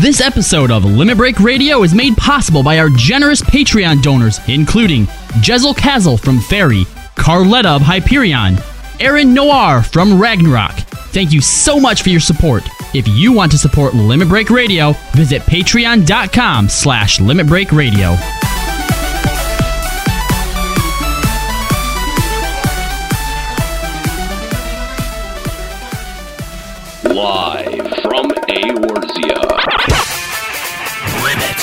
This episode of Limit Break Radio is made possible by our generous Patreon donors, including Jezel Kazel from Fairy, Carletta of Hyperion, Aaron Noir from Ragnarok. Thank you so much for your support. If you want to support Limit Break Radio, visit patreon.com slash Limit Break Radio. Live from Aorzia. Limit.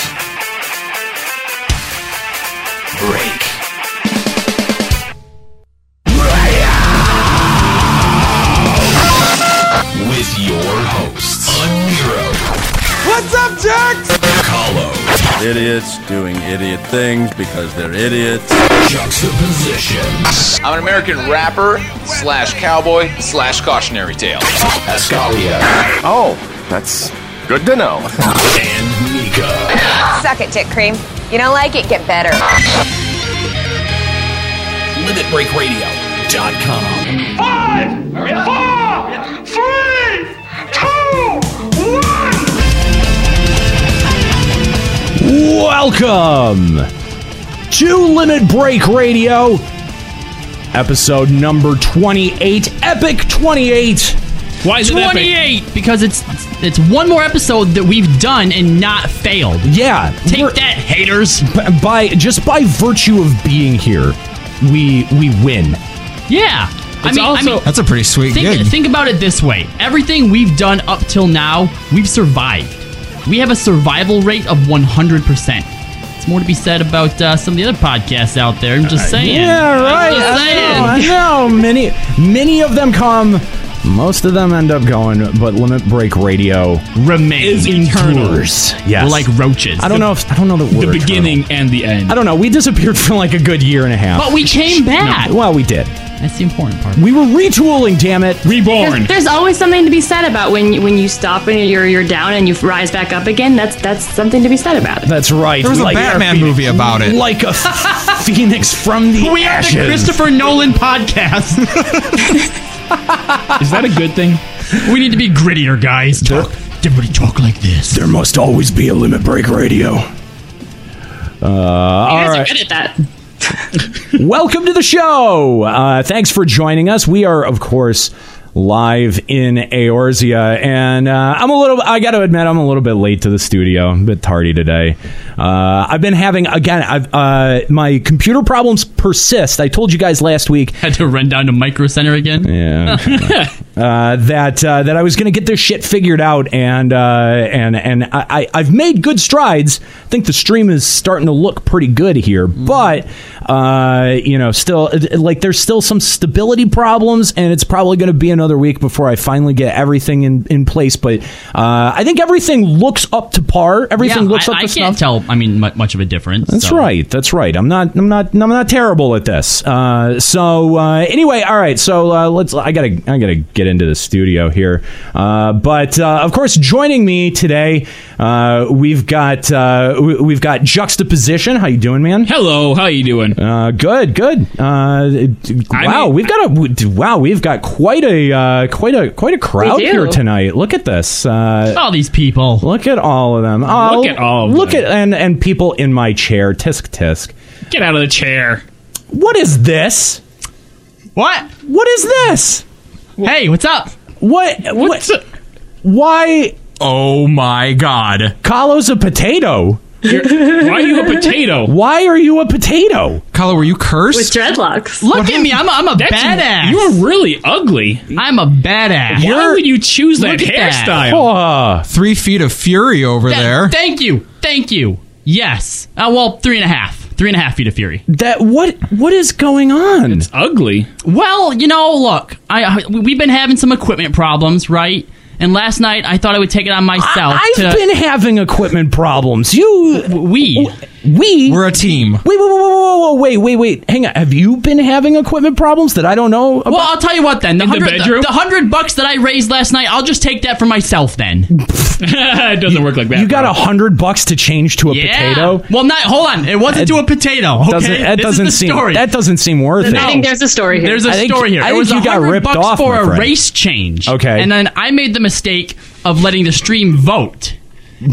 Break. With your hosts, Unhero, What's up, Jax? Hollow, idiots doing idiot things because they're idiots. Juxtaposition, I'm an American rapper slash cowboy slash cautionary tale. Ascalia, Oh, that's good to know. and Mika. Suck it, Dick Cream. You don't like it? Get better. LimitBreakRadio.com. Five, four, three, two, one. Welcome to Limit Break Radio, episode number 28, Epic 28. Why is 28? Because it's it's one more episode that we've done and not failed. Yeah, Take we're- that, haters. b- by just by virtue of being here, we we win. Yeah. I mean, I mean, that's a pretty sweet Think, gig. think about it this way everything we've done up till now, we've survived. We have a survival rate of 100%. It's more to be said about uh, some of the other podcasts out there. I'm just saying. Uh, Yeah, I'm right. just saying. I know, I know. Many many of them come. Most of them end up going, but Limit Break Radio Remains endures. Yes. We're like roaches. I don't know if I don't know that we're The eternal. beginning and the end. I don't know. We disappeared for like a good year and a half. But we came back. well, we did. That's the important part. We were retooling, damn it. Reborn. There's, there's always something to be said about when you, when you stop and you're you're down and you rise back up again. That's that's something to be said about it. That's right. There was a Batman movie about it. Like a phoenix from the We are the ashes. Christopher Nolan podcast. Is that a good thing? we need to be grittier, guys. Talk. Everybody talk like this. There must always be a limit break radio. you guys Uh, alright. are good at that. Welcome to the show. Uh, thanks for joining us. We are, of course, live in Eorzea, and uh, I'm a little. I got to admit, I'm a little bit late to the studio. I'm a bit tardy today. Uh, I've been having again. I've uh, my computer problems persist. I told you guys last week Had to run down to Micro Center again. Yeah. uh, that uh, that I was going to get this shit figured out, and uh, and and I, I I've made good strides. I think the stream is starting to look pretty good here, Mm-hmm. but uh, you know, still it- it- like there's still some stability problems, and it's probably going to be another week before I finally get everything in in place. But uh, I think everything looks up to par. Everything Yeah, looks I, up I to can't snuff. tell. I mean, mu- much of a difference. That's so. right. That's right. I'm not. I'm not. I'm not terrible at this. Uh, so uh, anyway, all right. So uh, let's. I gotta. I gotta get into the studio here. Uh, but uh, of course, joining me today, uh, we've got uh, we- we've got juxtaposition. How you doing, man? Hello, how you doing? Uh, good, good. Uh, d- I wow, mean- we've got a d- wow, we've got quite a uh, quite a quite a crowd do. here tonight. Look at this. Uh, All these people. Look at all of them. Oh, Look at all of look them. at and and people in my chair. Tisk tisk. Get out of the chair. What is this? What? What is this? Hey, what's up? What? What? Why? Oh my god. Kahlo's a potato. Why are you a potato? Why are you a potato? Color, were you cursed? With dreadlocks. Look at me. I'm a, I'm a badass. You are really ugly. I'm a badass. Why would you choose that Look at that. hairstyle? Oh, Three feet of fury over That- Thank you. Thank you. Yes. Uh, well, three and a half. Three and a half feet of fury. that what? What is going on? Ugly. Well, you know, look, I, I we- we've been having some equipment problems, right? And last night I thought I would take it on myself. I, to, have been having equipment problems. You, we. we, a team. wait, wait, wait, wait, wait, wait, wait, wait. Hang on. Have you been having equipment problems that I don't know? About? Well, I'll tell you what then. The In the hundred, bedroom? the hundred bucks that I raised last night, I'll just take that for myself then. it doesn't work like that. you got bro. a hundred bucks to change to a yeah. potato. Well, not. Hold on. It wasn't to a potato. Okay. Doesn't, that this doesn't is the seem story. that doesn't seem worth it. I think there's a story here. There's a I think- story here. I it think was you got 100 ripped bucks off, for my a friend. race change. Okay. And then I made the mistake of letting the stream vote.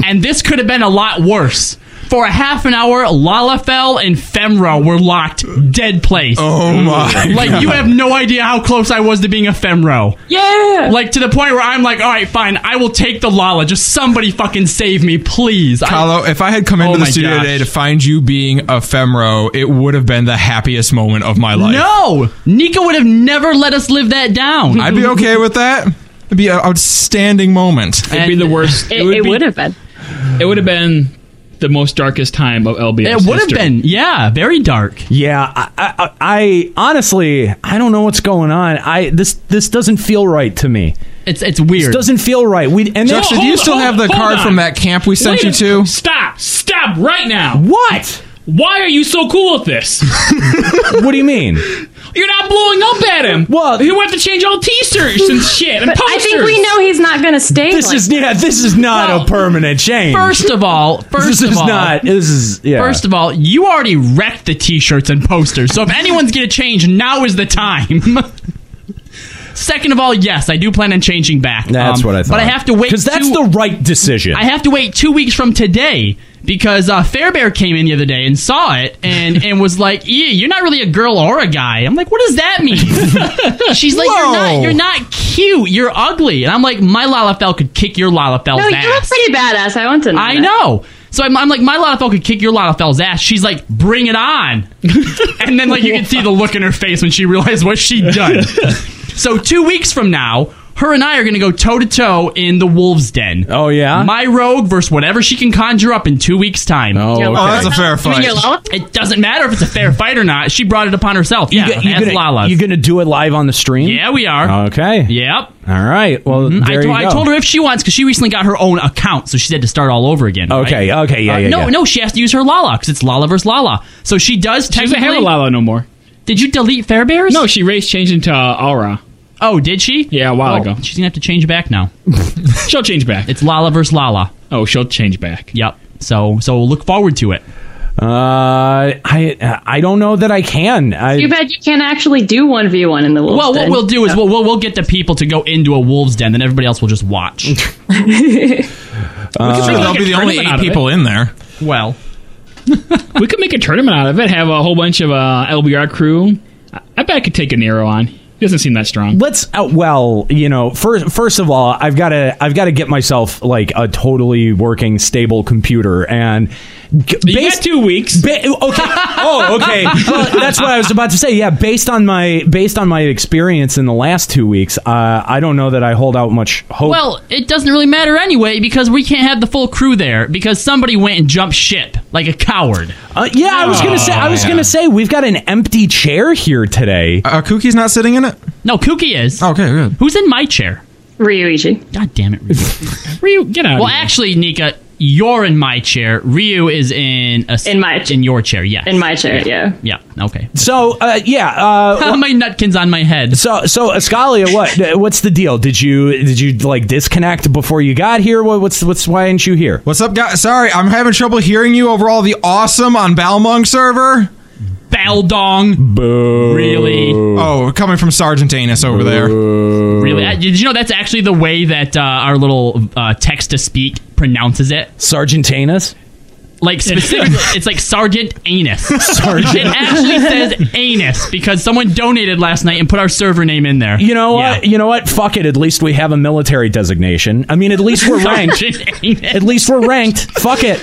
and this could have been a lot worse. For a half an hour, Lalafell and Femra were locked dead place. Oh my Like you God. have no idea how close I was to being a Femro. Yeah. Like to the point where I'm like, all right, fine, I will take the Lala. Just somebody fucking save me, please. I- Hello. If I had come Oh into the my studio gosh. today to find you being a femro, it would have been the happiest moment of my life. No, Nika would have never let us live that down. I'd be okay with that. It'd be an outstanding moment. It'd be the worst. It, it would have been. It would have been the most darkest time of LBS. It would have history. been, yeah, very dark. Yeah, I, I, I honestly, I don't know what's going on. I this this doesn't feel right to me. It's it's weird. This doesn't feel right. We and Justin, do you still have the card from that camp we sent Wait you a- to? Stop! Stop right now! What? Why are you so cool with this? what do you mean? You're not blowing up at him. Well, you have to change all T-shirts and shit and But I posters. think we know he's not going to stay. This like is yeah. This is not a permanent change. First of all, first this of is all, not. This is yeah. First of all, you already wrecked the t-shirts and posters. So if anyone's going to change, now is the time. Second of all, yes, I do plan on changing back. That's Um, what I thought. But I have to wait because that's two- the right decision. I have to wait two weeks from today because uh, Fairbear came in the other day and saw it and, and was like, "Yeah, you're not really a girl or a guy." I'm like, "What does that mean?" She's like, "You're Whoa. not. You're not cute. You're ugly." And I'm like, "My Lalafell could kick your Lalafel's No, ass." you look pretty badass. I want to know. I that. know. So I'm, I'm like, my Lalafell could kick your Lalafell's ass. She's like, bring it on. and then like you can see the look in her face when she realized what she'd done. so two weeks from now, her and I are going to go toe to toe in the wolves' den. Oh yeah, my rogue versus whatever she can conjure up in two weeks' time. Oh, okay. Oh, that's a fair You mean your fight. It doesn't matter if it's a fair fight or not. She brought it upon herself. You Yeah, go- you that's gonna, Lala's. you gonna do it live on the stream? Yeah, we are. Okay. Yep. All right. Well, I, there to- you I go. told her if she wants, because she recently got her own account, so she had to start all over again. right? Okay, okay, yeah, Uh, yeah, No, yeah. no, she has to use her Lala because it's Lala versus Lala. So she does She technically. doesn't have a Lala no more. Did you delete Fairbears? No, she race changed into uh, Aura. Oh, did she? Yeah, a while Oh, ago. She's gonna have to change back now. She'll change back. It's Lala versus Lala. Oh, she'll change back. Yep. So so look forward to it. Uh, I I don't know that I can. I, Too bad you can't actually do one v one in the wolves. Well, what Den. we'll do is we'll, we'll we'll get the people to go into a wolves den, then everybody else will just watch. Uh, Sure, make they'll a be the only tournament eight out of it. people in there. Well, we could make a tournament out of it. Have a whole bunch of uh, LBR crew. I, I bet I could take a Nero on. He doesn't seem that strong. Let's uh, well, you know, first first of all, I've got to I've got to get myself like a totally working stable computer and g- You got two weeks. Ba- okay. Oh, okay. Well, that's what I was about to say. Yeah, based on my based on my experience in the last two weeks, uh, I don't know that I hold out much hope. Well, it doesn't really matter anyway because we can't have the full crew there because somebody went and jumped ship like a coward. Uh, yeah, I was gonna say. I was gonna say we've got an empty chair here today. Uh, Kuki's not sitting in it? No, Kookie is. Okay, good. Who's in my chair? Ryuichi. God damn it, Ryu. Ryu, get out. well, actually, Nika, you're in my chair. Ryu is in a In my in your chair. Yes, In my chair, yeah. Yeah. Okay. So uh, yeah, uh, my nutkins on my head. So so Ascalia, what what's the deal? Did you did you like disconnect before you got here? What, what's what's why aren't you here? What's up, guys? Sorry, I'm having trouble hearing you over all the awesome on Balmung server. Baldong. Boo. Really? Oh, coming from Sergeant Anus over there. Really? Uh, Did you know that's actually the way that uh, our little uh, text to speak pronounces it? Sergeantanus? Like specifically, it's like Sergeant Anus. Sergeant. It actually says anus because someone donated last night and put our server name in there. You know Yeah. what? You know what? Fuck it. At least we have a military designation. I mean, at least we're ranked. Sergeant Anus. At least we're ranked. Fuck it.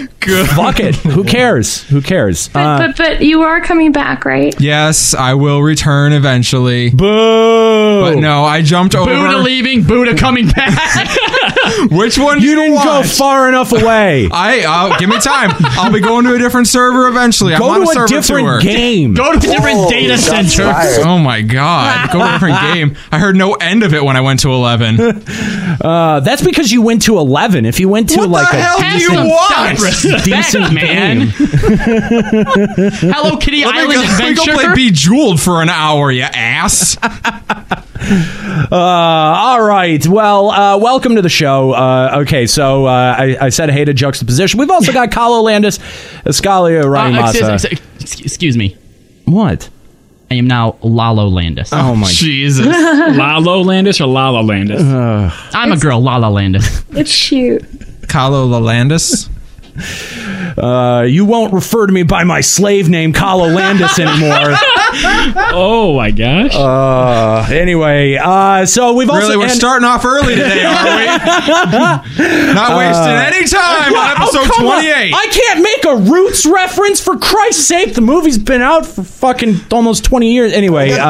Fuck it. Who cares? Who cares? Uh, But, but but you are coming back, right? Yes, I will return eventually. Boo! But no, I jumped Buddha over. leaving, Buddha coming back. Which one do you you didn't watch? go far enough away. I uh, give me time. I'll be going to a different server eventually. I'm go on a, to a server different tour. game. Go to a different data center. Oh my god! Go to a different game. I heard no end of it when I went to eleven. What Uh, that's because you went to eleven. If you went to like the a hell do Have you some want? self-respect, Decent man. Hello Kitty Let me Island go, let me go Adventure. play Bejeweled for an hour, you ass. Uh, all right. Well, uh, welcome to the show. Uh, okay, so uh, I, I said hey to juxtaposition. We've also got Kalo Landis, Escalia, Ryan Uh, Massa. excuse, excuse- excuse me. What? I am now Lalo Landis. Oh my! Jesus. Lalo Landis or Lala Landis? I'm a girl, Lala Landis. It's cute. Kahlo Lalandis? Uh, you won't refer to me by my slave name, Kahlo Landis, anymore. oh my gosh. Uh, anyway, uh, so we've also Really, we're and- starting off early today, aren't we? Not wasting any time on Uh, oh, episode come on. 28. I can't make a Roots reference for Christ's sake. The movie's been out for fucking almost twenty years. Anyway, uh,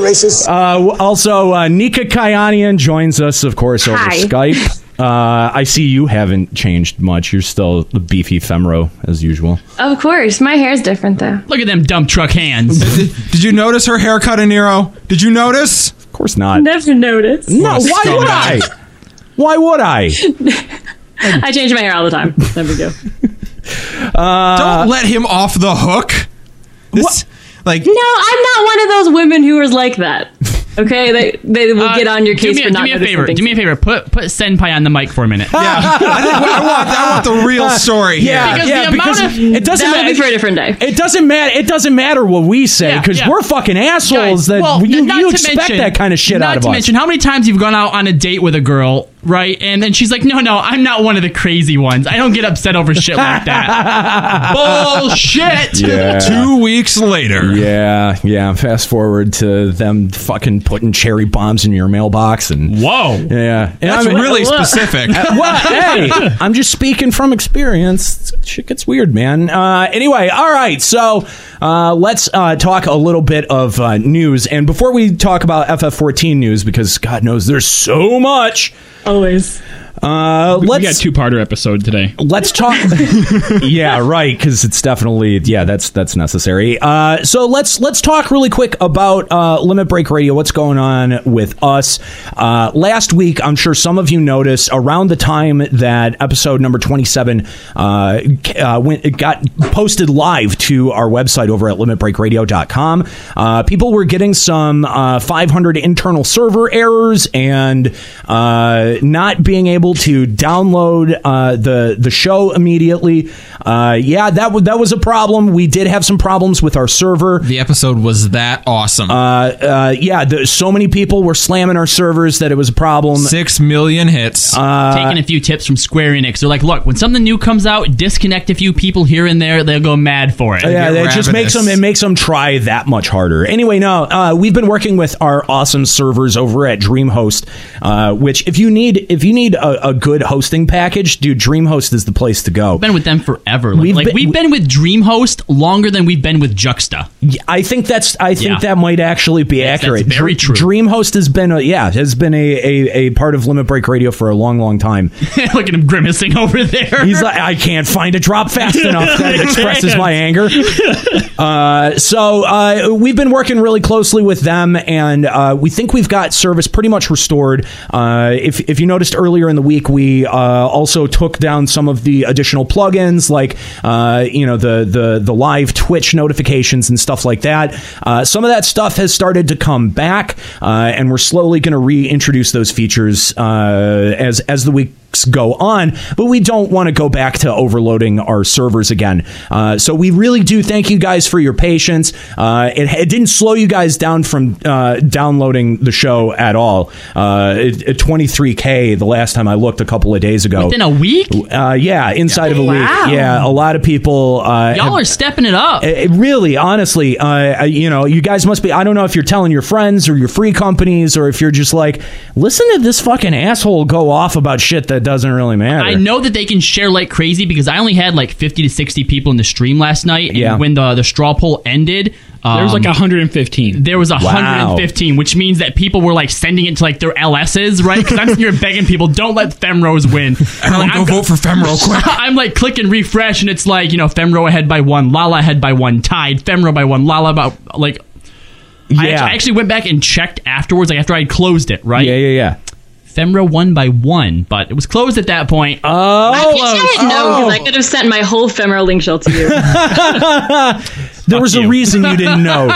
racist. Uh, also, uh, Nika Kyanian joins us, of course, over Hi. Skype. Uh, I see you haven't changed much. You're still the beefy femro as usual. Of course, my hair's different though. Look at them dump truck hands. did, did you notice her haircut, Nero? Did you notice? Of course not. Never noticed. No, why would I? Why would I? I change my hair all the time. There we go. Uh, Don't let him off the hook. This, Like No, I'm not one of those women who is like that. Okay, they they will Uh, get on your do case me, a- for not do me a noticing favor. things. Do me a favor. Put put senpai on the mic for a minute. Yeah, I, think- I want I want the real story here. Yeah, Because yeah, the amount because of- it doesn't That'll matter be for a different day. It doesn't matter. It doesn't matter what we say Yeah, because yeah. we're fucking Guys, assholes. that well, you, n- not you to expect mention- that kind of shit not out of to us. mention how many times you've gone out on a date with a girl, right? And then she's like, "No, no, I'm not one of the crazy ones. I don't get upset over shit like that." Bullshit. Two weeks later. Yeah, yeah. Fast forward to them fucking putting cherry bombs in your mailbox and whoa. Yeah, And That's really specific. Uh, well, hey, I'm just speaking from experience. Shit gets weird, man. Uh, anyway, all right. So uh, let's uh, talk a little bit of uh, news. And before we talk about FF14 news, because God knows there's so much. Always. Uh, We let's got a two-parter episode today. Let's talk. yeah, right. Because it's definitely yeah. That's that's necessary. Uh, so let's let's talk really quick about uh, Limit Break Radio. What's going on with us? Uh, last week, I'm sure some of you noticed around the time that episode number 27 uh, c- uh, went it got posted live to our website over at LimitBreakRadio.com. Uh, people were getting some uh, 500 internal server errors and uh, not being able to download uh, the the show immediately. Uh, yeah, that w- that was a problem. We did have some problems with our server. The episode was that awesome. Uh, uh, yeah, the, so many people were slamming our servers that it was a problem. Six million hits. uh, Uh, Taking a few tips from Square Enix. They're like, look, when something new comes out, disconnect a few people here and there. They'll go mad for it. Yeah, it just makes them it makes them try that much harder. Anyway, no, uh, we've been working with our awesome servers over at DreamHost, uh, which if you need if you need a, a good hosting package, dude, DreamHost is the place to go. been with them forever. Like, We've we've, like, been- been, we've been with DreamHost longer than we've been with Juxta. Yeah, I think that's I think Yeah. that might actually be accurate. very Dr- DreamHost has been a, yeah has been a, a a part of Limit Break Radio for a long long time. Look at him grimacing over there. He's like, I can't find a drop fast enough that expresses my anger. Uh, so uh, we've been working really closely with them, and uh, we think we've got service pretty much restored. Uh, if, if you noticed earlier in the week, we uh, also took down some of the additional plugins, like uh, you know the the the live Twitch notifications and stuff like that. Uh, some of that stuff has started to come back, uh, and we're slowly going to reintroduce those features uh, as as the week weeks go on, but we don't want to go back to overloading our servers again. Uh, so we really do thank you guys for your patience. Uh, it, it didn't slow you guys down from uh, downloading the show at all. Uh, it, it- 23K the last time I looked a couple of days ago. Within a week? Uh, yeah, inside of a Wow. week. Yeah, a lot of people. Uh, Y'all have- are stepping it up. it- it really, honestly, uh, I- you know, you guys must be. I don't know if you're telling your friends or your free companies or if you're just like, listen to this fucking asshole go off about shit that doesn't really matter. I know that they can share like crazy because I only had like 50 to 60 people in the stream last night. And Yeah. when the, the straw poll ended, There was like um, 115. There was Wow. 115, which means that people were like sending it to like their LSs, right? Because I'm sitting here begging people, don't let Femros win. Everyone go vote for Femro quick. I'm like clicking refresh, and it's like you know Femro ahead by one, Lala ahead by one, tied. Femro by one, Lala by like. I Yeah. actually, I actually went back and checked afterwards, like after I had closed it, right? Yeah, yeah, yeah. Femro won by one, but it was closed at that point. Oh, I wish I had known Oh. because I could have sent my whole femoral link shell to you. there was a reason you didn't know.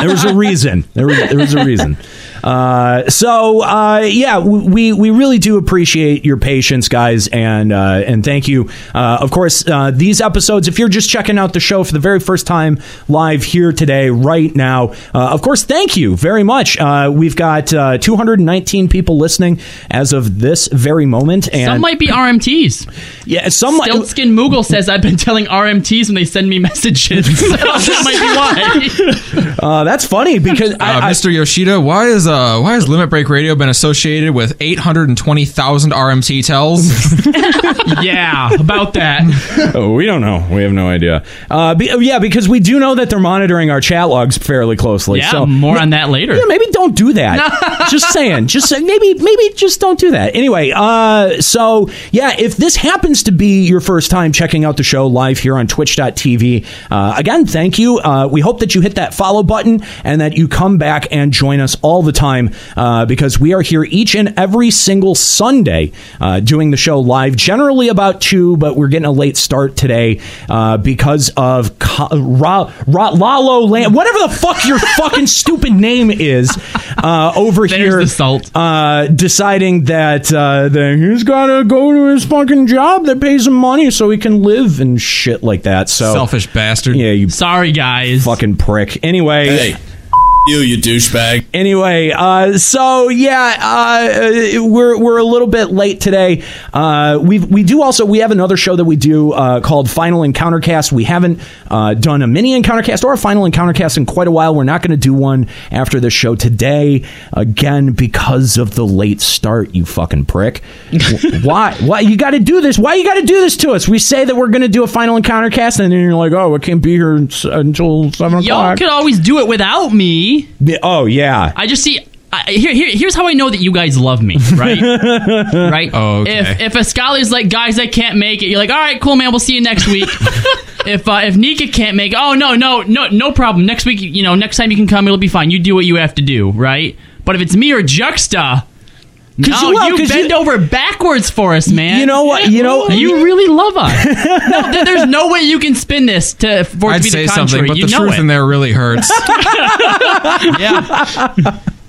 there was a reason. There was, there was a reason. Uh, so uh, yeah, w- we we really do appreciate your patience, guys, and uh, and thank you. Uh, of course, uh, these episodes, if you're just checking out the show for the very first time live here today, right now, uh, of course, thank you very much. Uh, we've got uh, 219 people listening as of this very moment, and Some might be RMTs. Yeah, some might- Stiltskin Moogle says I've been telling RMTs when they send me messages. So that might be why. Uh, that's funny because uh, Mr. Yoshida, why is uh why has Limit Break Radio been associated with eight hundred and twenty thousand RMT tells? yeah, about that. oh, we don't know. We have no idea. Uh, be, oh, yeah, because we do know that they're monitoring our chat logs fairly closely. Yeah, so more on that later. Yeah, maybe don't do that. just saying. Just say- maybe maybe just don't do that. Anyway, uh, so yeah, if this happens to be your first time checking out the show live here on Twitch.tv, uh, again, thank you. Uh, we hope that you hit that follow button and that you come back and join us all the time uh, because we are here each and every single Sunday uh, doing the show live, generally about two, but we're getting a late start today uh, because of Co- Ra- Ra- Lalo Land, whatever the fuck your fucking stupid name is, uh, over here Uh, deciding that uh, that he's got to go to his fucking job that pays him money so he can live and shit like that. So Selfish bastard. Yeah, you sorry guys, fucking prick. Anyway. Hey. You, you douchebag. Anyway, uh, so yeah, uh, uh, we're we're a little bit late today. Uh, we we do also we have another show that we do uh, called Final Encounter Cast. We haven't uh, done a mini Encounter Cast or a Final Encounter Cast in quite a while. We're not going to do one after the show today again because of the late start. You fucking prick. W- Why? Why you got to do this? Why you got to do this to us? We say that we're going to do a Final Encounter Cast, and then you're like, oh, I can't be here s- until seven Y'all o'clock. could always do it without me. Oh yeah. I just see. I, here, here, here's how I know that you guys love me, right? right? Oh, okay. If if a scholar's like, guys, I can't make it, you're like, all right, cool, man, we'll see you next week. if uh, if Nika can't make, it, oh no, no, no, no problem. Next week, you know, next time you can come, it'll be fine. You do what you have to do, right? But if it's me or Juxta, no, you- you, well, 'cause bend you- over backwards for us, man. You know what? You know you really love us. no, th- there's no way you can spin this to for it I'd to be say the contrary. something, but you the know truth it. in there really hurts.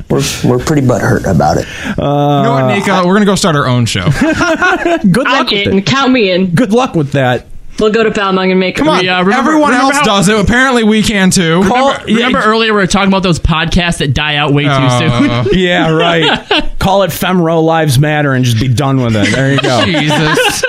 We're, we're pretty butthurt about it. you know what, Nika? We're gonna go start our own show. Uh, Good luck with in. it. Count me in. Good luck with that. We'll go to Balmung and make Come on, everyone else does it. Apparently, we can too. Remember, remember earlier we were talking about those podcasts that die out way too soon. yeah, right. Call it Femro Lives Matter and just be done with it. There you go. Jesus.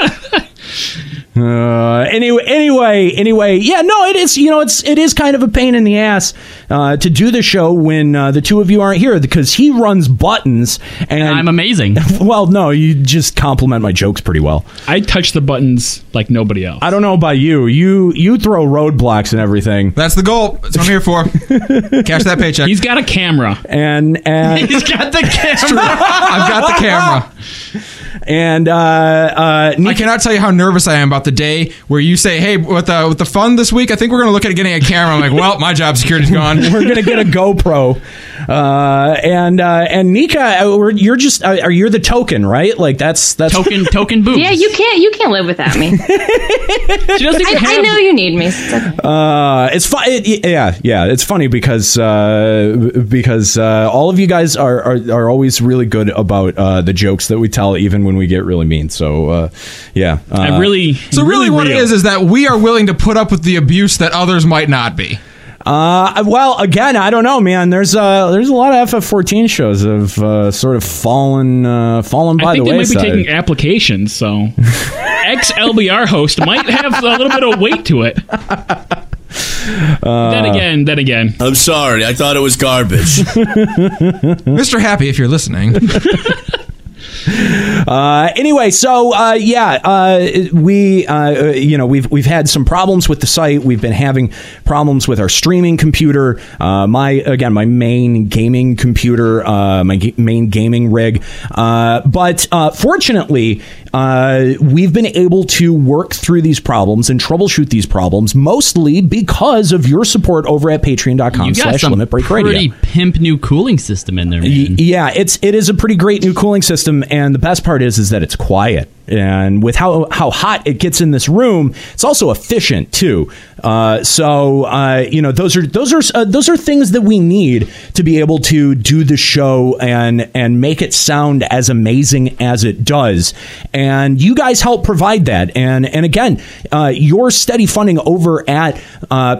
Uh, anyway, anyway, anyway, yeah, no, it is. You know, it's it is kind of a pain in the ass uh, to do the show when uh, the two of you aren't here because he runs buttons and I'm amazing. well, no, you just compliment my jokes pretty well. I touch the buttons like nobody else. I don't know about you. You you throw roadblocks and everything. That's the goal. That's what I'm here for. Cash that paycheck. He's got a camera. And and He's got the true. camera. I've got the camera. And uh, uh, I cannot tell you how nervous I am about the day where you say, "Hey, with the with the fund this week, I think we're going to look at getting a camera." I'm like, "Well, my job security's gone." we're gonna get a GoPro, uh, and uh, and Nika, uh, we're, you're just uh, are you're the token, right? Like that's that's token token Yeah, you can't you can't live without me. I, I know you need me. It's okay. Uh, it's fun. It, yeah, yeah. It's funny because uh, because uh, all of you guys are, are are always really good about uh, the jokes that we tell, even when we get really mean. So uh, yeah, uh, I really. So really, what it is is that we are willing to put up with the abuse that others might not be. Uh, well, again, I don't know, man. There's uh, there's a lot of FF14 shows that have uh, sort of fallen uh, fallen by I think the they might be wayside. taking applications, so ex LBR host might have a little bit of weight to it. Uh, then again, then again. I'm sorry. I thought it was garbage. Mr. Happy, if you're listening, Uh, anyway, so uh, yeah, uh, we uh, you know we've we've had some problems with the site. We've been having problems with our streaming computer. Uh, my again, my main gaming computer, uh, my ga- main gaming rig. Uh, but uh, fortunately, uh, we've been able to work through these problems and troubleshoot these problems mostly because of your support over at You got Patreon.com/slash some Limit Break Radio. pretty pimp new cooling system in there. Y- Yeah, it's it is a pretty great new cooling system, and the best part is is that it's quiet. and with how how hot it gets in this room, it's also efficient too. Uh, so uh, you know those are those are uh, those are things that we need to be able to do the show and and make it sound as amazing as it does. And you guys help provide that. And and again, uh, your steady funding over at uh,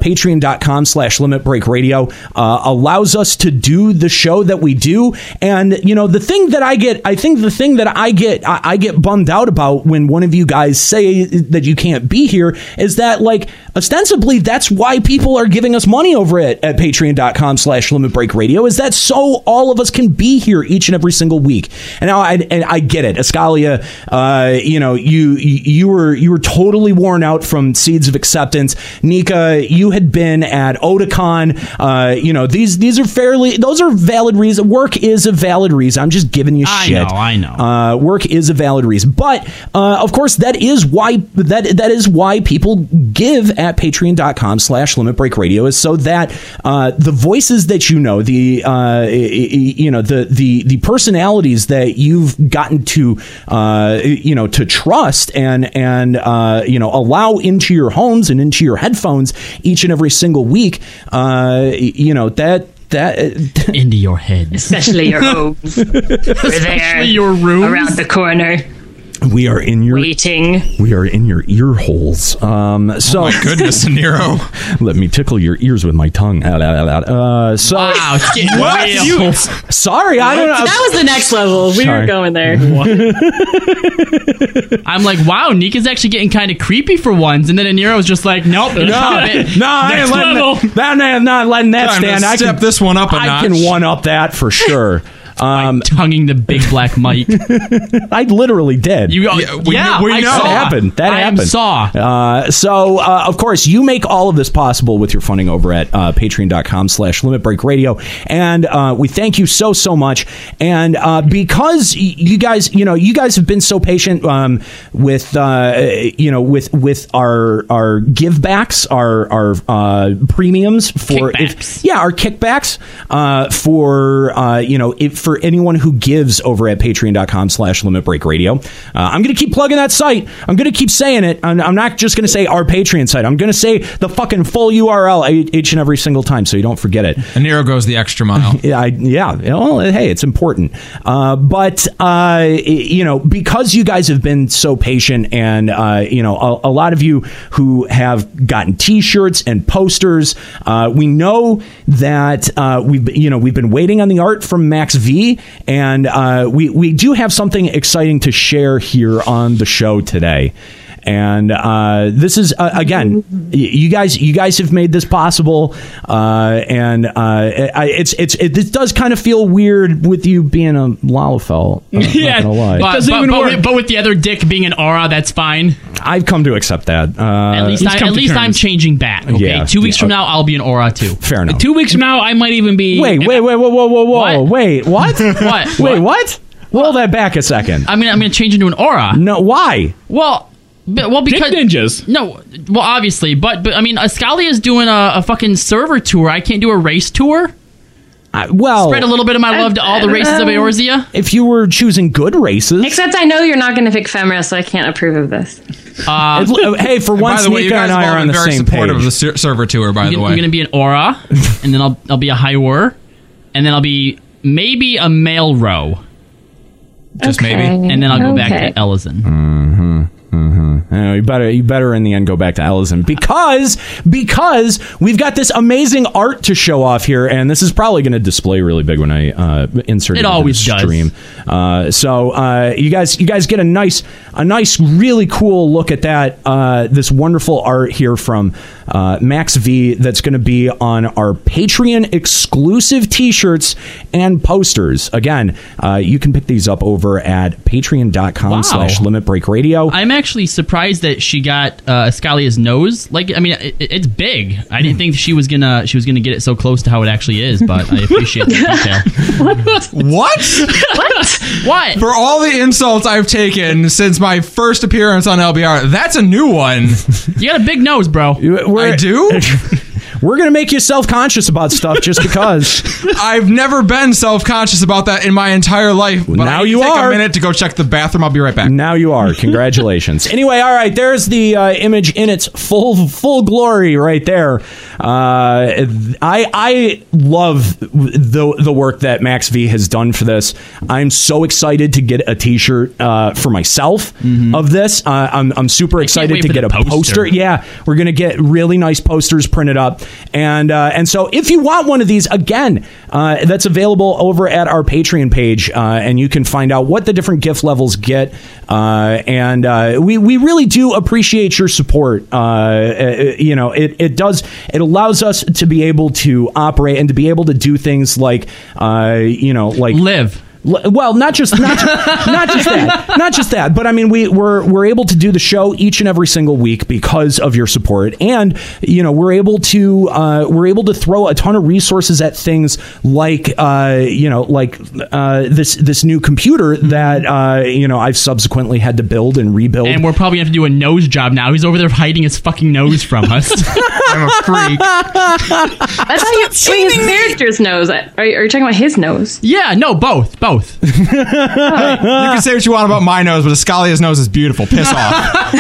Patreon.com/slash Limit Break Radio uh, allows us to do the show that we do. And you know the thing that I get, I think the thing that I get, I, I get bummed out about when one of you guys say that you can't be here is that like ostensibly that's why people are giving us money over at, at patreon.com slash limit break radio is that so all of us can be here each and every single week and now I, and I get it Escalia uh, you know you you were you were totally worn out from Seeds of Acceptance Nika you had been at Otakon uh, you know these these are fairly those are valid reasons work is a valid reason I'm just giving you I shit know, I know. uh, work is a valid reason, but uh, of course that is why that that is why people give at patreon.com slash limit break radio is so that uh, the voices that you know the uh, i- i- you know the the the personalities that you've gotten to uh, you know to trust and and uh, you know allow into your homes and into your headphones each and every single week uh, you know that that into your head Especially your homes. We're there. Especially your rooms. Around the corner. we are in your Waiting. We are in your ear holes. Oh Um, so my goodness, De Niro. Let me tickle your ears with my tongue. Ah, la, la, la. Uh, so Wow, it's getting What? real. You- Sorry, I don't know. Uh, That was the next level. We Sorry. were going there. Mm-hmm. I'm like, wow, Nika's actually getting kind of creepy for once, and then Anira was just like, nope, No, no, I ain't it. Next letting that, that, I'm not letting that Time to stand. I step can, this one up a I notch. can one up that for sure. Um, tonguing the big black mic. I literally did. You, yeah, I saw. That happened. That I happened. saw. Uh, so, uh, of course, you make all of this possible with your funding over at uh, patreon.com slash limit break radio. And uh, we thank you so, so much. And uh, because y- you guys, you know, you guys have been so patient um, with, uh, you know, with with our our give backs, our, our uh, premiums for, if, yeah, our kickbacks uh, for, uh, you know, if, for anyone who gives over at patreon.com slash limit break radio. Uh, I'm going to keep plugging that site. I'm going to keep saying it. I'm, I'm not just going to say our Patreon site. I'm going to say the fucking full URL e- each and every single time so you don't forget it. Nero goes the extra mile. Yeah, I, yeah. Well, hey, it's important. Uh, but uh, y- you know, because you guys have been so patient, and uh, you know, a, a lot of you who have gotten T-shirts and posters, uh, we know that uh, we've you know we've been waiting on the art from Max V, and uh, we we do have something exciting to share here on the show today and uh, this is uh, again y- you guys you guys have made this possible uh, and uh, I, it's it's it, this does kind of feel weird with you being a lollifel I'm not gonna lie. Uh, But, but- but with- but with the other dick being an aura, that's fine. I've come to accept that uh, At least, I, at least I'm changing back. Okay, Yeah, two weeks yeah, from now I'll be an aura too. Fair enough. Two weeks from now I might even be. wait wait wait whoa whoa whoa whoa wait what What? wait what roll that back a Uh, second I'm gonna I'm gonna change into an aura. no why Well, b- well because ninjas. No, well obviously, but but I mean, Ascalia is doing a, a fucking server tour. I can't do a race tour. I, well Spread a little bit of my love to all the Oh. races of Eorzea. if you were choosing good races Except I know you're not going to pick Femra, so I can't approve of this. Uh, It- hey, for And once, by the way, you Nika guys and have I all are on been the very same page. supportive of the ser- server tour. By I'm the gonna, way, I'm gonna be an aura, and then I'll I'll be a higher, and then I'll be maybe a male row, just maybe. and then I'll go Okay. back to Ellison. No, Uh, you better you better in the end go back to Allison because because we've got this amazing art to show off here, and this is probably going to display really big when I uh, insert It it into always the does. stream. Uh, so uh, you guys you guys get a nice a nice really cool look at that uh, this wonderful art here from uh, Max V that's going to be on our Patreon exclusive T-shirts and posters. Again, uh, you can pick these up over at Wow. Patreon.com/slash Limit Break Radio. I'm actually surprised that she got uh, Escalia's nose. Like, I mean, it, it's big. I didn't think she was gonna she was gonna get it so close to how it actually is. But I appreciate the detail. What? What? For all the insults I've taken since my first appearance on LBR, that's a new one. You got a big nose, bro. We're- I do. We're gonna make you self conscious about stuff just because. I've never been self conscious about that in my entire life. But now I need you to take are. a minute to go check the bathroom. I'll be right back. Now you are. Congratulations. anyway, all right. There's the uh, image in its full full glory right there. Uh, I I love the the work that Max V has done for this. I'm so excited to get a T-shirt uh, for myself of this. Uh, I'm I'm super excited wait to for get the a poster. poster. Yeah, we're gonna get really nice posters printed up, and uh, and so if you want one of these, again, uh, that's available over at our Patreon page, uh, and you can find out what the different gift levels get. Uh, and uh, we we really do appreciate your support. Uh, uh, you know, it it does it allows us to be able to operate and to be able to do things like uh, you know like live. Well, not just not just, not just that, not just that, but I mean, we we're we're able to do the show each and every single week because of your support, and you know, we're able to uh, we're able to throw a ton of resources at things like uh, you know, like uh, this this new computer that uh, you know I've subsequently had to build and rebuild. And we're probably gonna have to do a nose job now. He's over there hiding his fucking nose from us. I'm a freak. That's how you bring his character's nose. Are you, are you talking about his nose? Yeah, no, both, both. you can say what you want about my nose, but Escalia's nose is beautiful. Piss off.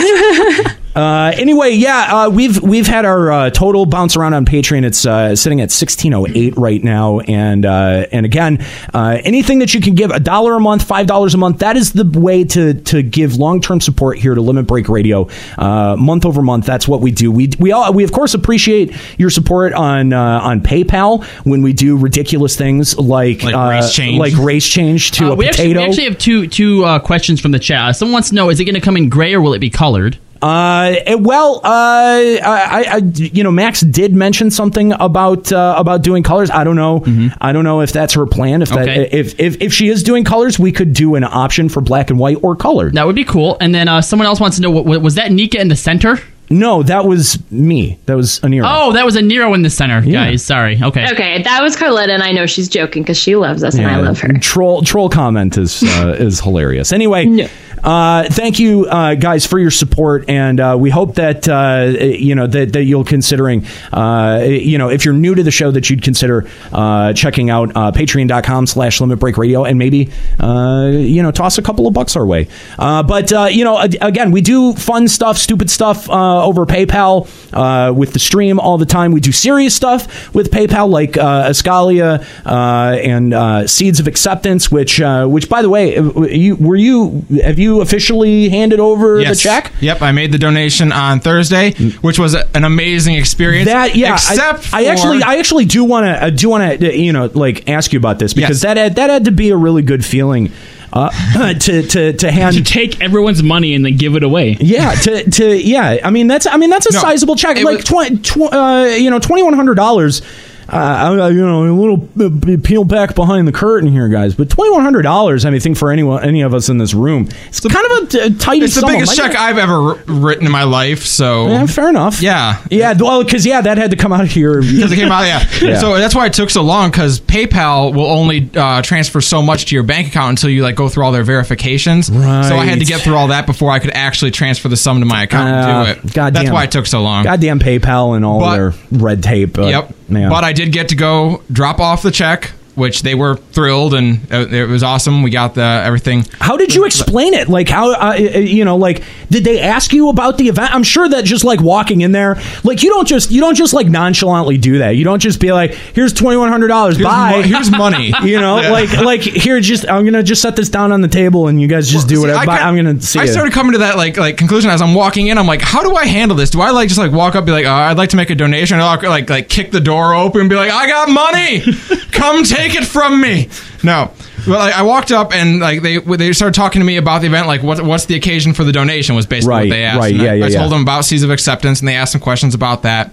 Uh, anyway, yeah, uh, we've we've had our uh, total bounce around on Patreon. It's uh, sitting at sixteen oh eight right now, and uh, and again, uh, anything that you can give a dollar a month, five dollars a month, that is the way to to give long term support here to Limit Break Radio, uh, month over month. That's what we do. We we all we of course appreciate your support on uh, on PayPal when we do ridiculous things like Like uh, race change. like race change to Uh, a we, actually, potato. we actually have two two uh, questions from the chat. Uh, Someone wants to know: Is it going to come in gray or will it be colored? Uh, eh, well, uh, I, I, I- you know, Max did mention something about uh, about doing colors. I don't know. I don't know if that's her plan. If that, Mm-hmm. eh, Okay. if, if if she is doing colors, we could do an option for black and white or colored. That would be cool. And then uh, someone else wants to know: wa- wa- Was that Nika in the center? No, that was me. That was Anira. Oh, that was a Nero in the center, guys. Sorry. Okay. Okay, that was Carletta, and I know she's joking because she loves us, and I love her. Troll troll comment is uh, is hilarious. Anyway, uh, thank you uh, guys for your support, and uh, we hope that uh, you know that, that you'll considering uh, you know if you're new to the show that you'd consider uh, checking out uh, Patreon.com/slash Limit Break Radio, and maybe uh, you know toss a couple of bucks our way. Uh, but uh, you know ad- again, we do fun stuff, stupid stuff uh, over PayPal uh, with the stream all the time. We do serious stuff with PayPal, like uh, Escalia uh, and uh, Seeds of Acceptance, which, uh, which by the way, uh, you, were you have you officially handed over the check? Yep, I made the donation on Thursday, which was a- an amazing experience. That yeah, I- Except I, actually for- I actually do want to I do want to you know like ask you about this because that had, that had to be a really good feeling uh, to to to hand to take everyone's money and then give it away. Yeah, to to yeah. I mean that's I mean that's a No, sizable check. it Like twenty, tw- uh, you know, twenty one hundred dollars. Uh, I- I- you know, a little uh, peel back behind the curtain here, guys. But twenty one hundred dollars, I mean, think for anyone, any of us in this room, it's, kind of a t- a tidy. It's the sum. biggest Am I check I've ever wr- written in my life, so. Yeah, fair enough. Yeah. Yeah, well, because yeah, that had to come out of here Because it came out, yeah. So that's why it took so long. Because PayPal will only uh, transfer so much to your bank account until you like go through all their verifications. Right. So I had to get through all that before I could actually transfer the sum to my account Ah, and do it. God that's why it took so long. uh, Goddamn PayPal and all But- their red tape. uh, Yep. yeah. But I did get to go drop off the check, which they were thrilled and uh, it was awesome. We got the everything. How did you explain it? Like how uh, uh, you know? Like did they ask you about the event? I'm sure that just like walking in there, like you don't just you don't just like nonchalantly do that. You don't just be like, "Here's twenty one hundred dollars. Here's Bye. mo- here's money. you know, Yeah. like like here, just I'm gonna just set this down on the table, and you guys just do whatever. I Bye. kin- I'm gonna see. I ya." started coming to that like like conclusion as I'm walking in. I'm like, how do I handle this? Do I like just like walk up, be like, uh, I'd like to make a donation, or I'll, like like kick the door open, and be like, I got money, come take it from me. No, but like, I walked up and like they they started talking to me about the event, like what what's the occasion for the donation was basically Right, what they asked. right, And I- yeah, yeah, I told yeah. them about seas of acceptance, and they asked some questions about that.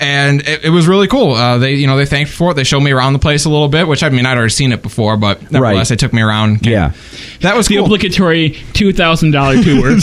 And it, it was really cool. Uh, they, you know, they thanked for it. They showed me around the place a little bit, which I mean, I'd already seen it before, but nevertheless, they took me around. Yeah, that was the cool. obligatory two thousand dollar tour.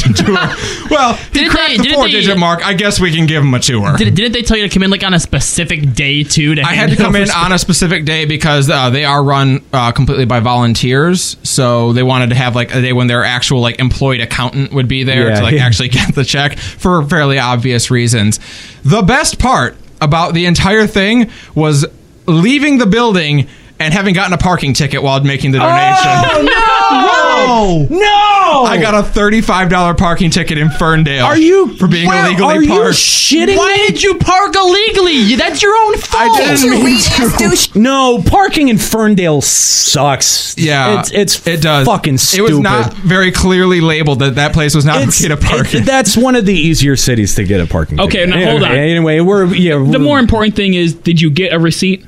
well, he Didn't cracked they- the didn't four digit they- mark. I guess we can give him a tour. Did, didn't they tell you to come in like on a specific day too? To I had hand to come over in sp- on a specific day because uh, they are run uh, completely by volunteers. So they wanted to have like a day when their actual like employed accountant would be there Yeah. to like actually get the check for fairly obvious reasons. The best part about the entire thing was leaving the building and having gotten a parking ticket while making the donation. Oh, no! no! I got a thirty-five dollar parking ticket in Ferndale. Are you for being wow, illegally are you parked? shitting Why did you park illegally? That's your own fault. didn't Get your mean weird-ass to. No, parking in Ferndale sucks. Yeah, it's, it's it does. fucking It was stupid. not very clearly labeled that that place was not It's- okay to park. it- that's one of the easier cities to get a parking. Okay, ticket. now hold on. Anyway, we're yeah. The more important thing is, did you get a receipt?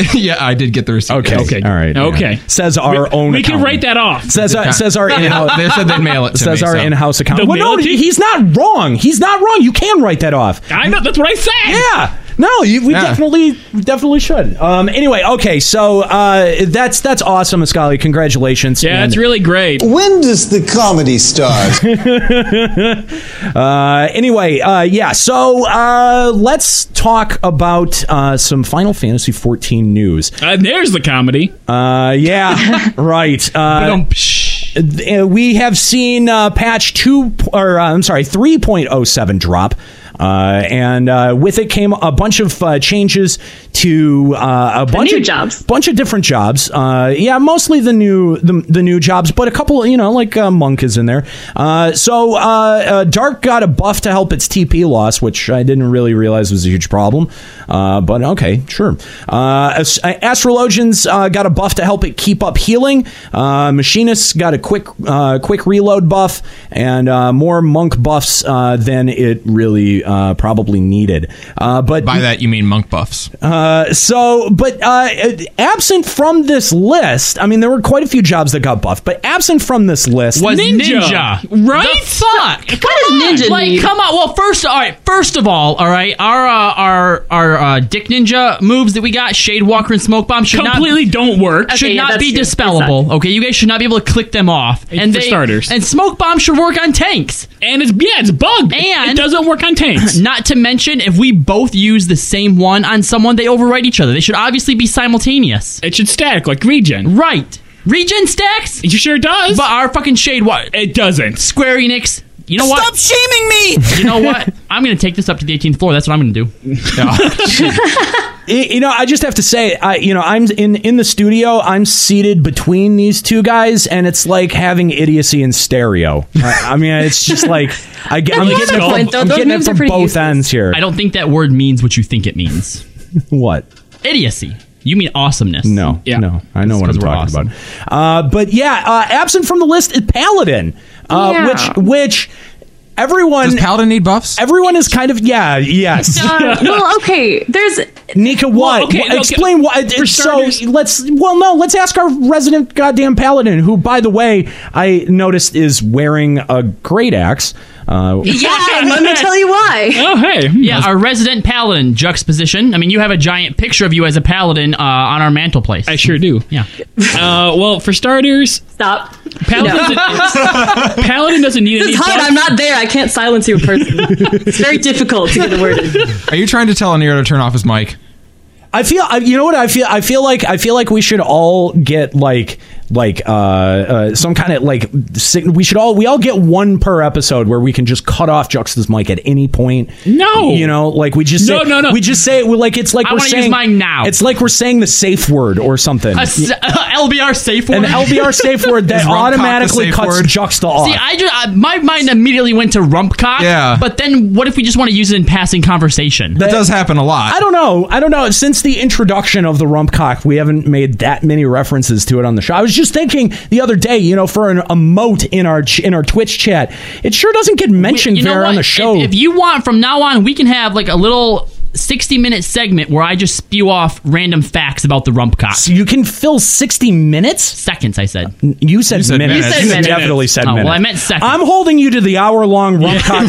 yeah, I did get the receipt. okay, Okay. all right, yeah. Okay. Says our own. We can accountant. write that off. Says uh, says our in-house. They said they'd mail it to says me, our so. in-house accountant. They'll Well, no, mail it to you? he's not wrong. He's not wrong. You can write that off. I know. That's what I said. Yeah. No, you, we Yeah. definitely definitely should. Um, anyway, okay, so uh, that's that's awesome, Ascali. Congratulations. Yeah, it's And, really great. Oh. When does the comedy start? uh, anyway, uh, yeah. So uh, let's talk about uh, some Final Fantasy 14 news. Uh, there's the comedy. Uh, yeah, right. Uh, uh, we have seen uh, patch two, p- or uh, I'm sorry, 3.07 drop. Uh, and uh, with it came a bunch of uh, changes to uh, a bunch new of jobs. bunch of different jobs. Uh, yeah, mostly the new the, the new jobs, but a couple, you know, like uh, monk is in there. Uh, so uh, uh, dark got a buff to help its TP loss, which I didn't really realize was a huge problem. Uh, but okay, sure. Uh, As- uh, Astrologians uh, got a buff to help it keep up healing. Uh, Machinists got a quick uh, quick reload buff and uh, more monk buffs uh, than it really uh, probably needed. Uh, but By that you mean monk buffs. uh, so, but uh, absent from this list, I mean, there were quite a few jobs that got buffed, but absent from this list was Ninja. Ninja, Right? The fuck! Come does on, Ninja like, need? come on. Well, first, all right. First of all, all right. Our uh, our our uh, Dick Ninja moves that we got, Shade Walker and Smoke Bomb, should Completely not, don't work. should yeah, not that's be true. dispellable. Okay, you guys should not be able to click them off. And for they- starters. and Smoke Bomb should work on tanks. And it's yeah, it's bugged. It- And- it doesn't work on tanks. Not to mention, if we both use the same one on someone, they overwrite each other. They should obviously be simultaneous. It should static like regen. Right? Regen stacks, It sure does. but our fucking Shade Walker, it doesn't. Square Enix. You know what? shaming me! You know what? I'm going to take this up to the 18th floor. That's what I'm going to do. Y- you know, I just have to say, I, you know, I'm in in the studio. I'm seated between these two guys, and it's like having idiocy in stereo. I, I mean, it's just like I get, I'm you getting it have a from, point, though. I'm Those getting it moves are from pretty both useless. ends here. I don't think that word means what you think it means. What? Idiocy. You mean awesomeness. No, Yeah. no, I know It's what I'm 'cause we're talking awesome. about. Uh, but yeah, uh, absent from the list is Paladin, uh, Yeah. which which everyone Does Paladin need buffs? Everyone is kind of yeah, yes. Uh, well, okay. There's Nika, what? okay, Wha- okay. Explain why. uh, For So starters- let's. Well, no, let's ask our resident goddamn paladin, who, by the way, I noticed is wearing a great axe. Uh, yeah. Let me tell you why. Oh hey. Yeah, our resident paladin juxtaposition. I mean, you have a giant picture of you as a paladin uh, on our mantelpiece. I sure do. Yeah. Uh, well, for starters, Stop. Paladin, No. doesn't, Paladin doesn't need any It's hard. buffs. I'm not there. I can't silence you in person. it's very difficult to get the word in. Are you trying to tell Anira to turn off his mic? I feel. I, you know what I feel. I feel like. I feel like we should all get like like uh, uh some kind of like sig- we should all we all get one per episode where we can just cut off Juxta's mic at any point. No. you know, like we just No, say, no, no. We just say it. We're like it's like I we're wanna use saying mine now. It's like we're saying the safe word or something. A s- LBR safe an word. LBR safe word that Is Rumcock the automatically safe cuts word? Juxta off. See, I just, I, my mind immediately went to rumpcock. Yeah. But then what if we just want to use it in passing conversation? That does happen a lot. I don't know. I don't know. Since the introduction of the rump cock, we haven't made that many references to it on the show. I was just thinking the other day, you know, for an emote in our ch- in our Twitch chat, it sure doesn't get mentioned You know there on what? the show. If, if you want, from now on, we can have like a little 60 minute segment where I just spew off random facts about the rumpcock. So you can fill sixty minutes. Seconds, I said. You said, said minutes. minutes. You said definitely said Oh, well, minutes. I meant seconds. I'm holding you to the hour long rumcock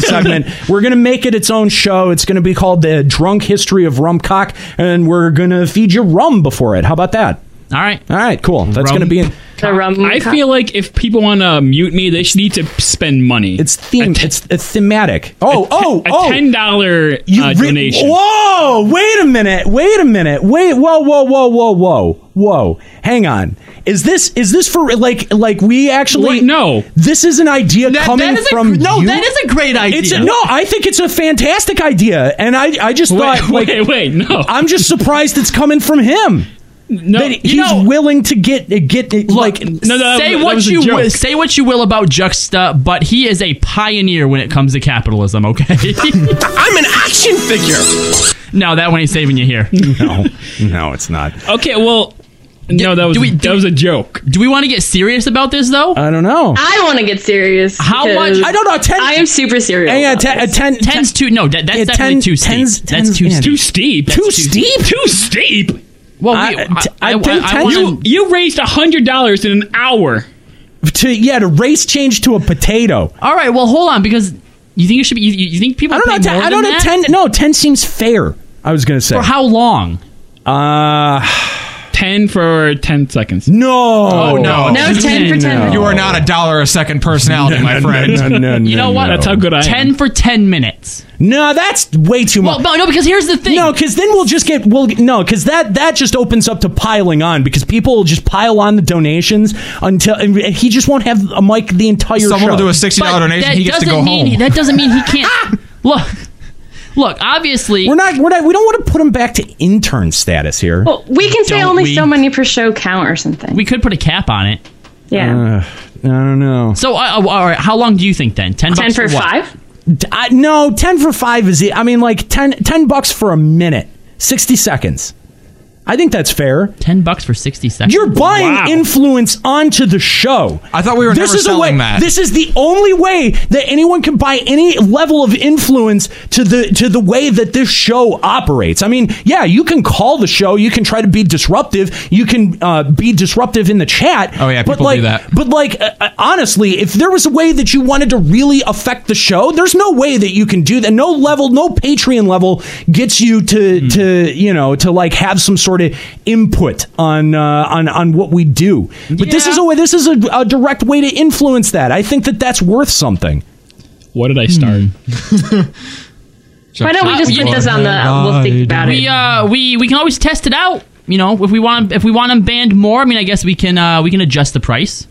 segment. We're gonna make it its own show. It's gonna be called the Drunk History of Rumcock, and we're gonna feed you rum before it. How about that? All right. All right, cool. That's Rum gonna be. In, The rum I co- feel like if people want to mute me, they should need to spend money. It's theme. it's it's thematic. Oh, oh, a oh! ten dollar You uh, re- donation. Whoa! Wait a minute! Wait a minute! Wait! Whoa! Whoa! Whoa! Whoa! Whoa! Whoa! Hang on. Is this is this for like like we actually no? This is an idea coming that is a from gr- no, you? that is a great idea. It's a, no, I think it's a fantastic idea, and I I just Wait, thought like wait, wait, no. I'm just surprised it's coming from him. No, that he's willing to get get like say what you will, say what you will about Juxta, but he is a pioneer when it comes to capitalism. Okay, I'm an action figure. No, that one ain't saving you here. No, no, it's not. Okay, well, no, that was that was a joke. Uh, Do we want to get serious about this though? I don't know. I want to get serious. How because much- I don't know, ten- Uh, I am super serious. Hang on, uh, about ten- this. ten, Ten's too no. That, that's definitely too steep. that's too steep. Too steep. That's Too too steep? steep? Too steep. Well, we- I- I- I- I wanna- you you raised hundred dollars in an hour. To yeah, to race change to a potato. All right, well, hold on because you think it should be. You, you think people? I don't know. pay Ten, more I don't than know. that? Ten. No, ten seems fair. I was gonna say For how long? Uh, ten for ten seconds. No. Oh, no. No, 10 for 10. You are not a dollar a second personality, my friend. you know what? Ten for ten minutes. No, that's way too much. Well, no, because here's the thing. No, because then we'll just get we'll no, because that that just opens up to piling on because people will just pile on the donations until and he just won't have a mic the entire. Someone show. will do a $60 But donation, that he gets to doesn't go mean, home. That doesn't mean he can't. look, look. Obviously, We're not. We're not. We don't want to put him back to intern status here. Well, we can say Don't only we? so many per show count or something. we could put a cap on it. Yeah. uh, I don't know. So, uh, uh, all right, how long do you think then? Ten. Ten bucks for for what? five. I, no, ten for five is it? I mean, like 10, 10 bucks for a minute, sixty seconds. I think that's fair. Ten bucks for sixty seconds. You're buying Wow. influence onto the show. I thought we were this never is a way, selling that. This is the only way that anyone can buy any level of influence to the to the way that this show operates. I mean, yeah, you can call the show, you can try to be disruptive, you can uh, be disruptive in the chat. Oh yeah, but people like, do that. But like, uh, uh, honestly, if there was a way that you wanted to really affect the show, there's no way that you can do that. No level, no Patreon level gets you to Hmm. to you know to like have some sort of input on uh, on on what we do. But this is a way. This is a, a direct way to influence that. I think that that's worth something. What did I start? Why don't we just put this on the? We'll think about We it. uh, we we can always test it out. You know, if we want if we want them banned more, I mean, I guess we can uh, we can adjust the price,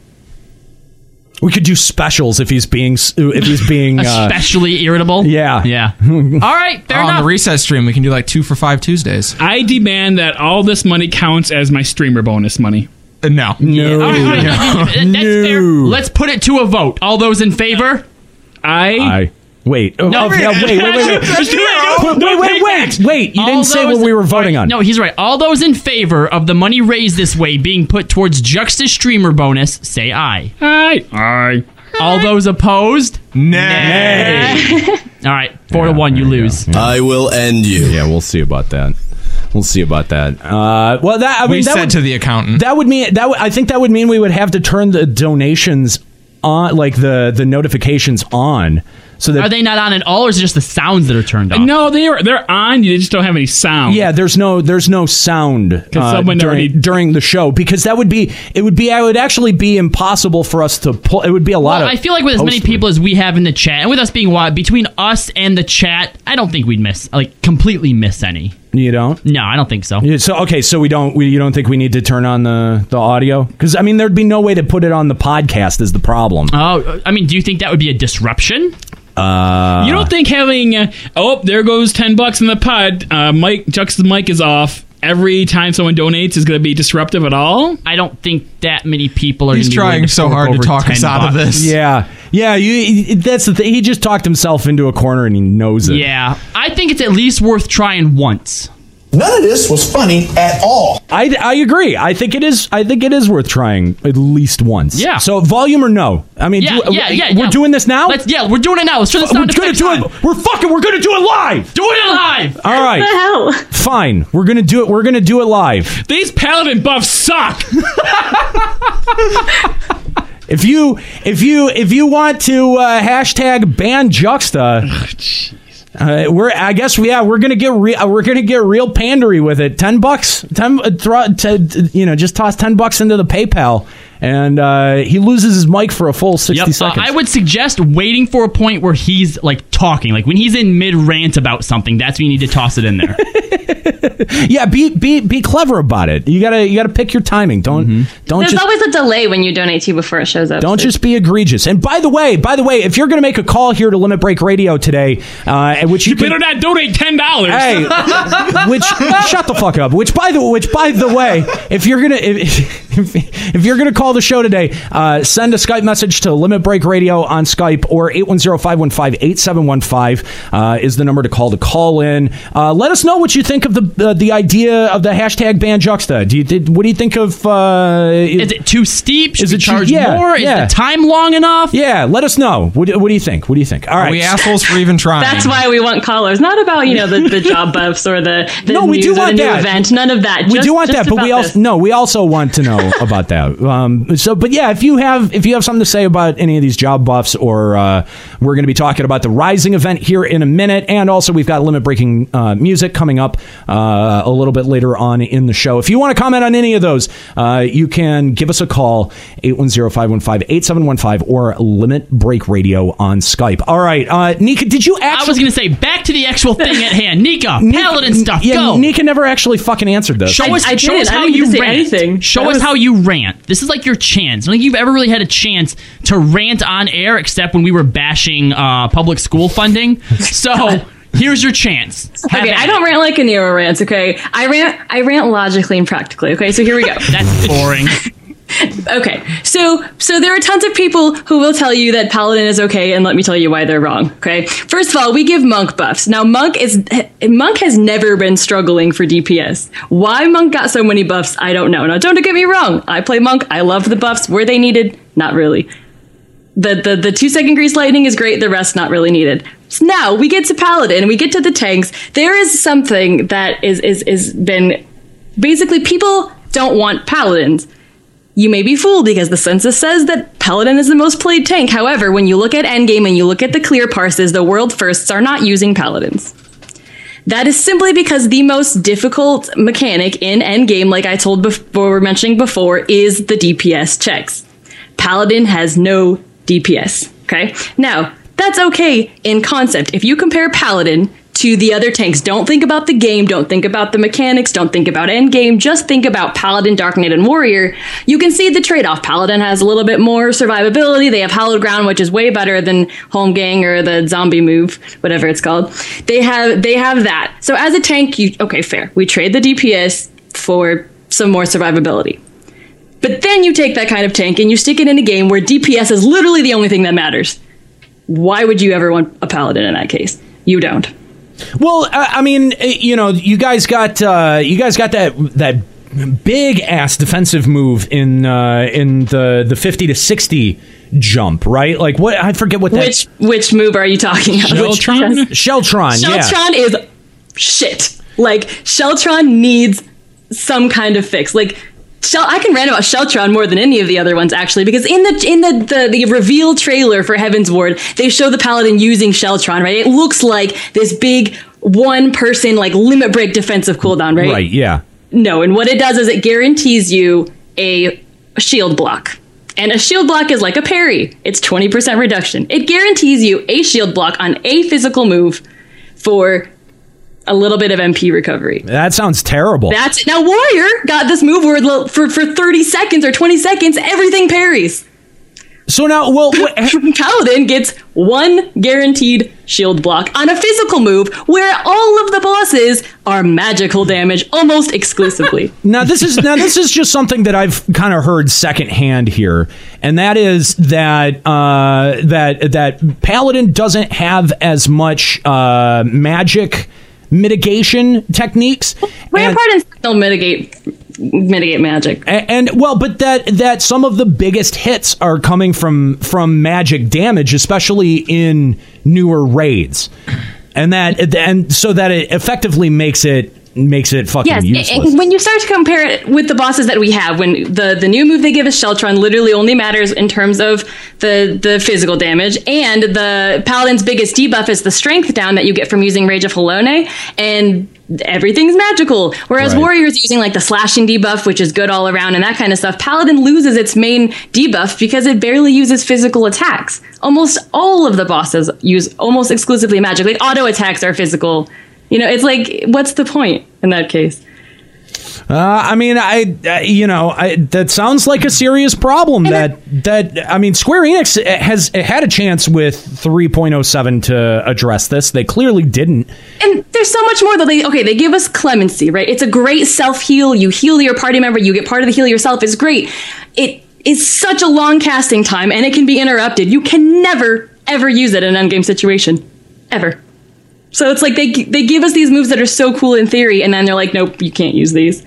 We could do specials if he's being s- if he's being uh, especially irritable. Yeah, yeah. All right, fair on enough. the reset stream, we can do like two for five Tuesdays. I demand that all this money counts as my streamer bonus money. Uh, no. No. All right, all right, no, that- that's fair. Let's put it to a vote. All those in favor? I. I wait. Oh, No, oh, yeah, wait, wait, wait, wait. Just do Wait, it. wait, wait, wait, wait! You All didn't say those- what we were voting on. No, he's right. All those in favor of the money raised this way being put towards Juxta's streamer bonus, say aye. Aye. Aye. All those opposed? Nay. All right, four to one, you lose. I will end you. Yeah, we'll see about that. We'll see about that. Uh, well, that I mean, we that said would, to the accountant. that would mean that would, I think that would mean we would have to turn the donations on, like the the notifications on, so that Are they not on at all, or is it just the sounds that are turned off? No, they are. They're on. You just don't have any sound. Yeah, there's no there's no sound uh, someone during already- during the show because that would be it would be I would actually be impossible for us to pull. It would be a lot Well, of. I feel like with as many posts. people as we have in the chat, and with us being wide between us and the chat, I don't think we'd miss like completely miss any. you don't. No, I don't think so. Yeah, so okay, so we don't we you don't think we need to turn on the the audio because I mean there'd be no way to put it on the podcast is the problem. Oh, I mean, do you think that would be a disruption? Uh, You don't think having uh, oh there goes ten bucks in the pod. Uh, Mike Jux's mic is off. Every time someone donates is going to be disruptive at all. I don't think that many people are. He's gonna be trying willing so fork hard to over talk us 10 out of bucks. this. Yeah, yeah. You that's the thing. He just talked himself into a corner and he knows it. Yeah, I think it's at least worth trying once. None of this was funny at all. I, I agree. I think it is. I think it is worth trying at least once. Yeah. So volume or no? I mean, Yeah, do- yeah, we- yeah, We're yeah. doing this now. Uh, Let's yeah, we're doing it now. Let's turn the we're sound gonna effects do on. it. We're fucking. We're gonna do it live. Do it live. All right. What Fine. We're gonna do it. We're gonna do it live. These paladin buffs suck. If you if you if you want to uh, hashtag ban Juxta, uh, we're I guess yeah we're gonna get re- uh, we're gonna get real pandery with it. Ten bucks, ten uh, thro- t- t- you know just toss ten bucks into the PayPal, and uh, he loses his mic for a full sixty Yep. Uh, seconds. I would suggest waiting for a point where he's like talking, like when he's in mid rant about something. That's when you need to toss it in there. yeah, be be be clever about it. You gotta you gotta pick your timing. Don't don't There's just always a delay when you donate to you before it shows up. don't so- just be egregious. And by the way, by the way, if you're gonna make a call here to Limit Break Radio today, uh, and which you, can, Better not donate ten dollars. Hey, which shut the fuck up. Which by the which by the way, if you're gonna if, if, if you're gonna call the show today, uh, send a Skype message to Limit Break Radio on Skype or 810-515-8715 uh, is the number to call to call in. Uh, let us know what you think of the uh, the idea of the hashtag ban juxta. Do you did, what do you think of? Uh, is it too steep? Should is we it too- charge yeah, more? Is yeah. the time long enough? Yeah, let us know. What, do- what do you think? What do you think? All right, Are we assholes for even trying? That's why we want callers, not about you know the, the job buffs or the, the No, we news do or want the new that. event. None of that. we Just- do want just that, but we about also this. no, we also want to know about that. Um, so, but yeah, if you have if you have something to say about any of these job buffs, or uh, we're going to be talking about the Rising event here in a minute, and also we've got limit breaking uh, music coming up uh, a little bit later on in the show. If you want to comment on any of those, uh, you can give us a call 810-515-8715 or Limit Break Radio on Skype. All right, uh, Nika, did you actually? I was going to say, back to the actual thing at hand. Nika, paladin stuff, Yeah, go. Nika never actually fucking answered this. Show us, show us how you rant. Show us how you rant. This is like your chance. I don't think you've ever really had a chance to rant on air except when we were bashing uh, public school funding. So here's your chance. Have Okay, at I it. don't rant like a Nero rants. Okay, I rant. I rant logically and practically. Okay, so here we go. That's boring. okay, so so there are tons of people who will tell you that paladin is okay, and let me tell you why they're wrong. Okay, first of all, we give monk buffs. Now monk is monk has never been struggling for DPS. Why monk got so many buffs? I don't know. Now don't get me wrong. I play monk. I love the buffs. Were they needed? Not really. The, the the two second grease lightning is great. The rest not really needed. So now we get to paladin. We get to the tanks. There is something that is is is been basically people don't want paladins. You may be fooled because the census says that Paladin is the most played tank. However, when you look at Endgame and you look at the clear parses, the world firsts are not using Paladins. That is simply because the most difficult mechanic in Endgame, like I told before, we're mentioning before, is the DPS checks. Paladin has no DPS. Okay? Now, that's okay in concept. If you compare Paladin to the other tanks, don't think about the game, don't think about the mechanics, don't think about endgame, just think about Paladin, Dark Knight, and Warrior. You can see the trade off. Paladin has a little bit more survivability. They have Hallowed Ground, which is way better than Home Gang or the Zombie Move, whatever it's called. They have they have that. So as a tank, you okay, fair. We trade the DPS for some more survivability. But then you take that kind of tank and you stick it in a game where DPS is literally the only thing that matters. Why would you ever want a paladin in that case? You don't. Well, I, I mean, eh, you know, you guys got uh, you guys got that that big ass defensive move in uh, in the the fifty to sixty jump, right? Like what I forget what that Which which move are you talking about? Shelltron. Shelltron, yeah. Sheltron is shit. Like Sheltron needs some kind of fix. Like Shel- I can rant about Sheltron more than any of the other ones actually, because in the in the, the the reveal trailer for Heaven's Ward, they show the paladin using Sheltron. Right, it looks like this big one person like limit break defensive cooldown. Right, Right, yeah. No, and what it does is it guarantees you a shield block. And a shield block is like a parry. It's 20% reduction. It guarantees you a shield block on a physical move for a little bit of MP recovery. That sounds terrible. That's it. Now Warrior got this move where lo- for, for 30 seconds or 20 seconds, everything parries. So now, well, Paladin gets one guaranteed shield block on a physical move where all of the bosses are magical damage almost exclusively. now this is now this is just something that I've kind of heard secondhand here, and that is that uh, that that Paladin doesn't have as much uh, magic mitigation techniques. Rampart and still mitigate mitigate magic. A- and well but that that some of the biggest hits are coming from from magic damage especially in newer raids and that and so that it effectively makes it makes it fucking Yes, useless and when you start to compare it with the bosses that we have, when the, the new move they give us Sheltron literally only matters in terms of the the physical damage, and the Paladin's biggest debuff is the strength down that you get from using Rage of Helone, and everything's magical. Whereas Right. Warriors using like the slashing debuff, which is good all around and that kind of stuff, Paladin loses its main debuff because it barely uses physical attacks. Almost all of the bosses use almost exclusively magic. Like auto attacks are physical You know, it's like, what's the point in that case? Uh, I mean, I, I you know, I, that sounds like a serious problem. that that I mean, Square Enix uh, has uh, had a chance with 3.07 to address this. They clearly didn't. And there's so much more that they okay, they give us clemency, right? It's a great self heal. You heal your party member, you get part of the heal yourself. It's great. It is such a long casting time and it can be interrupted. You can never ever use it in an endgame situation. Ever. So it's like they they give us these moves that are so cool in theory and then they're like, "Nope, you can't use these."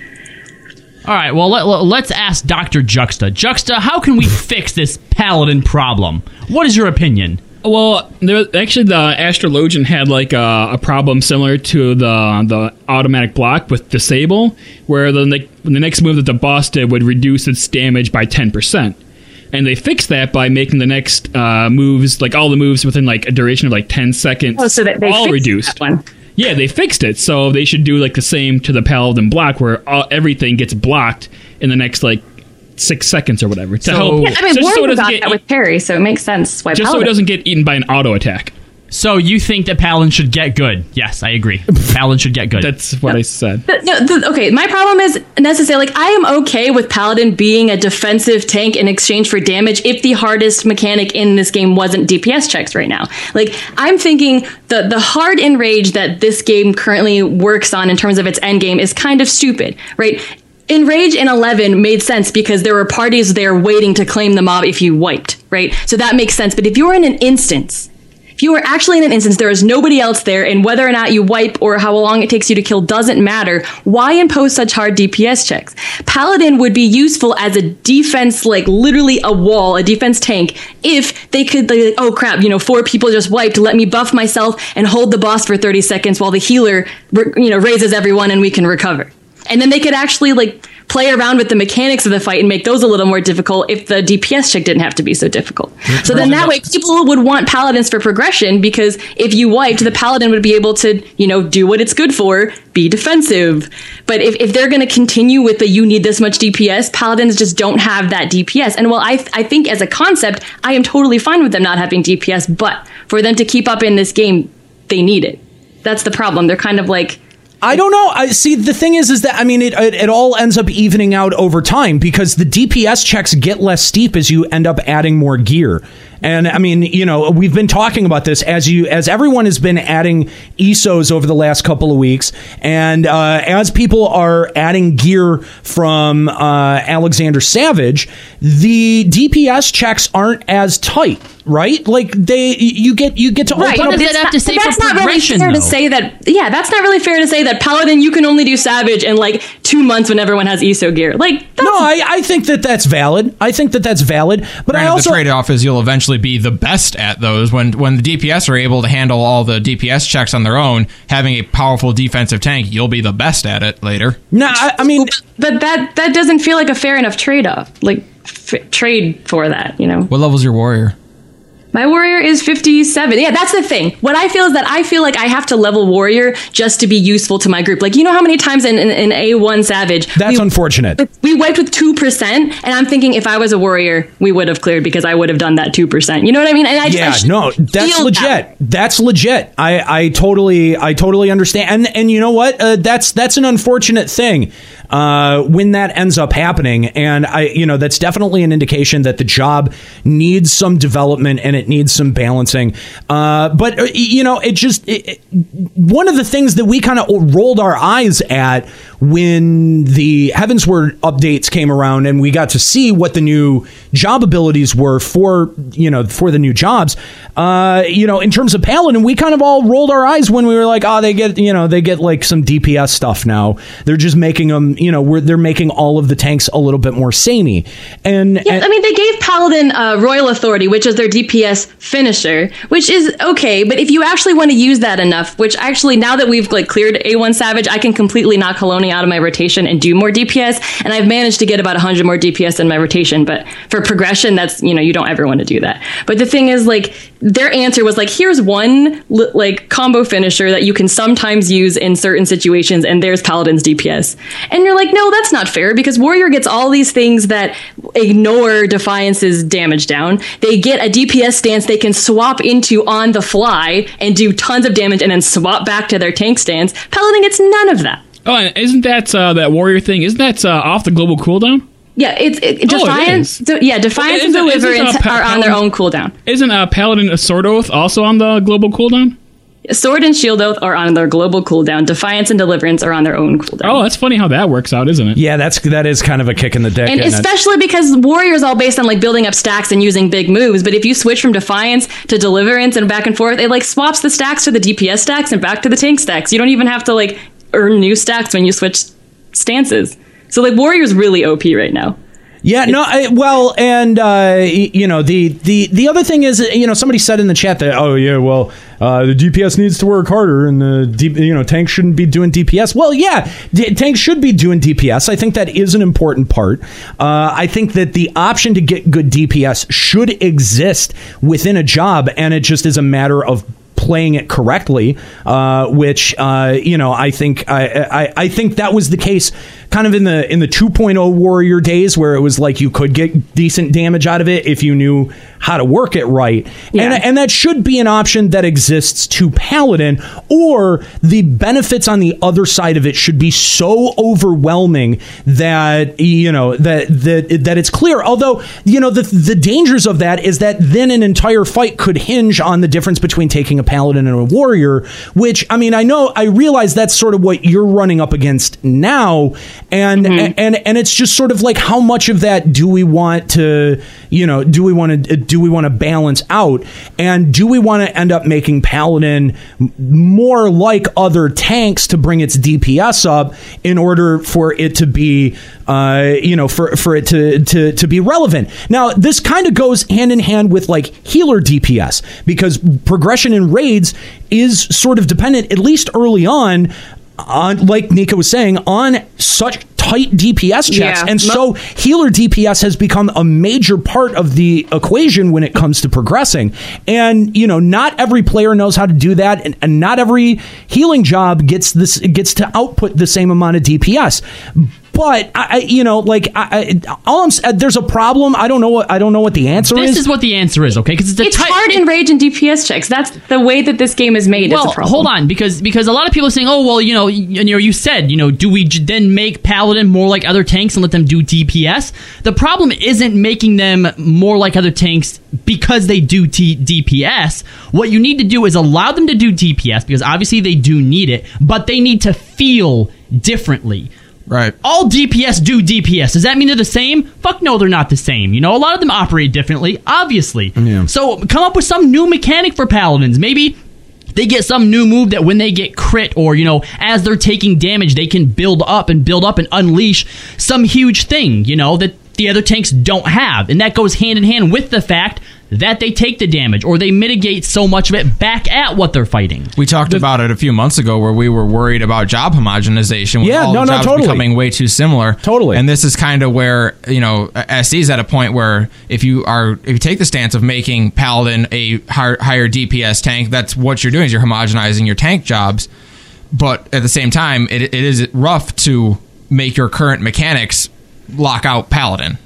All right, well, let, let, us ask Dr. Juxta. Juxta, how can we fix this paladin problem? What is your opinion? Well, there actually the astrologian had like a, a problem similar to the the automatic block with disable, where the ne- the next move that the boss did would reduce its damage by ten percent, and they fixed that by making the next uh, moves like all the moves within like a duration of like ten seconds Oh, so that they all fixed reduced. that one. Yeah, they fixed it, so they should do like the same to the paladin block, where all, everything gets blocked in the next like six seconds or whatever to help. Yeah, I mean, so- so it Warren doesn't got get that with Perry, so it makes sense why just so it Paladin- doesn't get eaten by an auto attack. So you think that paladin should get good? Yes, I agree. paladin should get good. That's what I said. But no, the, okay, my problem is necessarily like I am okay with Paladin being a defensive tank in exchange for damage if the hardest mechanic in this game wasn't DPS checks right now. Like I'm thinking the the hard enrage that this game currently works on in terms of its end game is kind of stupid, right? Enrage and 11 made sense because there were parties there waiting to claim the mob if you wiped, right? So that makes sense. But if you were in an instance, if you were actually in an instance, there is nobody else there, and whether or not you wipe or how long it takes you to kill doesn't matter. Why impose such hard DPS checks? Paladin would be useful as a defense, like literally a wall, a defense tank, if they could, like, oh crap, you know, four people just wiped, let me buff myself and hold the boss for 30 seconds while the healer, re- you know, raises everyone and we can recover. And then they could actually, like, play around with the mechanics of the fight and make those a little more difficult if the DPS check didn't have to be so difficult. So then that way people would want paladins for progression because if you wiped, the paladin would be able to, you know, do what it's good for, be defensive. But if, if they're going to continue with the you need this much DPS, paladins just don't have that DPS. And while I, th- I think as a concept, I am totally fine with them not having DPS, but for them to keep up in this game, they need it. That's the problem. They're kind of like, I don't know. I see. The thing is, is that I mean, it, it it all ends up evening out over time because the DPS checks get less steep as you end up adding more gear. And I mean, you know, we've been talking about this as you as everyone has been adding ESOs over the last couple of weeks, and uh, as people are adding gear from uh, Alexander Savage, the DPS checks aren't as tight, right? Like they, you get you get to Right. open up. But that's not- but that's not really fair to say that. Yeah, that's not really fair to say that Paladin you can only do Savage in like two months when everyone has ESO gear. Like no, I, I think that that's valid. I think that that's valid. But I Granted, also the trade-off is you'll eventually be the best at those when when the DPS are able to handle all the DPS checks on their own. Having a powerful defensive tank, you'll be the best at it later. No, I, I mean, but that that doesn't feel like a fair enough trade off. Like f- trade for that, you know. What level's your warrior? My warrior is 57. Yeah, that's the thing. What I feel is that I feel like I have to level warrior just to be useful to my group. Like, you know how many times in, in, in A1 Savage. That's unfortunate. We wiped with 2%, and I'm thinking if I was a warrior, we would have cleared because I would have done that 2%. You know what I mean? And I just, I yeah, sh- no, that's feel legit. That's legit. I, I totally I totally understand. And and you know what? Uh, that's that's an unfortunate thing uh, when that ends up happening. And I you know that's definitely an indication that the job needs some development and it needs some balancing. Uh, but uh, y- you know it just it, it- one of the things that we kind of rolled our eyes at when the Heavensward updates came around and we got to see what the new job abilities were for you know for the new jobs uh you know in terms of paladin we kind of all rolled our eyes when we were like oh they get you know they get like some dps stuff now they're just making them you know we're, they're making all of the tanks a little bit more samey and, Yeah, and- I mean, they gave Paladin uh, Royal Authority, which is their DPS finisher, which is okay. But if you actually want to use that enough, which actually now that we've like cleared A1 Savage, I can completely knock Helone out of my rotation and do more DPS. And I've managed to get about 100 more DPS in my rotation. But for progression, that's you know you don't ever want to do that. But the thing is, like their answer was like, here's one li- like combo finisher that you can sometimes use in certain situations, and there's Paladin's DPS. And you're like, no, that's not fair because Warrior gets all these things that ignore Defiance's damage down. They get a DPS stance they can swap into on the fly and do tons of damage and then swap back to their tank stance. Paladin gets none of that. Oh, and isn't that uh, that warrior thing? Isn't that uh, off the global cooldown? Yeah, it's it, Oh, it Defiance. de- yeah, Defiance and Isn't- isn't, uh, Deliverance Pa- are on their own Paladin- cooldown. Isn't uh, Paladin a Sword Oath also on the global cooldown? Sword and Shield Oath are on their global cooldown. Defiance and Deliverance are on their own cooldown. Oh, that's funny how that works out, isn't it? Yeah, that's that is kind of a kick in the dick. and isn't it? especially because warriors all based on like building up stacks and using big moves but if you switch from defiance to deliverance and back and forth it like swaps the stacks to the dps stacks and back to the tank stacks you don't even have to like earn new stacks when you switch stances so like warriors really op right now Yeah, no, I, well, and uh, y- you know the, the the other thing is, you know, somebody said in the chat that, oh yeah, well, uh, the DPS needs to work harder, and the D, you know tanks shouldn't be doing DPS. Well, yeah, d- tanks should be doing DPS. I think that is an important part. Uh, I think that the option to get good DPS should exist within a job, and it just is a matter of playing it correctly, uh, which uh, you know I think I, I I think that was the case kind of in the in the 2.0 warrior days where it was like you could get decent damage out of it if you knew how to work it right, and and that should be an option that exists to paladin, or the benefits on the other side of it should be so overwhelming that you know that that that it's clear. Although you know the the dangers of that is that then an entire fight could hinge on the difference between taking a paladin and a warrior. Which I mean, I know I realize that's sort of what you're running up against now, and and and it's just sort of like how much of that do we want to you know do we want to do we want to balance out and do we want to end up making paladin m- more like other tanks to bring its DPS up in order for it to be uh, you know for for it to to to be relevant. Now this kind of goes hand in hand with like healer DPS because progression in raids is sort of dependent at least early on on like Nika was saying on such tight DPS checks Yeah. and so Oh, healer DPS has become a major part of the equation when it comes to progressing. And you know, not every player knows how to do that, and, and not every healing job gets this gets to output the same amount of DPS. But I, I you know, like I, I all I'm s- uh, there's a problem. I don't know what I don't know what the answer This is. is what the answer is, okay? Because it's a it's tight- hard in rage and dps checks that's the way that this game is made well, is a problem. hold on, because because a lot of people are saying, oh well, you know, y- you know, you said, you know, do we j- then make Paladin more like other tanks and let them do DPS? The problem isn't making them more like other tanks because they do t- DPS. What you need to do is allow them to do DPS because obviously they do need it, but they need to feel differently. Right. All DPS do DPS. Does that mean they're the same? Fuck no, they're not the same. You know, a lot of them operate differently, obviously. So come up with some new mechanic for paladins. Maybe they get some new move that when they get crit or, you know, as they're taking damage, they can build up and build up and unleash some huge thing, you know, that the other tanks don't have. And that goes hand in hand with the fact that they take the damage or they mitigate so much of it back at what they're fighting. We talked about it a few months ago where we were worried about job homogenization. With Yeah, all no, the no, jobs totally. becoming way too similar. Totally. And this is kind of where, you know, SD is at a point where if you are, if you take the stance of making Paladin a higher, higher DPS tank, that's what you're doing is you're homogenizing your tank jobs. But at the same time, it, it is rough to make your current mechanics lock out Paladin.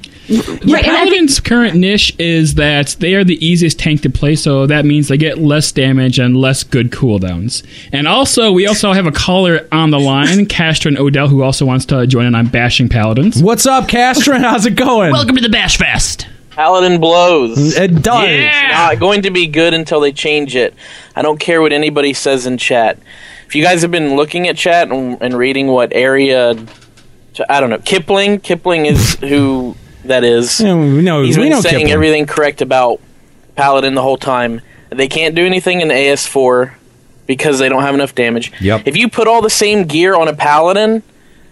Yeah, Paladin's current niche is that they are the easiest tank to play, so that means they get less damage and less good cooldowns. And also, we also have a caller on the line, Castron Odell, who also wants to join in on bashing Paladins. What's up, Castron? How's it going? Welcome to the Bash Fest. Paladin blows. It does. It's not going to be good until they change it. I don't care what anybody says in chat. If you guys have been looking at chat and, and reading what area, I don't know Kipling. Kipling is who that is. Yeah, we know- He's we been know saying Kipling. everything correct about Paladin the whole time. They can't do anything in AS4 because they don't have enough damage. Yep. If you put all the same gear on a Paladin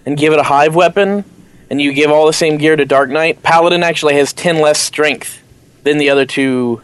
and give it a Hive weapon, and you give all the same gear to Dark Knight, Paladin actually has 10 less strength than the other two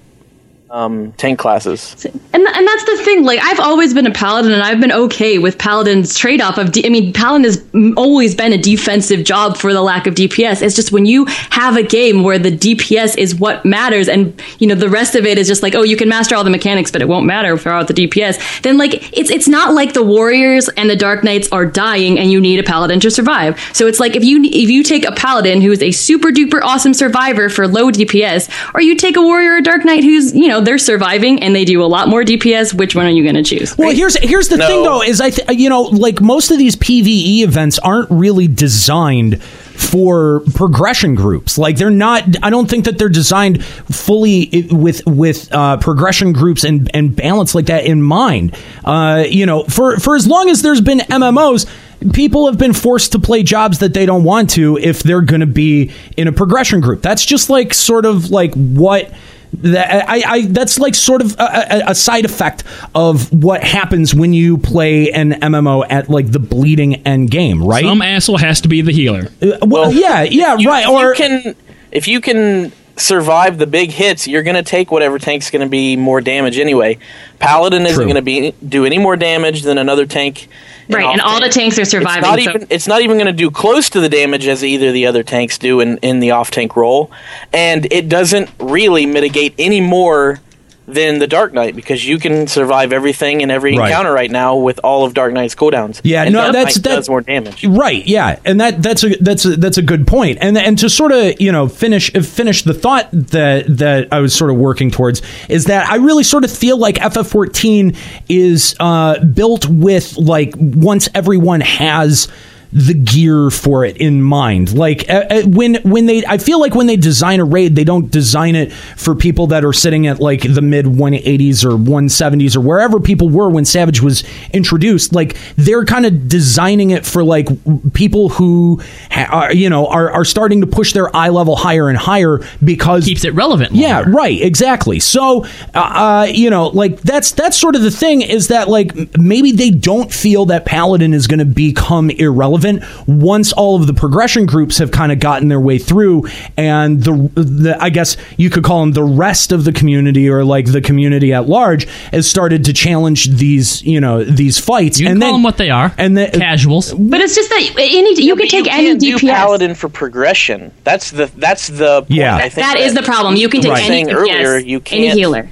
um, tank classes. And, th- and that's the thing. Like I've always been a paladin, and I've been okay with paladin's trade off of. De- I mean, paladin has m- always been a defensive job for the lack of DPS. It's just when you have a game where the DPS is what matters, and you know the rest of it is just like, oh, you can master all the mechanics, but it won't matter without the DPS. Then like it's it's not like the warriors and the dark knights are dying, and you need a paladin to survive. So it's like if you if you take a paladin who is a super duper awesome survivor for low DPS, or you take a warrior or dark knight who's you know they're surviving and they do a lot more DPS. Which one are you going to choose? Well, here's here's the thing though is I th- you know like most of these PVE events aren't really designed for progression groups. Like they're not. I don't think that they're designed fully i- with with uh, progression groups and and balance like that in mind. Uh, you know, for for as long as there's been MMOs. People have been forced to play jobs that they don't want to if they're going to be in a progression group. That's just like sort of like what that I, I that's like sort of a, a, a side effect of what happens when you play an MMO at like the bleeding end game, right? Some asshole has to be the healer. well, yeah, yeah, You- right. if Or you can if you can survive the big hits, you're going to take whatever tank's going to be more damage anyway. Paladin isn't True. going to be do any more damage than another tank. Right, and all the tanks are surviving, It's not so- even it's not even going to do close to the damage as either the other tanks do in in the off tank role, and it doesn't really mitigate any more than the Dark Knight because you can survive everything and every Right. encounter right now with all of Dark Knight's cooldowns. Yeah, And no, Dark that's- Knight that- does more damage. Right, yeah, and that that's a that's a, that's a good point, and and to sort of you know finish finish the thought that that I was sort of working towards is that I really sort of feel like FF14 is uh, built with like once everyone has the gear for it in mind like uh, uh, when when they i feel like when they design a raid they don't design it for people that are sitting at like the mid 180s or 170s or wherever people were when savage was introduced like they're kind of designing it for like w- people who ha- are you know are, are starting to push their eye level higher and higher because keeps it relevant yeah right exactly so uh, uh you know like that's that's sort of the thing is that like m- maybe they don't feel that paladin is going to become irrelevant once all of the progression groups have kind of gotten their way through and the, the i guess you could call them the rest of the community or like the community at large has started to challenge these you know these fights and then uh, what they are and the casuals But it's just that any you can take any do DPS. paladin for progression. That's the that's the point, Yeah. I think That is the problem. You can take I was any saying DPS, earlier. You can't any healer.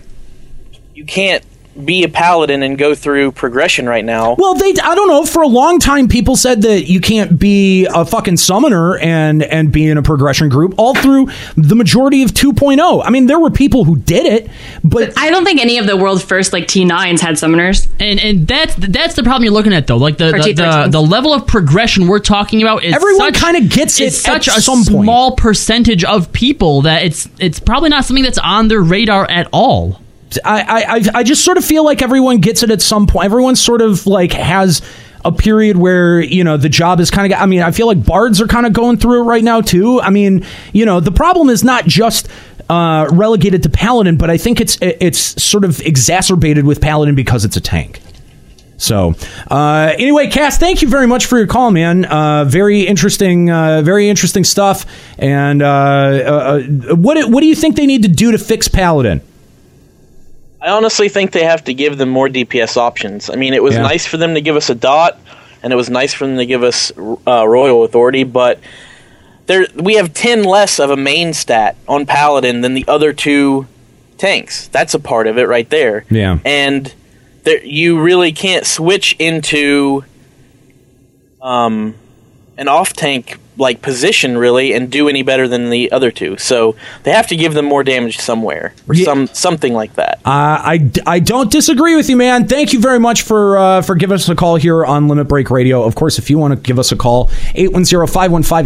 You can't be a paladin and go through progression right now. Well, they I don't know. For a long time, people said that you can't be a fucking summoner and and be in a progression group all through the majority of 2.0. I mean, there were people who did it, but I don't think any of the world first like T9s had summoners. And and that's that's the problem you're looking at though. Like the Or the, the, T13s. the level of progression we're talking about is Everyone such- kinda gets is it such at a some point. small percentage of people that it's it's probably not something that's on their radar at all. I, I I- I just sort of feel like everyone gets it at some point. Everyone sort of like has a period where you know the job is kind of. I mean, I feel like bards are kind of going through it right now too. I mean, you know, the problem is not just. Uh, relegated to paladin, but I think it's it's sort of exacerbated with paladin because it's a tank. So, uh, anyway, Cass, thank you very much for your call, man. Uh, very interesting, uh, very interesting stuff. And uh, uh, uh, what do- what do you think they need to do to fix paladin? I honestly think they have to give them more DPS options. I mean, it was Yeah. nice for them to give us a dot, and it was nice for them to give us uh, royal authority, but there we have ten less of a main stat on paladin than the other two tanks. That's a part of it right there. Yeah. and there, you really can't switch into um, an off tank like position really and do any better than the other two. So they have to give them more damage somewhere or some something like that. Uh, I, I don't disagree with you, man. Thank you very much for uh, for giving us a call here on Limit Break Radio. Of course, if you want to give us a call,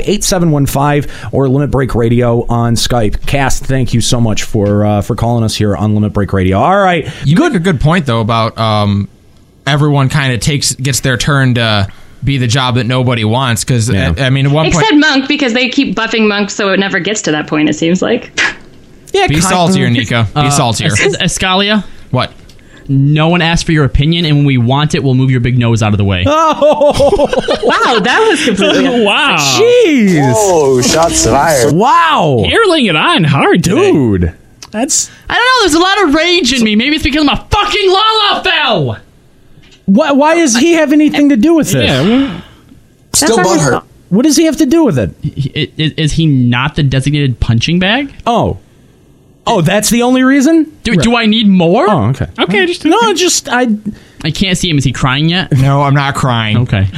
810-515-8715 or Limit Break Radio on Skype. Cast, thank you so much for uh, for calling us here on Limit Break Radio. All right, you make a good point though about um, everyone kind of takes gets their turn to be the job that nobody wants because I, I mean at one Except point monk because they keep buffing monk, so it never gets to that point. It seems like. yeah, be saltier, Nico. Be Uh, saltier. Es- Escalia. What? No one asked for your opinion, and when we want it, we'll move your big nose out of the way. Oh, wow, that was completely wow. Jeez. Oh, shots fired. Wow. You're laying it on hard, today. dude. That's I don't know. There's a lot of rage in me. Maybe it's because I'm a fucking Lalafell. why, why does he have anything to do with this? Yeah, Still That's not his butthurt. fault. What does he have to do with it? Is, is he not the designated punching bag? Oh, oh, that's the only reason. Do, do I need more? Oh, okay. Okay, just no. Just I. I can't see him. Is he crying yet? No, I'm not crying. Okay.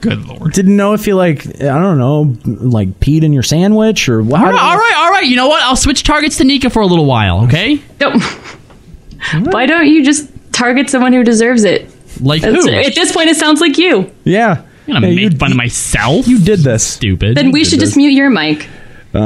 Didn't know if you like I don't know like peed in your sandwich or what. All right, all right, all right. You know what? I'll switch targets to Nika for a little while. Okay. Don't. Why don't you just target someone who deserves it? Like That's- who? At this point, it sounds like you. Yeah. I'm gonna make fun of myself. You did this, stupid. Then we should just mute your mic.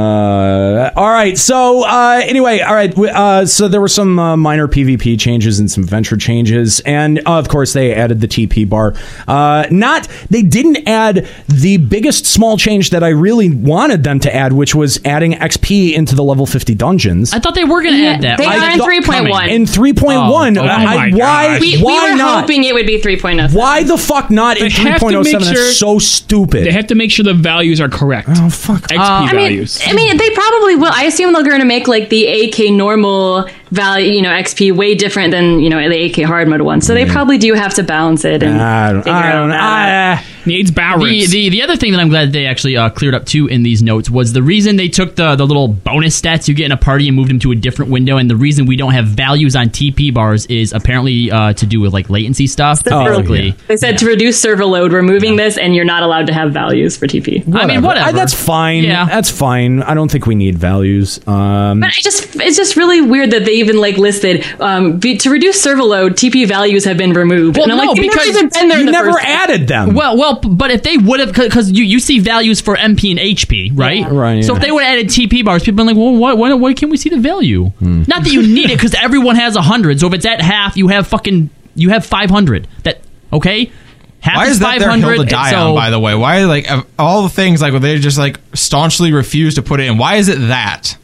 Uh, all right. So uh, anyway, all right. w- Uh, so there were some uh, minor PvP changes and some venture changes, and uh, of course they added the TP bar. Uh, not they didn't add the biggest small change that I really wanted them to add, which was adding XP into the level fifty dungeons. I thought they were gonna add that. They I are in thought- 3.1. In three point one, Oh, okay. Oh my why? gosh. We, we why were not? hoping it would be oh. 3.0. Why the fuck not in They three have to point oh make seven? sure- That's so stupid. They have to make sure the values are correct. Oh fuck! Uh, XP I mean, values. I mean, they probably will. I assume they're going to make like the AK normal value, you know, XP way different than you know the AK hard mode one. So they probably do have to balance it. And Mm. I don't, figure out needs The, balance. the the other thing that I'm glad they actually uh, cleared up too in these notes was the reason they took the the little bonus stats you get in a party and moved them to a different window, and the reason we don't have values on TP bars is apparently uh, to do with like latency stuff. basically. Oh, They said to reduce server load, we're moving this, and you're not allowed to have values for TP. I mean, whatever. that's fine. Yeah. That's fine. I don't think we need values. Um, But I just it's just really weird that they even like listed um, be, to reduce server load. TP values have been removed. and I'm like, they've never even been there. in the first place. Well, well, but if they would have, because you, you see values for MP and HP, right? Right, So yeah. if they would have added TP bars, people would have been like, well, why, why, why can't we see the value? Hmm. Not that you need it, because everyone has hundred. So if it's at half, you have fucking you have five hundred. That okay? Half Why is that their 500, hill to die so- on? By the way, why like of all the things like where they just like staunchly refuse to put it in? Why is it that?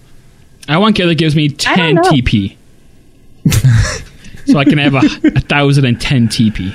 I want gear that gives me I don't 10 know. TP. so I can have a, a 1,010 TP.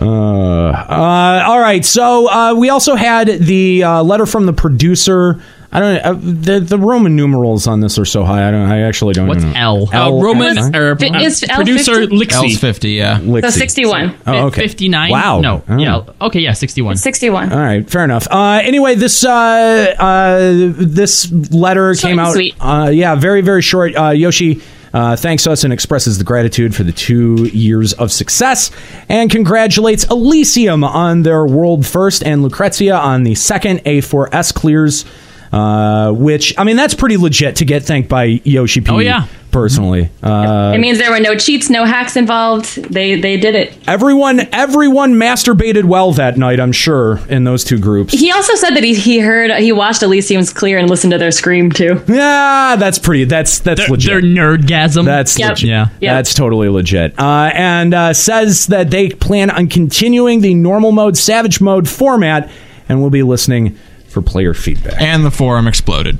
uh, uh, all right. So uh, we also had the uh, letter from the producer. I don't. Uh, the the Roman numerals on this are so high. I don't. I actually don't. What's L? Uh, Roman or Fi- is L producer 50? Lixie. L's fifty, yeah. So 61. Oh, okay. 59? Wow. No. Oh. Yeah. Okay, yeah, 61. 61. All right, fair enough. Uh, anyway, this uh, uh, this letter came and out. sweet. Uh, yeah, very very short. Uh, Yoshi uh, thanks us and expresses the gratitude for the two years of success, and congratulates Elysium on their world first and Lucrezia on the second A4S clears. Uh, which I mean, that's pretty legit to get thanked by Yoshi P. Oh, yeah. personally. Uh, it means there were no cheats, no hacks involved. They they did it. everyone everyone masturbated well that night. I'm sure in those two groups. He also said that he, he heard he watched Elysium's clear and listened to their scream too. Yeah, that's pretty. That's that's legit. They're nerdgasm. That's Yep. legit. Yeah. Yep. that's totally legit. Uh, and uh, says that they plan on continuing the normal mode, savage mode format, and will be listening for player feedback. And the forum exploded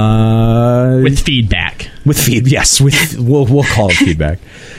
uh, with feedback. With feed, yes. With we'll we'll call it feedback.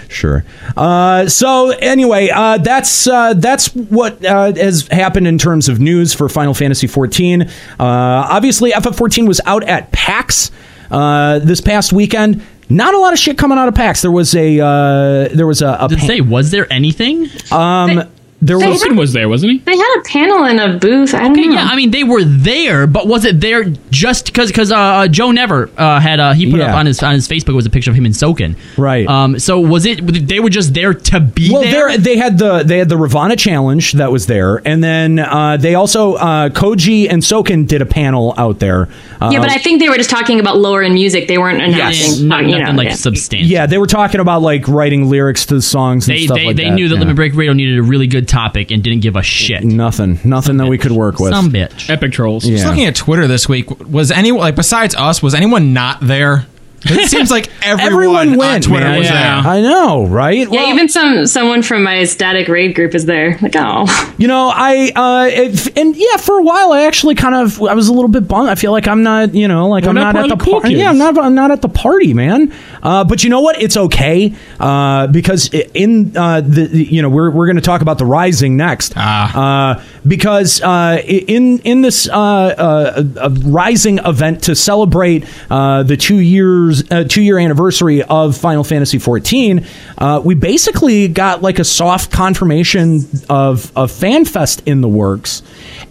Sure. Uh, so anyway, uh, that's uh, that's what uh, has happened in terms of news for Final Fantasy XIV. Uh, obviously, FF14 was out at PAX uh, this past weekend. Not a lot of shit coming out of PAX. There was a uh, there was a, a Did it say, was there anything? Um, there they was had- was there, wasn't he? They had a panel in a booth. I don't Okay, know. yeah, I mean they were there, but was it there just because? Because uh, Joe Never uh, had uh, he put up on his on his Facebook was a picture of him in Soken, right? Um, so was it they were just there to be well, there? there- they had the they had the Ravana challenge that was there, and then uh, they also uh, Koji and Soken did a panel out there. Uh, yeah, but I think they were just talking about lower in music. They weren't announcing not, you know, nothing like yeah. substantial. yeah, they were talking about like writing lyrics to the songs. And They stuff they, like they that. knew that yeah. Limit Break Radio needed a really good topic and didn't give a shit. Nothing, nothing that we could work with. Some bitch, epic trolls. Just looking at Twitter this week, was anyone like besides us? Was anyone not there? It seems like everyone, on Twitter man. was Yeah. there. I know, right? Yeah, even some someone from my static raid group is there. Like, oh, You know, I uh, it, and yeah, for a while, I actually kind of I was a little bit bummed. I feel like I'm not, you know, like We're I'm not not, part at the of the cool party. Yeah, I'm not, I'm not at the party, man. Uh, but you know what? It's okay uh, because i- in uh, the the- you know we're we're going to talk about the rising next uh, because uh, i- in in this uh, uh, uh, rising event to celebrate uh, the two years years uh, two year anniversary of Final Fantasy XIV, uh, we basically got like a soft confirmation of of FanFest in the works.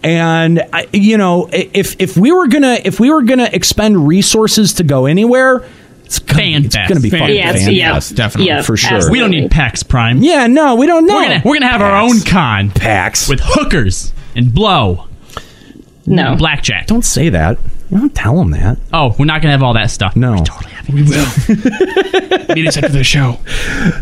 And I, you know, i- if if we were gonna if we were gonna expend resources to go anywhere, it's gonna, it's gonna be fucking Yes, yeah. FanFest, for sure. We don't need PAX Prime. Yeah, no, we don't know. We're gonna, we're gonna have our own con. PAX with hookers and blow. No. blackjack. Don't say that. Don't tell them that. Oh, we're not gonna have all that stuff. No, We will. Meet us after the show.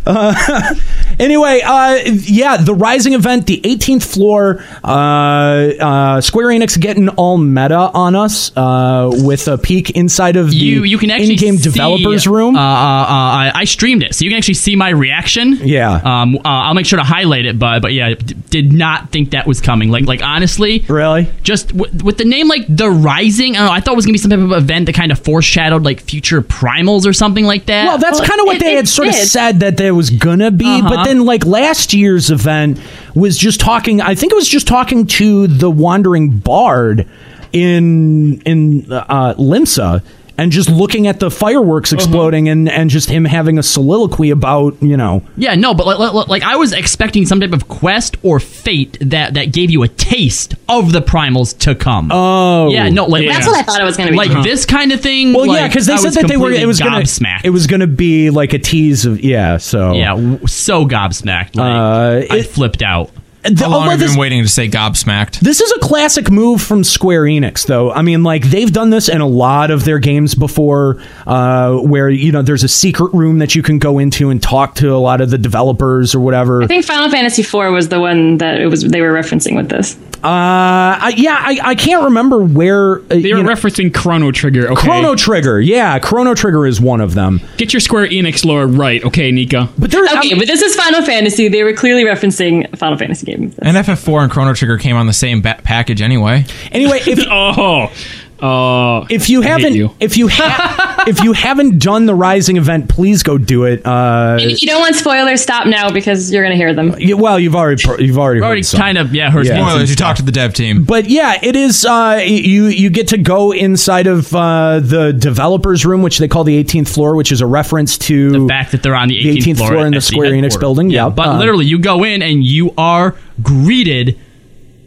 Uh, anyway, uh, yeah, the Rising event, the 18th floor. Uh, uh, Square Enix getting all meta on us uh, with a peek inside of the You you can actually in-game see, developers room. Uh, uh, uh, I, I streamed it, so you can actually see my reaction. Yeah. Um. Uh, I'll make sure to highlight it, but but yeah, d- did not think that was coming. Like like honestly, really, just w- with the name like the Rising. I don't know. I thought it was gonna be some type of event that kind of foreshadowed like future primals or something like that. Well, that's kind of what they had sort of said that there was gonna be, Uh-huh. but then like last year's event was just talking. I think it was just talking to the wandering bard in in uh, Limsa. And just looking at the fireworks Uh-huh. exploding, and, and just him having a soliloquy about you know Yeah, no, but like, like, like, I was expecting some type of quest or fate that that gave you a taste of the primals to come. Oh, Uh-huh. yeah, no, like That's what I thought it was gonna be. Like this kind of thing. Well, yeah, like, because they I said was that they were. completely It was gonna. gobsmacked. It was gonna be like a tease of yeah. So Yeah, w- so gobsmacked. Uh, Like, I flipped out. How long have you been waiting to say gobsmacked? This is a classic move from Square Enix, though. I mean, like they've done this in a lot of their games before, uh, where you know there's a secret room that you can go into and talk to a lot of the developers or whatever. I think Final Fantasy IV was the one that it was they were referencing with this. Uh, I, yeah, I, I can't remember where uh, They were referencing Chrono Trigger. Okay. Chrono Trigger. Yeah, Chrono Trigger is one of them. Get your Square Enix lore right, okay, Nika? But okay, but this is Final Fantasy. They were clearly referencing a Final Fantasy game. And FF4 and Chrono Trigger came on the same ba- package anyway. Anyway, if oh, Uh, oh, if you I hate haven't, you. if you ha- if you haven't done the Rising event, please go do it. Uh, If you don't want spoilers, stop now because you're gonna hear them. you- well, you've already pro- you've already, already heard some. kind of- yeah heard some spoilers. You talk to the dev team. But yeah, it is. Uh, you you get to go inside of uh, the developers room, which they call the 18th floor, which is a reference to the fact that they're on the 18th, floor, in the at Square Enix headquarters. building. uh, Yeah, But literally, you go in and you are greeted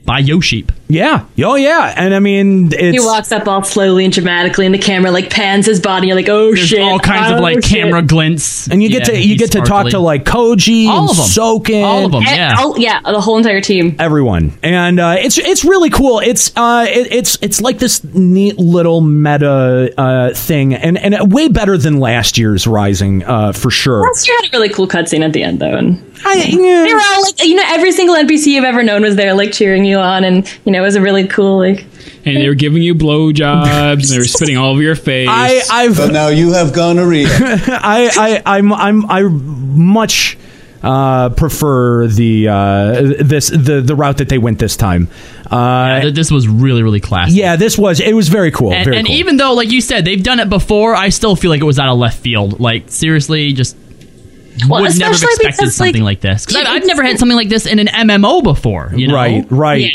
by Yosheep. yeah, oh yeah, and I mean, it's he walks up all slowly and dramatically, and the camera like pans his body. You're like, oh There's shit! all kinds of oh, like shit. camera glints, and you get Yeah, to you he's get to talk sparkly. to like Koji, All and of them. Soken, All of them, And- yeah. all- yeah, the whole entire team. everyone and uh, it's it's really cool it's uh it, it's it's like this neat little meta uh thing and and uh, way better than last year's rising uh for sure Last year had a really cool cutscene at the end, though, and I, they were all like, you know, every single NPC you've ever known was there, like cheering you on, and you know, it was a really cool like. and they were giving you blowjobs, and they were spitting all over your face. I, I've But now you have gonorrhea. I, I I'm I'm I much uh, prefer the uh, this the the route that they went this time. Uh, th- this was really really classic. Yeah, this was it was very cool. and, very and cool. even though, like you said, they've done it before, I still feel like it was out of left field. Like seriously, just Well, would never have expected especially because, like, something like, this. 'Cause it- I've, I've never had something like this in an MMO before. You know? Right, right.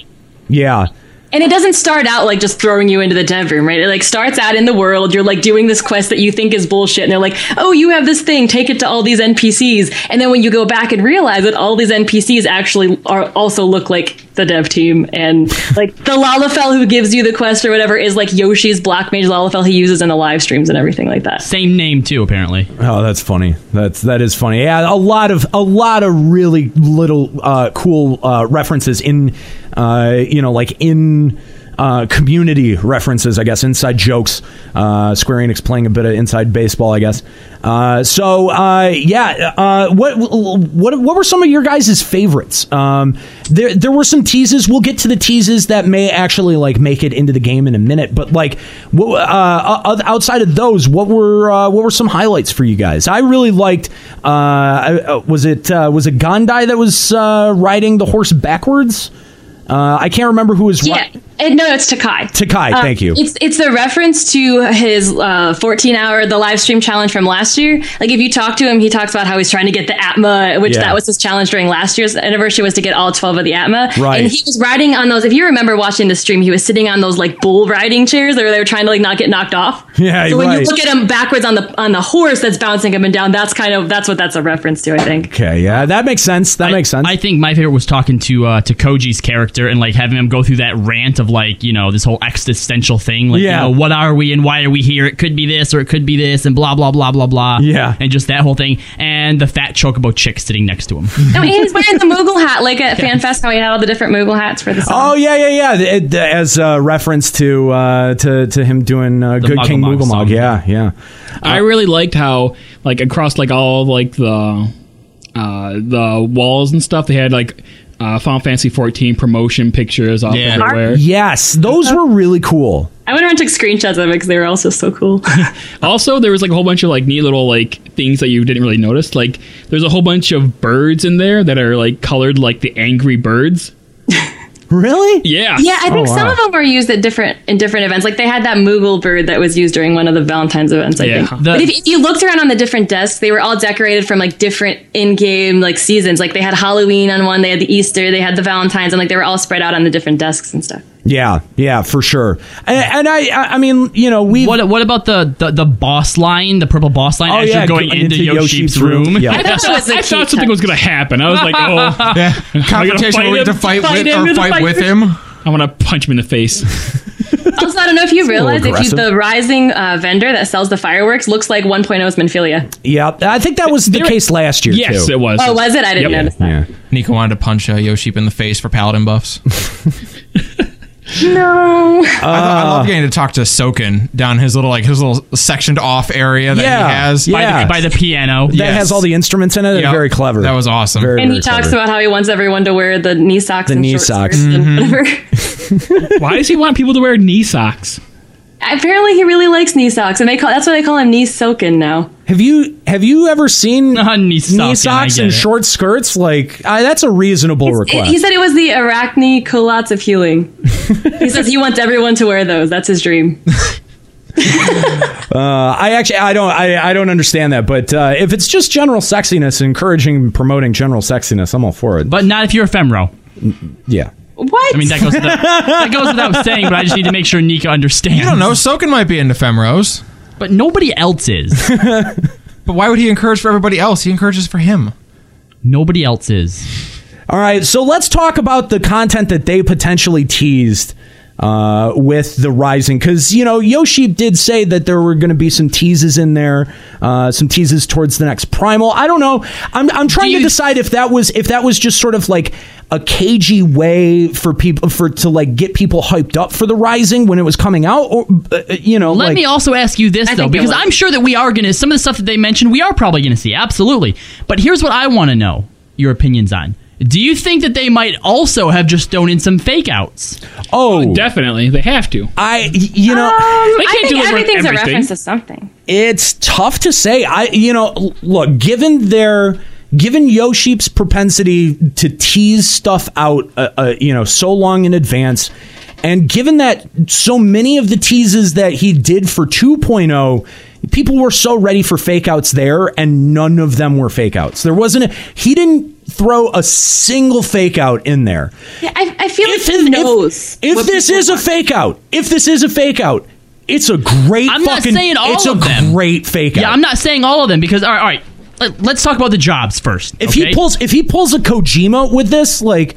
Yeah. And it doesn't start out like just throwing you into the dev room, right? It like starts out in the world. You're like doing this quest that you think is bullshit, and they're like, "Oh, you have this thing. Take it to all these NPCs." And then when you go back and realize that all these NPCs actually are also look like the dev team, and like the Lalafell who gives you the quest or whatever is like Yoshi's Black Mage Lalafell he uses in the live streams and everything like that. Same name too, apparently. Oh, that's funny. That's that is funny. Yeah, a lot of a lot of really little uh, cool uh, references in, uh, you know, like in uh, community references. I guess inside jokes. Uh, Square Enix playing a bit of inside baseball. I guess. Uh, so uh, yeah, uh, what what what were some of your guys' favorites? Um, there there were some teases. We'll get to the teases that may actually like make it into the game in a minute. But like, what, uh, o- outside of those, what were uh, what were some highlights for you guys? I really liked. Uh, I- uh, was it uh, was it Gandai that was uh, riding the horse backwards? Uh, I can't remember who was. ri- Yeah, And no, it's Takai. Takai, Uh, thank you. It's it's the reference to his uh, 14 hour the live stream challenge from last year. Like if you talk to him, he talks about how he's trying to get the Atma, which Yeah. that was his challenge during last year's anniversary was to get all 12 of the Atma. Right. And he was riding on those. If you remember watching the stream, he was sitting on those like bull riding chairs, or they were trying to like not get knocked off. Yeah, So when right. you look at him backwards on the on the horse that's bouncing up and down, that's kind of that's what that's a reference to. I think. Okay, yeah, that makes sense. That makes sense. I think my favorite was talking to uh, to Koji's character and like having him go through that rant of like you know this whole existential thing, like Yeah. you know, what are we and why are we here? It could be this or it could be this and blah blah blah blah blah. Yeah. and just that whole thing and the fat chocobo chick sitting next to him. No, and he's wearing the Moogle hat, like at FanFest, how he had all the different Moogle hats for the song. Oh yeah, yeah, yeah. The- it- the- as a reference to uh, to to him doing uh, Good Muggle King Mog Moogle Mog. song. Yeah, yeah. I really liked how like across like all like the uh, the walls and stuff they had like uh, Final Fantasy 14 promotion pictures off Yeah. everywhere. Yes, those were really cool. I went around and took screenshots of it because they were also so cool. also, there was like a whole bunch of like neat little like things that you didn't really notice. Like there's a whole bunch of birds in there that are like colored like the angry birds. really? Yeah. Yeah, I Oh, think some of them were used at different in different events. Like they had that Moogle bird that was used during one of the Valentine's events. I Yeah. think. The- but if, if you looked around on the different desks, they were all decorated from like different in-game like seasons. Like they had Halloween on one, they had the Easter, they had the Valentine's, and like they were all spread out on the different desks and stuff. Yeah, yeah, for sure. And, and I, I, I mean, you know, we. What what about the the, the boss line, the purple boss Oh, line as you're going into, Yoshi's room? I thought, I thought something was going to happen. I was like, oh, Yeah. I gotta Confrontation where we him, have to fight with- him, or and fight with him. him. I want to punch him in the face. Also, I don't know if a you little realize if you, aggressive. the rising uh, vendor that sells the fireworks looks like 1.0's Minfilia. Yeah, I think that was the case last year. Yes, too. it was. Oh, was it? I didn't Yep. notice. Yeah. Nico wanted to punch uh, Yoshi in the face for paladin buffs. No. I, I Uh. love getting to talk to Soken down his little like his little sectioned off area that Yeah, he has yeah. By the- by the piano That has all the instruments in it. Yep. Very clever. That was awesome. and he talks about how he wants everyone to wear the knee socks The and knee short socks. skirts and Mhm. whatever. Why does he want people to wear knee socks? Apparently, he really likes knee socks, and they call that's why they call him knee soaking now. Have you have you ever seen knee socks, and short skirts? Like I, that's a reasonable request. He said it was the arachne culottes of healing. he says he wants everyone to wear those. That's his dream. uh, I actually I don't I, I don't understand that. But uh, if it's just general sexiness, encouraging and promoting general sexiness, I'm all for it. But not if you're ephemeral. Yeah. What? I mean, that goes without, that goes without saying, but I just need to make sure Nika understands. You don't know, Soken might be into femros, but nobody else is. but why would he encourage for everybody else? He encourages for him. Nobody else is. All right, so let's talk about the content that they potentially teased uh, with the Rising, because you know Yoshi did say that there were going to be some teases in there, uh, some teases towards the next Primal. I don't know. I'm I'm trying to decide if that was if that was just sort of like a cagey way for people for to like get people hyped up for the Rising when it was coming out, or uh, uh, you know, Let like, me also ask you this I though, think it because was. I'm sure that we are gonna some of the stuff that they mentioned, we are probably gonna see, absolutely. But here's what I want to know your opinions on. Do you think that they might also have just thrown in some fake outs? Oh, definitely, they have to. I, you know, Ah, They I can't think deliver everything's a everything. reference to something. It's tough to say. I you know, l- look, given their given Yosheep's propensity to tease stuff out uh, uh, you know, so long in advance and given that so many of the teases that he did for 2.0 people were so ready for fake outs there and none of them were fake outs. There wasn't a, he didn't throw a single fake out in there. Yeah, I, I feel like he knows. If this is a fake out, if this is a fake out, it's a great I'm not fucking saying all it's of a them. great fake out. Yeah, I'm not saying all of them because all right, all right. Let- Let's talk about the jobs first. If okay? he pulls if he pulls a Kojima with this, like